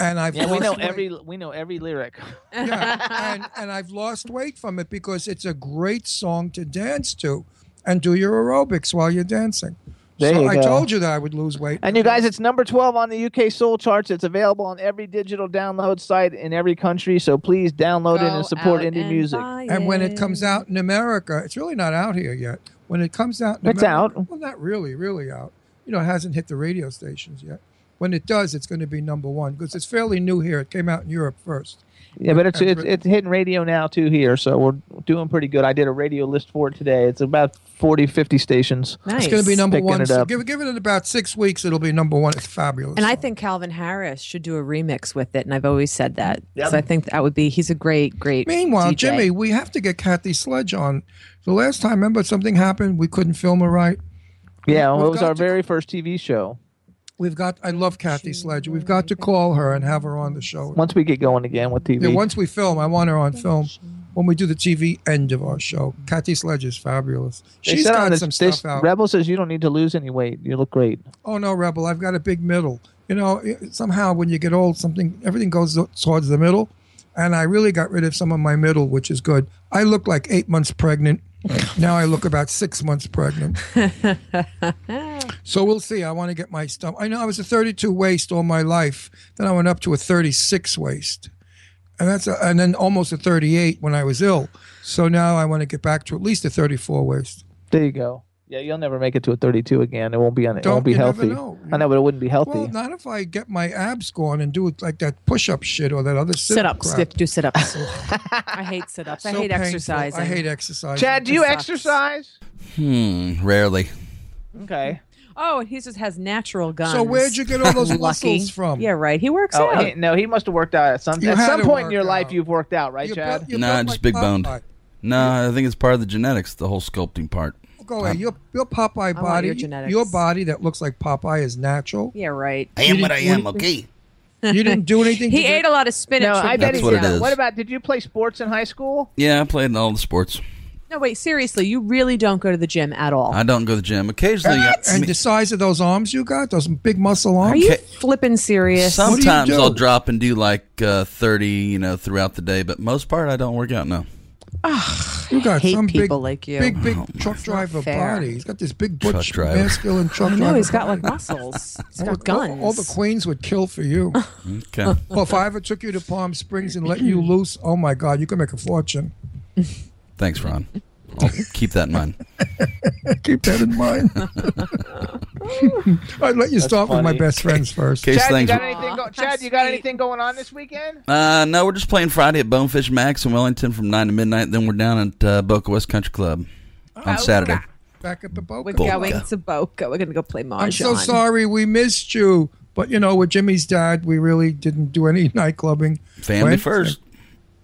And I've
yeah, we
lost
know
weight.
every we know every lyric.
yeah, and, and I've lost weight from it because it's a great song to dance to and do your aerobics while you're dancing.
There
so
you
I
go.
told you that I would lose weight.
And you guys, it's number 12 on the UK Soul charts. It's available on every digital download site in every country. So please download it and support indie music.
And when it comes out in America, it's really not out here yet. When it comes out in
It's
America,
out.
Well, not really, really out. You know, it hasn't hit the radio stations yet. When it does, it's going to be number one because it's fairly new here. It came out in Europe first.
Yeah, but it's
And
it's,
Brit-
it's hitting radio now too here, so we're doing pretty good. I did a radio list for it today. It's about 40, 50 stations.
It's going to be number
picking
one.
It
so
up.
give, give it about six weeks. It'll be number one. It's fabulous.
And I think Calvin Harris should do a remix with it, and I've always said that.
Yep.
So I think that would be he's a great, great.
Meanwhile,
DJ.
Jimmy, we have to get Kathy Sledge on. The last time, remember something happened. We couldn't film her right.
yeah, well,
We've
it was
got
our
to-
very first TV show.
We've got. I love Kathy Sledge. We've got to call her and have her on the show.
Once we get going again with TV,
Yeah, once we film, I want her on film. When we do the TV end of our show, Kathy Sledge is fabulous.
They
She's
said on
got
this-
some
this-
stuff out.
Rebel says you don't need to lose any weight. You look great.
oh no, Rebel, I've got a big middle. You know, it- somehow when you get old, something everything goes towards the middle, and I really got rid of some of my middle, which is good. I look like eight months pregnant. now I look about six months pregnant. so we'll see. I want to get my stomach. I know I was a 32 waist all my life. Then I went up to a 36 waist, and that's a, and then almost a 38 when I was ill. So now I want to get back to at least a 34 waist.
There you go. Yeah, you'll never make it to a 32 again. It won't be on. It
Don't-
won't be
you never
healthy.
know.
I know, but it wouldn't be healthy.
Well, not if I get my abs going and do it like that push-up shit or that other sit-up
sit ups,
crap.
do sit ups. I hate sit ups. I
So
hate
painful.
exercise.
I hate exercise.
Chad, do you
That sucks.
exercise?
Hmm, rarely.
Okay.
Oh, and he just has natural guns.
So where'd you get all those
Lucky.
muscles from?
Yeah, right. He works
Oh,
out.
he- no, he must have worked out at some
You
at
had
some
to
point in
work
your life. You've worked out, right, Chad?
Nah, just big boned.
Popeye.
No, I think it's part of the genetics, the whole sculpting part.
Go away. Your your Popeye
want
body,
your genetics.
body that looks like Popeye is natural.
yeah, right.
I am what I am,
okay? You didn't do anything.
He
to
ate a lot of spinach.
no,
when
I
he
bet
That's
he
what
did.
it is.
What about? Did you play sports in high school?
Yeah, I played in all the sports.
No, wait, seriously, you really don't go to the gym at all.
I don't go to the gym. Occasionally, I-
And the size of those arms you got, those big muscle
Are
arms.
you flipping serious?
What do you
sometimes
do?
I'll drop and do like uh, 30, you know, throughout the day, but most part I don't work out now.
You got
hate
some big,
people like you.
big,
Oh,
big truck driver
fair.
body. He's got this big
Truck
butch,
driver.
masculine truck
I
driver.
know he's got
body.
like muscles. He's
All
got
the- all-
guns.
All, the queens would kill for you.
Okay.
well, if I ever took you to Palm Springs and let you loose, oh my God, you could make a fortune.
Thanks, Ron. I'll keep that in mind.
Keep that in mind. I'd let you start with my
funny.
best friends first.
Case
Chad, you
things.
got anything? Go- Chad, you got anything going on this weekend?
Uh, no, we're just playing Friday at Bonefish Max in Wellington from nine to midnight. Then we're down at uh, Boca West Country Club on Saturday.
Back at the boat.
We're
Boca.
going to Boca. We're going to go play mahjong.
I'm so sorry we missed you. But, you know, with Jimmy's dad, we really didn't do any night clubbing.
Family
Wednesday.
first.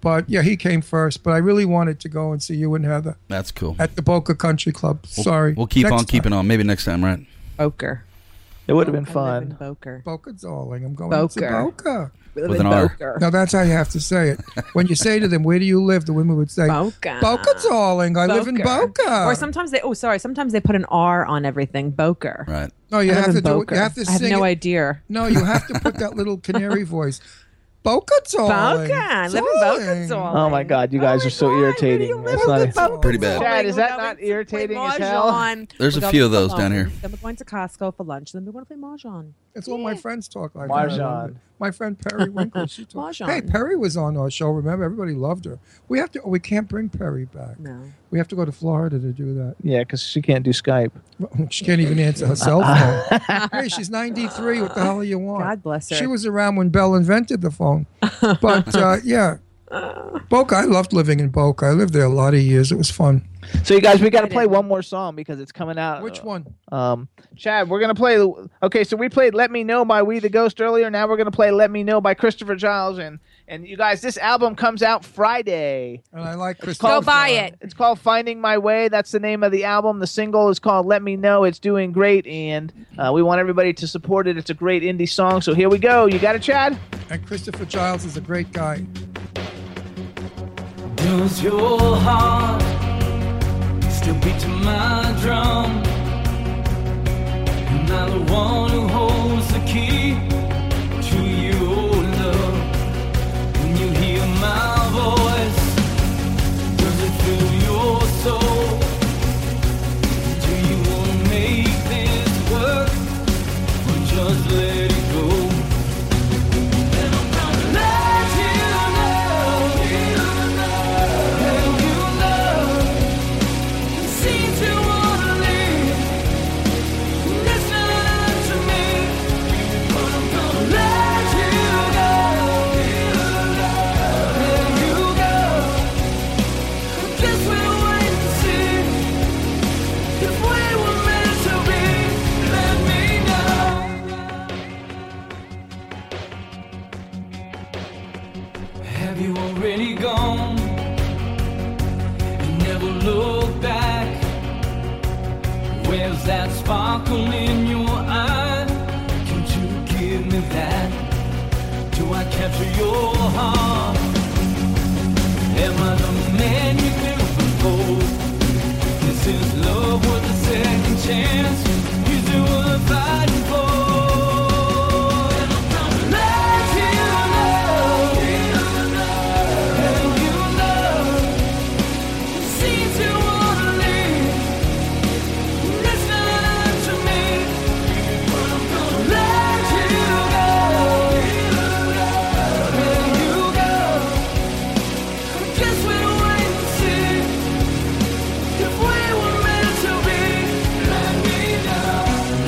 But, yeah, he came first. But I really wanted to go and see you and Heather
That's cool.
at the Boca Country Club.
We'll-
Sorry.
We'll keep
Next
on
time.
keeping on. Maybe next time, right?
Boker.
It would have been
I live in
fun.
Boker.
Boca, darling. I'm going to
Boca.
Oh, Boca.
We live
With
in
an R.
Boker.
Now that's how you have to say it. When you say to them, "Where do you live?" the women would say,
Boca.
"Boca, darling. I live in Boca."
Or sometimes they, oh, sorry, sometimes they put an R on everything. Boker.
Right.
no, you
I live
have
in
to do it.
Boker.
You have to
I have
sing.
no
it.
idea.
No, you have to put that little canary voice. Boca, darling.
Boca. I live in Boca, darling.
Oh my God, you guys are so irritating. That's not a-
Pretty bad.
Chad, is
We're
that not
going to play
irritating as hell?
mahjong.
There's a
We're
few
going
of
to
those down
Cologne.
here.
Then we're going to Costco for lunch. Then we're going to play mahjong.
That's all my friends talk like. that. I love
Marjan.
it. My friend Perry Winkler. She talked.
Marjan.
Hey, Perry was on our show. Remember, everybody loved her. We have to. oh, We can't bring Perry back.
No.
We have to go to Florida to do that.
Yeah, because she can't do Skype.
She can't even answer her cell phone. hey, she's 93. What the hell do you want?
God bless her.
She was around when Bell invented the phone. But uh, yeah, Boca, I loved living in Boca. I lived there a lot of years. It was fun.
So you guys, we got to play one more song because it's coming out. Which
one?
Um, Chad, we're gonna play. Okay, so we played "Let Me Know" by We the Ghost earlier. Now we're gonna play "Let Me Know" by Christopher Giles. And and you guys, this album comes out Friday.
And I like
It's
Christopher.
called- It's called "Finding My Way." That's the name of the album. The single is called "Let Me Know." It's doing great, and uh, we want everybody to support it. It's a great indie song. So here we go. You got it, Chad.
And Christopher Giles is a great guy.
Does your heart still beat to my drum? And I'm the one who holds the key to your love. When you hear my voice, does it fill your soul? Do you want to make this work or just let it go? And I'm gonna let you know, let you know. Seems you wanna leave. Listen to me, but I'm gonna let you go. Let you go. Guess we'll wait and see if we were meant to be. Let me know. Have you already gone? And never look back. Where's that sparkle in your eye? Can you give me that? Do I capture your heart? Am I the man you knew before? This is love with a second chance. Is it worth fighting for? And I'm gonna let you know. Let you know. Seems you wanna leave. Listen to me. But I'm gonna let you go. Let you go. I guess we'll wait and see if we were meant to be. Let me know.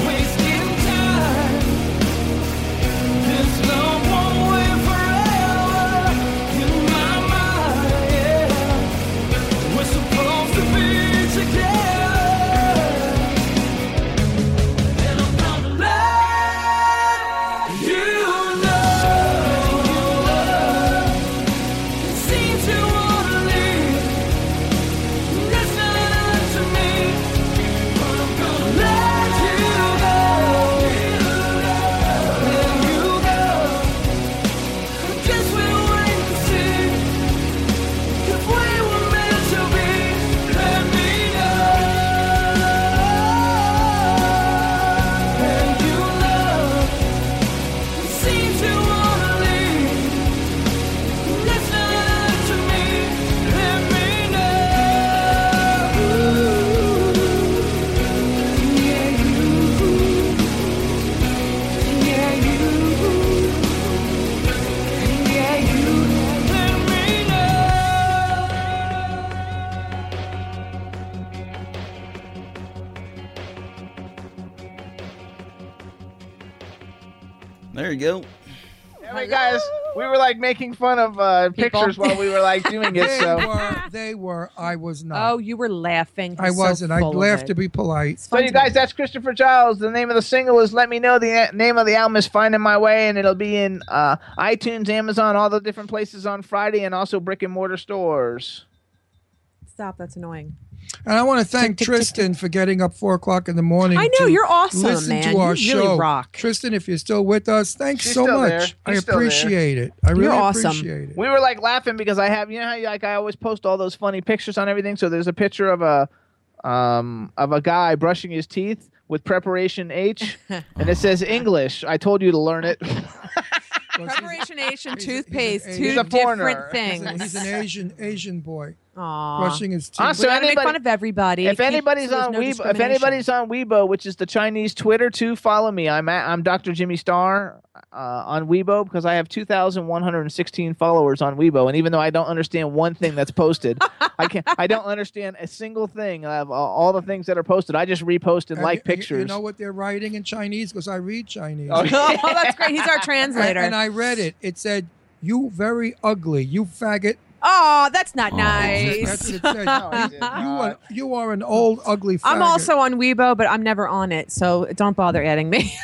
Wasting time. This love won't wait forever in my mind. Yeah. We're supposed to be together. And I'm gonna let you know. It seems you wanna leave. Listen to me. But I'm gonna let you go. Let you go. I guess we'll wait and see. If we were meant to be, let me know. Let you know. It seems you wanna leave. Listen to me. Let me know. Yeah, you. Yeah, you. Yeah, you. Let me know.
There you go.
There we guys, we were like making fun of uh, pictures while we were like doing it.
They
So
were, they were. I was not.
Oh, you were laughing.
I
He's so
wasn't. I
full of
laughed
it.
to be polite.
So you guys, that's Christopher Giles. The name of the single is "Let Me Know." The a- name of the album is "Finding My Way," and it'll be in uh, iTunes, Amazon, all the different places on Friday, and also brick and mortar stores.
Stop. That's annoying.
And I want to thank Tristan for getting up four o'clock in the morning.
I know,
to
you're awesome,
Listen
man.
to our
You really
show.
rock.
Tristan. If you're still with us, thanks
She's
so
still
much.
there. She's
I
still there.
appreciate it. I really
You're awesome.
appreciate it.
We were like laughing because I have, you know, how you- like I always post all those funny pictures on everything. So there's a picture of a um, of a guy brushing his teeth with preparation H, and it says English. I told you to learn it.
Preparation H and toothpaste,
Asian-
two
He's a
different
He's,
things.
a- he's an Asian Asian boy
Aw.
brushing his teeth.
Also,
we gotta make
anybody-
fun of everybody.
If
Keep-
anybody's
so there's
on
no
Weibo, if
discrimination.
anybody's on Weibo, which is the Chinese Twitter, too, follow me. I'm at, I'm Dr. Jimmy Star uh, on Weibo because I have 2,116 followers on Weibo, and even though I don't understand one thing that's posted, I can not I don't understand a single thing of uh, all the things that are posted. I just repost and,
And
like
you- you-
pictures.
You know what they're writing in Chinese because I read Chinese.
Oh, yeah.
oh, that's great. He's our
And,
translator.
and I read it. It said, "You very ugly. You faggot.
Oh, that's not
Oh,
nice.
that's- that's- that's- You are, you are an old ugly. Faggot.
I'm also on Weibo, but I'm never on it, so don't bother adding me.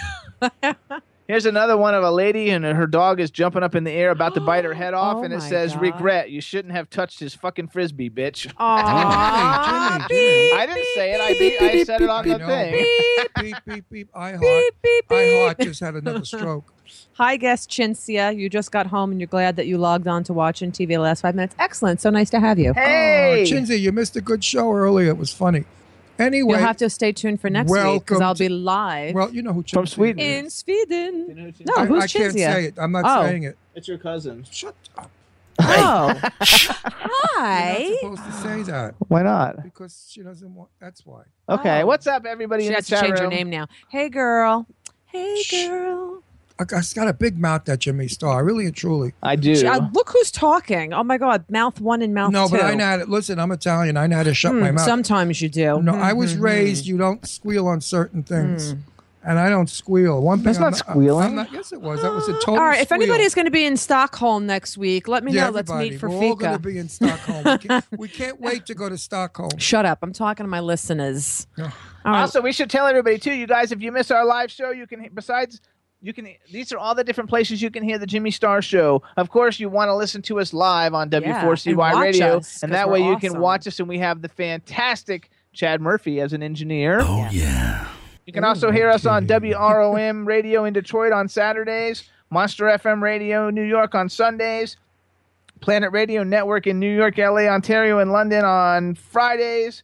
Here's another one of a lady and her dog is jumping up in the air about to bite her head off,
Oh
and it
my
says,
God.
"Regret, you shouldn't have touched his fucking frisbee, bitch."
Aw.
I didn't say it. I, beat, I said it on the thing.
Beep beep beep. I heart. I heart just had another stroke.
Hi, guest Chinsia. You just got home and you're glad that you logged on to watch and TV the last five minutes. Excellent. So nice to have you.
oh, Chinzy, you missed a good show earlier. It was funny. Anyway,
You'll have to stay tuned for next week because
welcome
I'll be
to-
live.
Well, you know who Chinzy
From Sweden.
in Sweden. No,
I,
who's
I can't
Chinzia?
say it. I'm not
Oh.
saying it.
It's your cousin.
Shut up.
Oh,
You're
hi.
not supposed to say that
Why not?
because she doesn't want. That's why.
Okay,
Oh.
what's up, everybody
She
in the
has to
chat
change her
room?
name now. Hey, girl. Hey, girl.
I I just got a big mouth that Jimmy Star, really and truly.
I do.
She- uh, look who's talking. Oh, my God. Mouth one and mouth
no,
two.
but I know how to listen. I'm Italian. I know how to shut my
Hmm,
mouth.
Sometimes you do. Mm-hmm. Hmm.
no, I was raised. You don't squeal on certain things, and I don't squeal. One thing.
That's
I'm
not squealing.
I'm not- yes, it was. That was a total.
All right. If
squeal.
anybody's going to be in Stockholm next week, let me
yeah,
know. Let's
everybody,
meet for
We're all going to
Fika.
be in Stockholm. we, can't, we can't wait to go to Stockholm.
Shut up. I'm talking to my listeners.
Yeah.
All right.
Also, we should tell everybody too, you guys, if you miss our live show, you can besides you can these are all the different places you can hear the Jimmy Star show. Of course, you want to listen to us live on
and
W4CY
watch
radio,
us,
and
'cause
that
we're
way you can
awesome.
watch us and we have the fantastic Chad Murphy as an engineer.
Oh yeah.
You can also hear us on WROM radio in Detroit on Saturdays, Monster FM radio in New York on Sundays, Planet Radio Network in New York, LA, Ontario, and London on Fridays,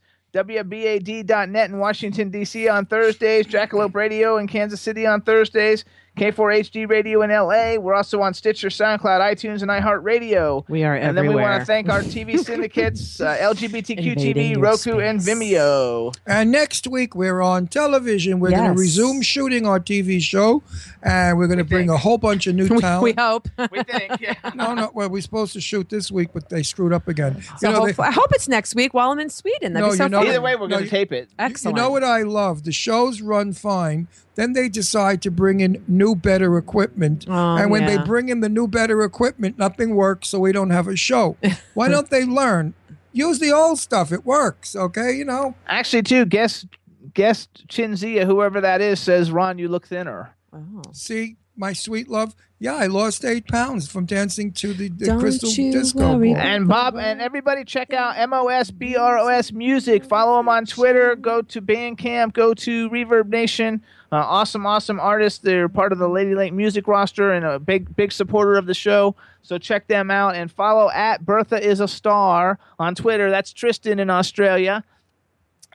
WBAD.net in Washington, D.C. on Thursdays, Jackalope Radio in Kansas City on Thursdays, K4HD Radio in LA. We're also on Stitcher, SoundCloud, iTunes, and iHeartRadio.
We are
And then we
everywhere.
want to thank our TV syndicates, uh, LGBTQ
Invading
TV,
your
Roku, and
space.
Vimeo.
And next week we're on television. We're going
Yes.
to resume shooting our TV show, and we're going to bring a whole bunch of new
We-
talent.
we hope.
We think. Yeah.
no, no. Well, we're supposed to shoot this week, but they screwed up again.
So
you know, they-
hopefully- I hope it's next week while I'm in Sweden. That'd
No,
be so
you know-
fun.
Either way, we're
No,
going to
you-
tape it.
you-
Excellent.
You know what I love? The shows run fine. Then they decide to bring in new, better equipment.
Oh,
and when
yeah.
they bring in the new, better equipment, nothing works, so we don't have a show. Why don't they learn? Use the old stuff. It works. Okay, you know.
Actually, too, guest guest Chinzia, whoever that is, says, "Ron, you look thinner."
Oh.
See, my sweet love. Yeah, I lost eight pounds from dancing to the, the
Don't
crystal
you
disco.
worry.
ball.
And Bob and everybody, check out MOSBROS Music. Follow them on Twitter. Go to Bandcamp. Go to Reverb Nation. Uh, awesome, awesome artists. They're part of the Lady Lake music roster and a big, big supporter of the show. So check them out and follow at Bertha is a star on Twitter. That's Tristan in Australia.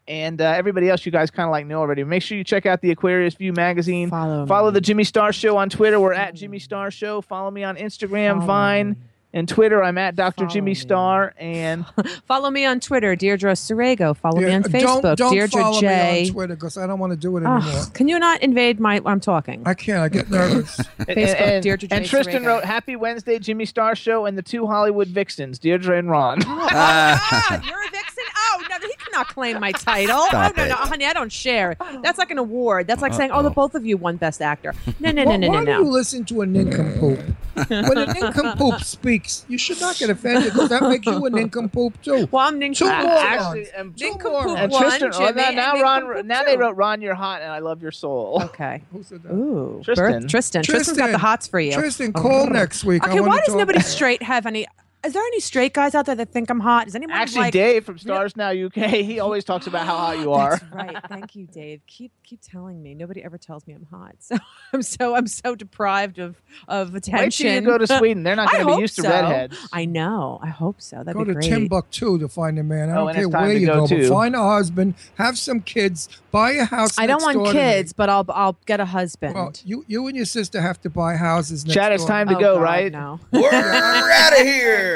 and uh, everybody else you guys kind of like know already. Make sure you check out the Aquarius View magazine.
Follow me.
the Jimmy Star Show on Twitter. We're at Jimmy Star Show. Follow me on Instagram, Vine, and Twitter. I'm at Dr. Jimmy Star. And
Follow me on Twitter, Deirdre Sorego. Follow me
Yeah,
on Facebook,
Don't, don't
Deirdre
follow
J. Ah.
me on Twitter because I don't want to do it anymore.
Ugh, can you not invade my? I'm talking.
I can't. I get nervous.
and,
Facebook,
and,
Deirdre J.
and Tristan
Sorego.
wrote, "Happy Wednesday, Jimmy Star Show, and the two Hollywood vixens, Deirdre and Ron."
God, you're a vixen. Oh no, he cannot claim my title.
Stop
oh no, no,
it.
honey, I don't share. That's like an award. That's like saying, oh, the
Uh-oh.
both of you won Best Actor. No, no, no,
why
no, no,
why do you
no.
listen to a nincompoop? when a nincompoop speaks, you should not get offended because that makes you a nincompoop too.
Well, I'm
Two
nincompatible.
morons.
and,
Two
Nincompoop
and
morons.
one,
Tristan, oh,
Jimmy,
now,
and
now
Nincompoop
Ron, now they
two.
wrote, "Ron, you're hot, and I love your soul."
Okay.
Who said that?
Ooh,
Tristan.
Birth, Tristan. Tristan's got the
Tristan.
hots for you.
Tristan, call next week. I
Okay,
wanna
why does
talk-
nobody straight have any? Is there any straight guys out there that think I'm hot? Is anyone
Actually,
like,
Dave from Stars Now UK, he always talks about how hot you are.
That's right. Thank you, Dave. Keep keep telling me. Nobody ever tells me I'm hot. So I'm so I'm so deprived of of attention.
Wait till you go to Sweden. They're not
I
going to
hope
be used to
so.
redheads.
I know. I hope so. That'd
Go
be
to
great.
Timbuktu to find a man. I
Oh,
don't
and
care
it's time
where
to
you
go,
go,
too.
but find a husband, have some kids, buy a house.
I don't
next
want
door to me.
kids, but I'll I'll get a husband.
Well, you, you and your sister have to buy houses. Next
Chad, it's
door.
time to
Oh,
go,
God,
right?
No.
We're out of here.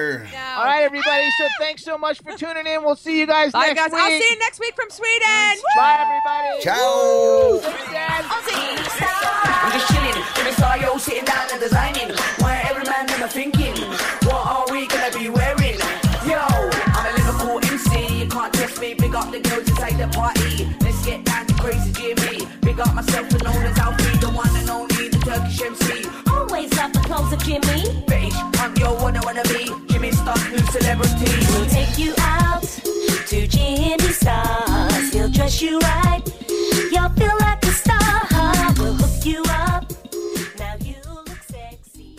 All right, everybody. So thanks so much for tuning in. We'll see you guys
All right,
next
guys.
week.
I'll see you next week from Sweden. Woo!
Bye, everybody.
Ciao.
Thanks, Dad.
I'm just chilling. Jimmy saw yo sitting down and designing. Why every man in my thinking? What are we gonna be wearing? Yo, I'm a Liverpool MC. You can't test me. Big up the girls inside the party. Let's get down to crazy Jimmy. Big up myself and known as Alfie, the one and only, the Turkish MC.
Always love the clothes of Jimmy.
Bitch, I'm your wanna wanna be. Jimmy Star, new celebrity.
you right. You'll feel like a star. We'll hook you up. Now you look sexy.